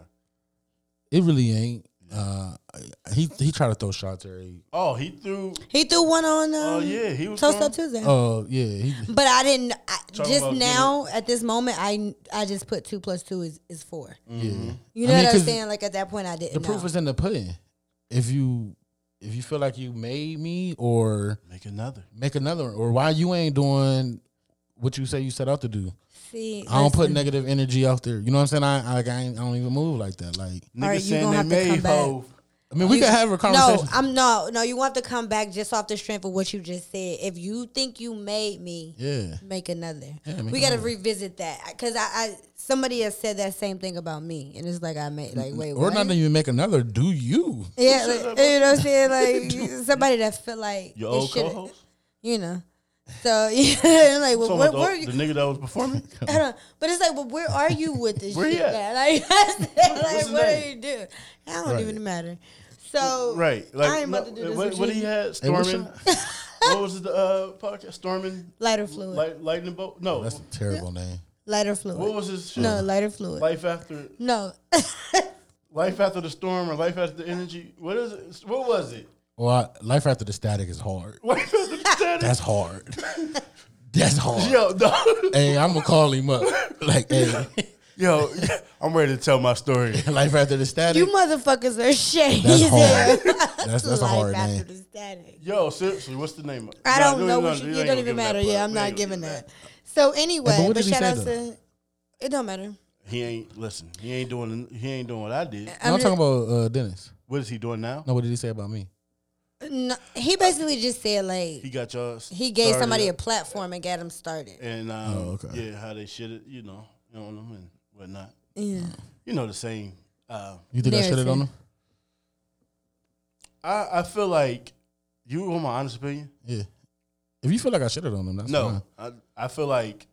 Speaker 4: it really ain't. Uh, he he tried to throw shots at. you.
Speaker 2: Oh, he threw.
Speaker 3: he threw one on. Um,
Speaker 2: Oh yeah, he was.
Speaker 3: Toast
Speaker 2: throwing-
Speaker 3: Up Tuesday.
Speaker 4: Oh yeah, he,
Speaker 3: But I didn't. I,
Speaker 2: Talking
Speaker 3: just
Speaker 2: about
Speaker 3: now, at this moment, I I just put two plus two is, is four.
Speaker 2: Mm-hmm.
Speaker 4: yeah.
Speaker 3: You know
Speaker 4: Mm. I mean,
Speaker 3: what I'm
Speaker 4: 'cause
Speaker 3: saying? Like at that point, I didn't.
Speaker 4: The proof
Speaker 3: know.
Speaker 4: is in the pudding. If you if you feel like you made me or
Speaker 2: Make another.
Speaker 4: make another one, or why you ain't doing what you say you set out to do.
Speaker 3: See,
Speaker 4: I don't put
Speaker 3: listen.
Speaker 4: negative energy out there. You know what I'm saying? I I, I, ain't, I don't even move like that. Like
Speaker 2: Nigga
Speaker 3: right, you
Speaker 2: saying
Speaker 3: gonna
Speaker 2: they
Speaker 3: have
Speaker 2: made
Speaker 3: to come back.
Speaker 2: hoe.
Speaker 4: I mean, we
Speaker 3: You-
Speaker 4: could have a conversation.
Speaker 3: No, I'm no, no. You have to come back just off the strength of what you just said. If you think you made me,
Speaker 4: yeah.
Speaker 3: make another.
Speaker 4: Yeah, make
Speaker 3: we got to
Speaker 4: another.
Speaker 3: revisit that because I, I somebody has said that same thing about me, and it's like I made like wait,
Speaker 4: Or
Speaker 3: what?
Speaker 4: not even make another. Do you?
Speaker 3: yeah, like, you know what I'm saying? Like somebody that feel like
Speaker 2: Your
Speaker 3: it
Speaker 2: old
Speaker 3: should-
Speaker 2: co-host.
Speaker 3: you know. So yeah, like well,
Speaker 2: Talking
Speaker 3: where,
Speaker 2: about
Speaker 3: where
Speaker 2: the,
Speaker 3: you?
Speaker 2: the nigga that was performing.
Speaker 3: I don't- But it's like, well, where are you with this
Speaker 2: Where
Speaker 3: shit?
Speaker 2: he at?
Speaker 3: man? Like, like
Speaker 2: his
Speaker 3: what are you
Speaker 2: name?
Speaker 3: doing? I don't
Speaker 4: Right.
Speaker 3: even matter. So
Speaker 2: right.
Speaker 3: I ain't about
Speaker 2: no,
Speaker 3: to do this.
Speaker 2: What,
Speaker 3: with
Speaker 2: what
Speaker 3: you.
Speaker 2: he had?
Speaker 4: Hey, what's
Speaker 2: Storming. what was the uh, podcast? Storming.
Speaker 3: Lighter fluid.
Speaker 2: Light, lightning bolt. No.
Speaker 4: That's a terrible name.
Speaker 3: lighter fluid.
Speaker 2: What was his? shit?
Speaker 3: no, lighter fluid.
Speaker 2: Life after
Speaker 3: no.
Speaker 2: life after the storm or life after the energy. What is it? What was it?
Speaker 4: Well, I, life after the static is hard.
Speaker 2: Life after the static.
Speaker 4: That's hard. That's hard.
Speaker 2: Yo, no.
Speaker 4: Hey, I'm gonna call him up. Like, hey,
Speaker 2: Yo, I'm ready to tell my story.
Speaker 4: life after the static.
Speaker 3: you motherfuckers are shady.
Speaker 4: that's
Speaker 3: there.
Speaker 4: hard. that's that's a
Speaker 3: Life
Speaker 4: hard
Speaker 3: after
Speaker 4: name.
Speaker 3: the static.
Speaker 2: Yo, seriously, what's the name? of it?
Speaker 3: I
Speaker 2: Nah,
Speaker 3: don't
Speaker 2: no,
Speaker 3: know
Speaker 2: no,
Speaker 3: what you,
Speaker 2: no, ain't
Speaker 3: you don't
Speaker 2: gonna
Speaker 3: even
Speaker 2: give that
Speaker 3: matter.
Speaker 2: plug.
Speaker 3: Yeah, I'm
Speaker 2: We
Speaker 3: not
Speaker 2: ain't gonna
Speaker 3: giving
Speaker 2: give
Speaker 3: that. So anyway,
Speaker 4: Yeah, but what
Speaker 3: but
Speaker 4: did he
Speaker 3: shout
Speaker 4: say,
Speaker 3: out
Speaker 4: though?
Speaker 3: to it don't matter.
Speaker 2: He ain't listen. He ain't doing. He ain't doing what I did.
Speaker 4: No, I'm talking about uh, Dennis.
Speaker 2: What is he doing now?
Speaker 4: No, what did he say about me?
Speaker 3: No, he basically just said like
Speaker 2: He got y'all.
Speaker 3: he gave
Speaker 2: started
Speaker 3: somebody a
Speaker 2: up
Speaker 3: platform and got him started.
Speaker 2: and um,
Speaker 4: Oh, okay.
Speaker 2: yeah, how they shit it, you know, you know them and whatnot.
Speaker 3: Yeah.
Speaker 4: Uh,
Speaker 2: You know the same. Uh,
Speaker 4: You think I shit it on him?
Speaker 3: Narrative.
Speaker 2: I I feel like you want my honest opinion.
Speaker 4: Yeah. If you feel like I shit it on him, that's fine.
Speaker 2: No, I, I feel like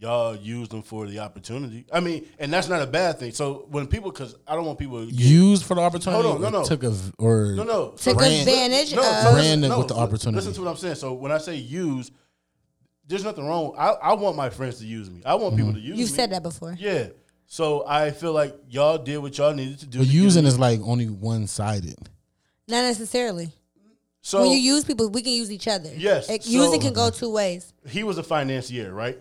Speaker 2: y'all used them for the opportunity. I mean, and that's not a bad thing. So when people, because I don't want people to get,
Speaker 4: Used for the opportunity.
Speaker 2: Hold on, no,
Speaker 4: or
Speaker 2: no.
Speaker 4: Took a v- or
Speaker 2: no, no,
Speaker 3: Took
Speaker 4: Brand-
Speaker 3: advantage
Speaker 2: no,
Speaker 3: of
Speaker 2: so
Speaker 4: Brand it with the
Speaker 2: li-
Speaker 4: opportunity.
Speaker 2: Listen to what I'm saying. So when I say use, there's nothing wrong. I, I want my friends to use me. I want people
Speaker 4: Mm-hmm.
Speaker 2: to use me.
Speaker 3: You've said that before.
Speaker 2: Yeah. So I feel like y'all did what y'all needed to do.
Speaker 4: But
Speaker 2: to get
Speaker 4: using
Speaker 2: me.
Speaker 4: is like only one sided.
Speaker 3: Not necessarily.
Speaker 2: So
Speaker 3: when you use people, we can use each other.
Speaker 2: Yes,
Speaker 3: It,
Speaker 2: so-
Speaker 3: using can go two ways.
Speaker 2: he was a financier, right?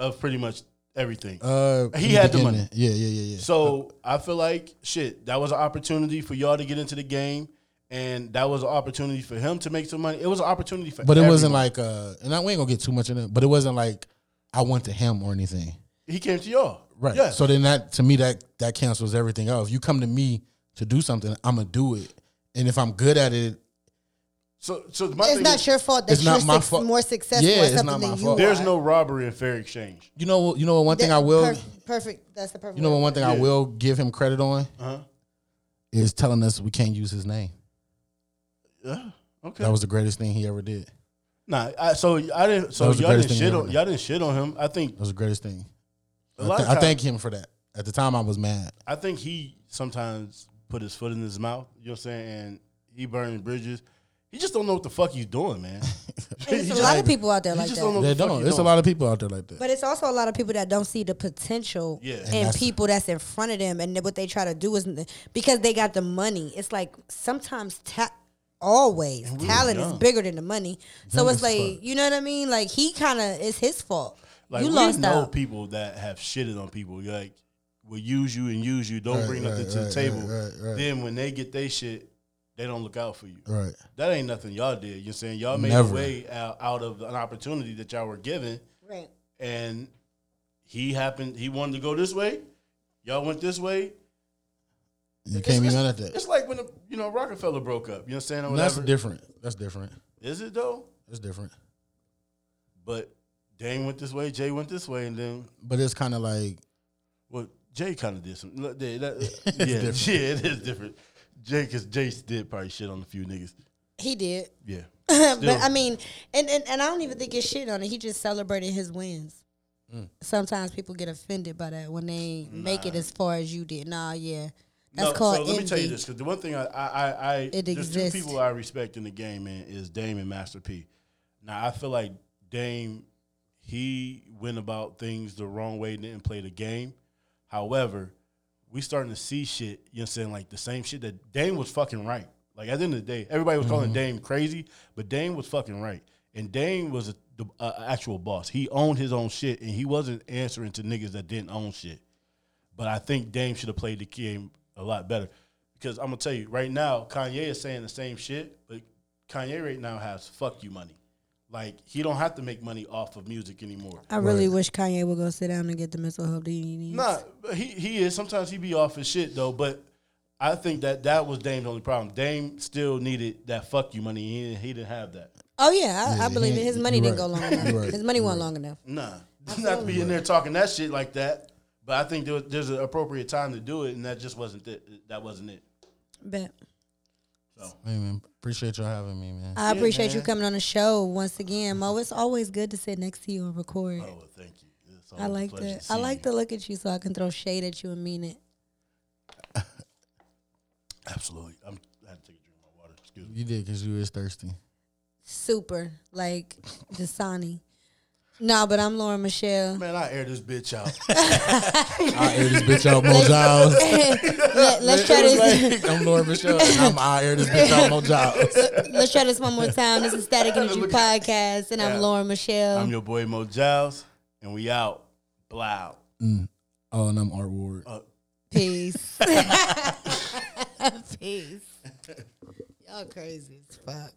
Speaker 2: Of pretty much everything.
Speaker 4: Uh,
Speaker 2: He
Speaker 4: in
Speaker 2: had the
Speaker 4: beginning.
Speaker 2: money.
Speaker 4: Yeah, yeah, yeah, yeah.
Speaker 2: So I feel like shit. That was an opportunity for y'all to get into the game, and that was an opportunity for him to make some money. It was an opportunity for.
Speaker 4: But it wasn't
Speaker 2: everyone.
Speaker 4: like uh, and I, we ain't gonna get too much in it. But it wasn't like I went to him or anything.
Speaker 2: he came to y'all,
Speaker 4: Right.
Speaker 2: Yeah.
Speaker 4: So then that to me that that cancels everything out. If you come to me to do something, I'm gonna do it. And if I'm good at it,
Speaker 2: so, so my
Speaker 3: It's
Speaker 2: thing
Speaker 3: not
Speaker 2: is,
Speaker 3: your fault that
Speaker 4: It's
Speaker 3: you're
Speaker 4: not my
Speaker 3: suc-
Speaker 4: fault.
Speaker 3: more successful
Speaker 4: Yeah,
Speaker 3: at
Speaker 4: it's
Speaker 3: something
Speaker 4: not my
Speaker 3: than you
Speaker 4: fault.
Speaker 2: There's
Speaker 3: are.
Speaker 2: no robbery and fair exchange.
Speaker 4: you know, you know one thing
Speaker 3: That-
Speaker 4: I will.
Speaker 3: perf- perfect. That's the perfect.
Speaker 4: You know what?
Speaker 3: word.
Speaker 4: One thing I
Speaker 2: Yeah.
Speaker 4: will give him credit on
Speaker 2: Uh-huh.
Speaker 4: is telling us we can't use his name.
Speaker 2: Yeah. Okay.
Speaker 4: That was the greatest thing he ever did. That
Speaker 2: nah. I, so I didn't. So
Speaker 4: was the
Speaker 2: y'all didn't
Speaker 4: greatest thing
Speaker 2: shit
Speaker 4: ever
Speaker 2: on
Speaker 4: done.
Speaker 2: y'all didn't shit on him. I think
Speaker 4: was the greatest thing.
Speaker 2: a
Speaker 4: I,
Speaker 2: lot.
Speaker 4: thi-
Speaker 2: of
Speaker 4: I
Speaker 2: times,
Speaker 4: thank him for that. At the time, I was mad.
Speaker 2: I think he sometimes put his foot in his mouth. You know what I'm saying? And he burned bridges. He just don't know what the fuck he's doing, man.
Speaker 3: It's a lot of people out there like that.
Speaker 4: They don't. It's a lot of people out there like that.
Speaker 3: But it's also a lot of people that don't see the potential
Speaker 2: Yeah. And
Speaker 3: in
Speaker 4: that's-
Speaker 3: people that's in front of them, and then what they try to do is because they got the money. It's like sometimes ta- always
Speaker 2: we
Speaker 3: talent
Speaker 2: was
Speaker 3: is
Speaker 2: young.
Speaker 3: bigger than the money. So
Speaker 4: Young
Speaker 3: it's
Speaker 4: as
Speaker 3: like
Speaker 4: fuck.
Speaker 3: you know what I mean. Like he kind of it's his fault.
Speaker 2: Like
Speaker 3: you
Speaker 2: we
Speaker 3: lost
Speaker 2: know
Speaker 3: out.
Speaker 2: people that have shitted on people. Like will use you and use you. Don't
Speaker 4: Right,
Speaker 2: bring nothing
Speaker 4: right,
Speaker 2: to the
Speaker 4: right,
Speaker 2: table.
Speaker 4: right, right, right.
Speaker 2: Then when they get they shit, they don't look out for you.
Speaker 4: Right.
Speaker 2: That ain't nothing y'all did. You know saying y'all made
Speaker 4: Never.
Speaker 2: a way out, out of an opportunity that y'all were given,
Speaker 3: Right.
Speaker 2: and he happened. He wanted to go this way. Y'all went this way.
Speaker 4: You can't be mad at that.
Speaker 2: It's like when the, you know Rockefeller broke up. You know what I'm saying? Or
Speaker 4: That's
Speaker 2: whatever.
Speaker 4: different. That's different.
Speaker 2: Is it though?
Speaker 4: That's different.
Speaker 2: But Dane went this way. Jay went this way, and then
Speaker 4: But it's kind of like
Speaker 2: Well, Jay kind of did some. look, that- that- yeah,
Speaker 4: different.
Speaker 2: yeah, it is different. Jay, because Jay did probably shit on a few niggas.
Speaker 3: He did,
Speaker 2: Yeah,
Speaker 3: but
Speaker 2: Still.
Speaker 3: I mean, and, and and I don't even think it's shit on it. He just celebrated his wins.
Speaker 2: Mm.
Speaker 3: Sometimes people get offended by that when they make it as far as you did. Nah, yeah, that's
Speaker 2: No,
Speaker 3: called
Speaker 2: So let me tell you
Speaker 3: envy.
Speaker 2: this, because the one thing I, I, I, I
Speaker 3: It
Speaker 2: there's
Speaker 3: exists.
Speaker 2: two people I respect in the game, man, is Dame and Master P. Now I feel like Dame, he went about things the wrong way, didn't play the game. However, we starting to see shit. You know, what I'm saying like the same shit that Dame was fucking right. Like at the end of the day, everybody was calling Dame crazy, but Dame was fucking right, and Dame was a, the a actual boss. He owned his own shit, and he wasn't answering to niggas that didn't own shit. But I think Dame should have played the game a lot better. Because I'm gonna tell you right now, Kanye is saying the same shit, but Kanye right now has fuck you money. Like he don't have to make money off of music anymore.
Speaker 3: I really wish Kanye would go sit down and get the mental help that he needs.
Speaker 2: Nah, but he he is. Sometimes he be off his shit though. But I think that that was Dame's only problem. Dame still needed that fuck you money. He didn't, he didn't have that.
Speaker 3: Oh yeah, I, I
Speaker 4: he
Speaker 3: believe it.
Speaker 4: ain't-
Speaker 3: His money
Speaker 4: you
Speaker 3: didn't
Speaker 4: right.
Speaker 3: go long
Speaker 4: You
Speaker 3: enough.
Speaker 4: right.
Speaker 3: His money wasn't long enough.
Speaker 2: Nah, not to be in there talking that shit like that. But I think there, was- there's an appropriate time to do it, and that just wasn't it. That wasn't it.
Speaker 3: But
Speaker 4: Hey man, appreciate y'all having me, man.
Speaker 3: I appreciate you coming on the show once again, Mo. It's always good to sit next to you and record.
Speaker 2: Oh, well, thank you. It's
Speaker 3: I
Speaker 2: always a
Speaker 3: like
Speaker 2: pleasure
Speaker 3: that.
Speaker 2: to
Speaker 3: I
Speaker 2: see
Speaker 3: like
Speaker 2: you.
Speaker 3: to look at you so I can throw shade at you and mean it.
Speaker 2: Absolutely. I'm, I had to take a drink of my water. Excuse me.
Speaker 4: You did because you was thirsty.
Speaker 3: Super, like Dasani. No, but I'm Lauren Michelle.
Speaker 2: Man, I air this bitch out.
Speaker 4: I air this bitch out, Mo Giles.
Speaker 3: Let, let's try this.
Speaker 4: I'm Laura Michelle. And I'm I air this bitch out, Mo Giles.
Speaker 3: Let's try this one more time. This is Static Energy Podcast, and I'm Lauren Michelle.
Speaker 2: I'm your boy Mo Giles, and we out. Blow.
Speaker 4: Oh, and I'm Art Ward.
Speaker 3: Peace. Peace. Y'all crazy as fuck.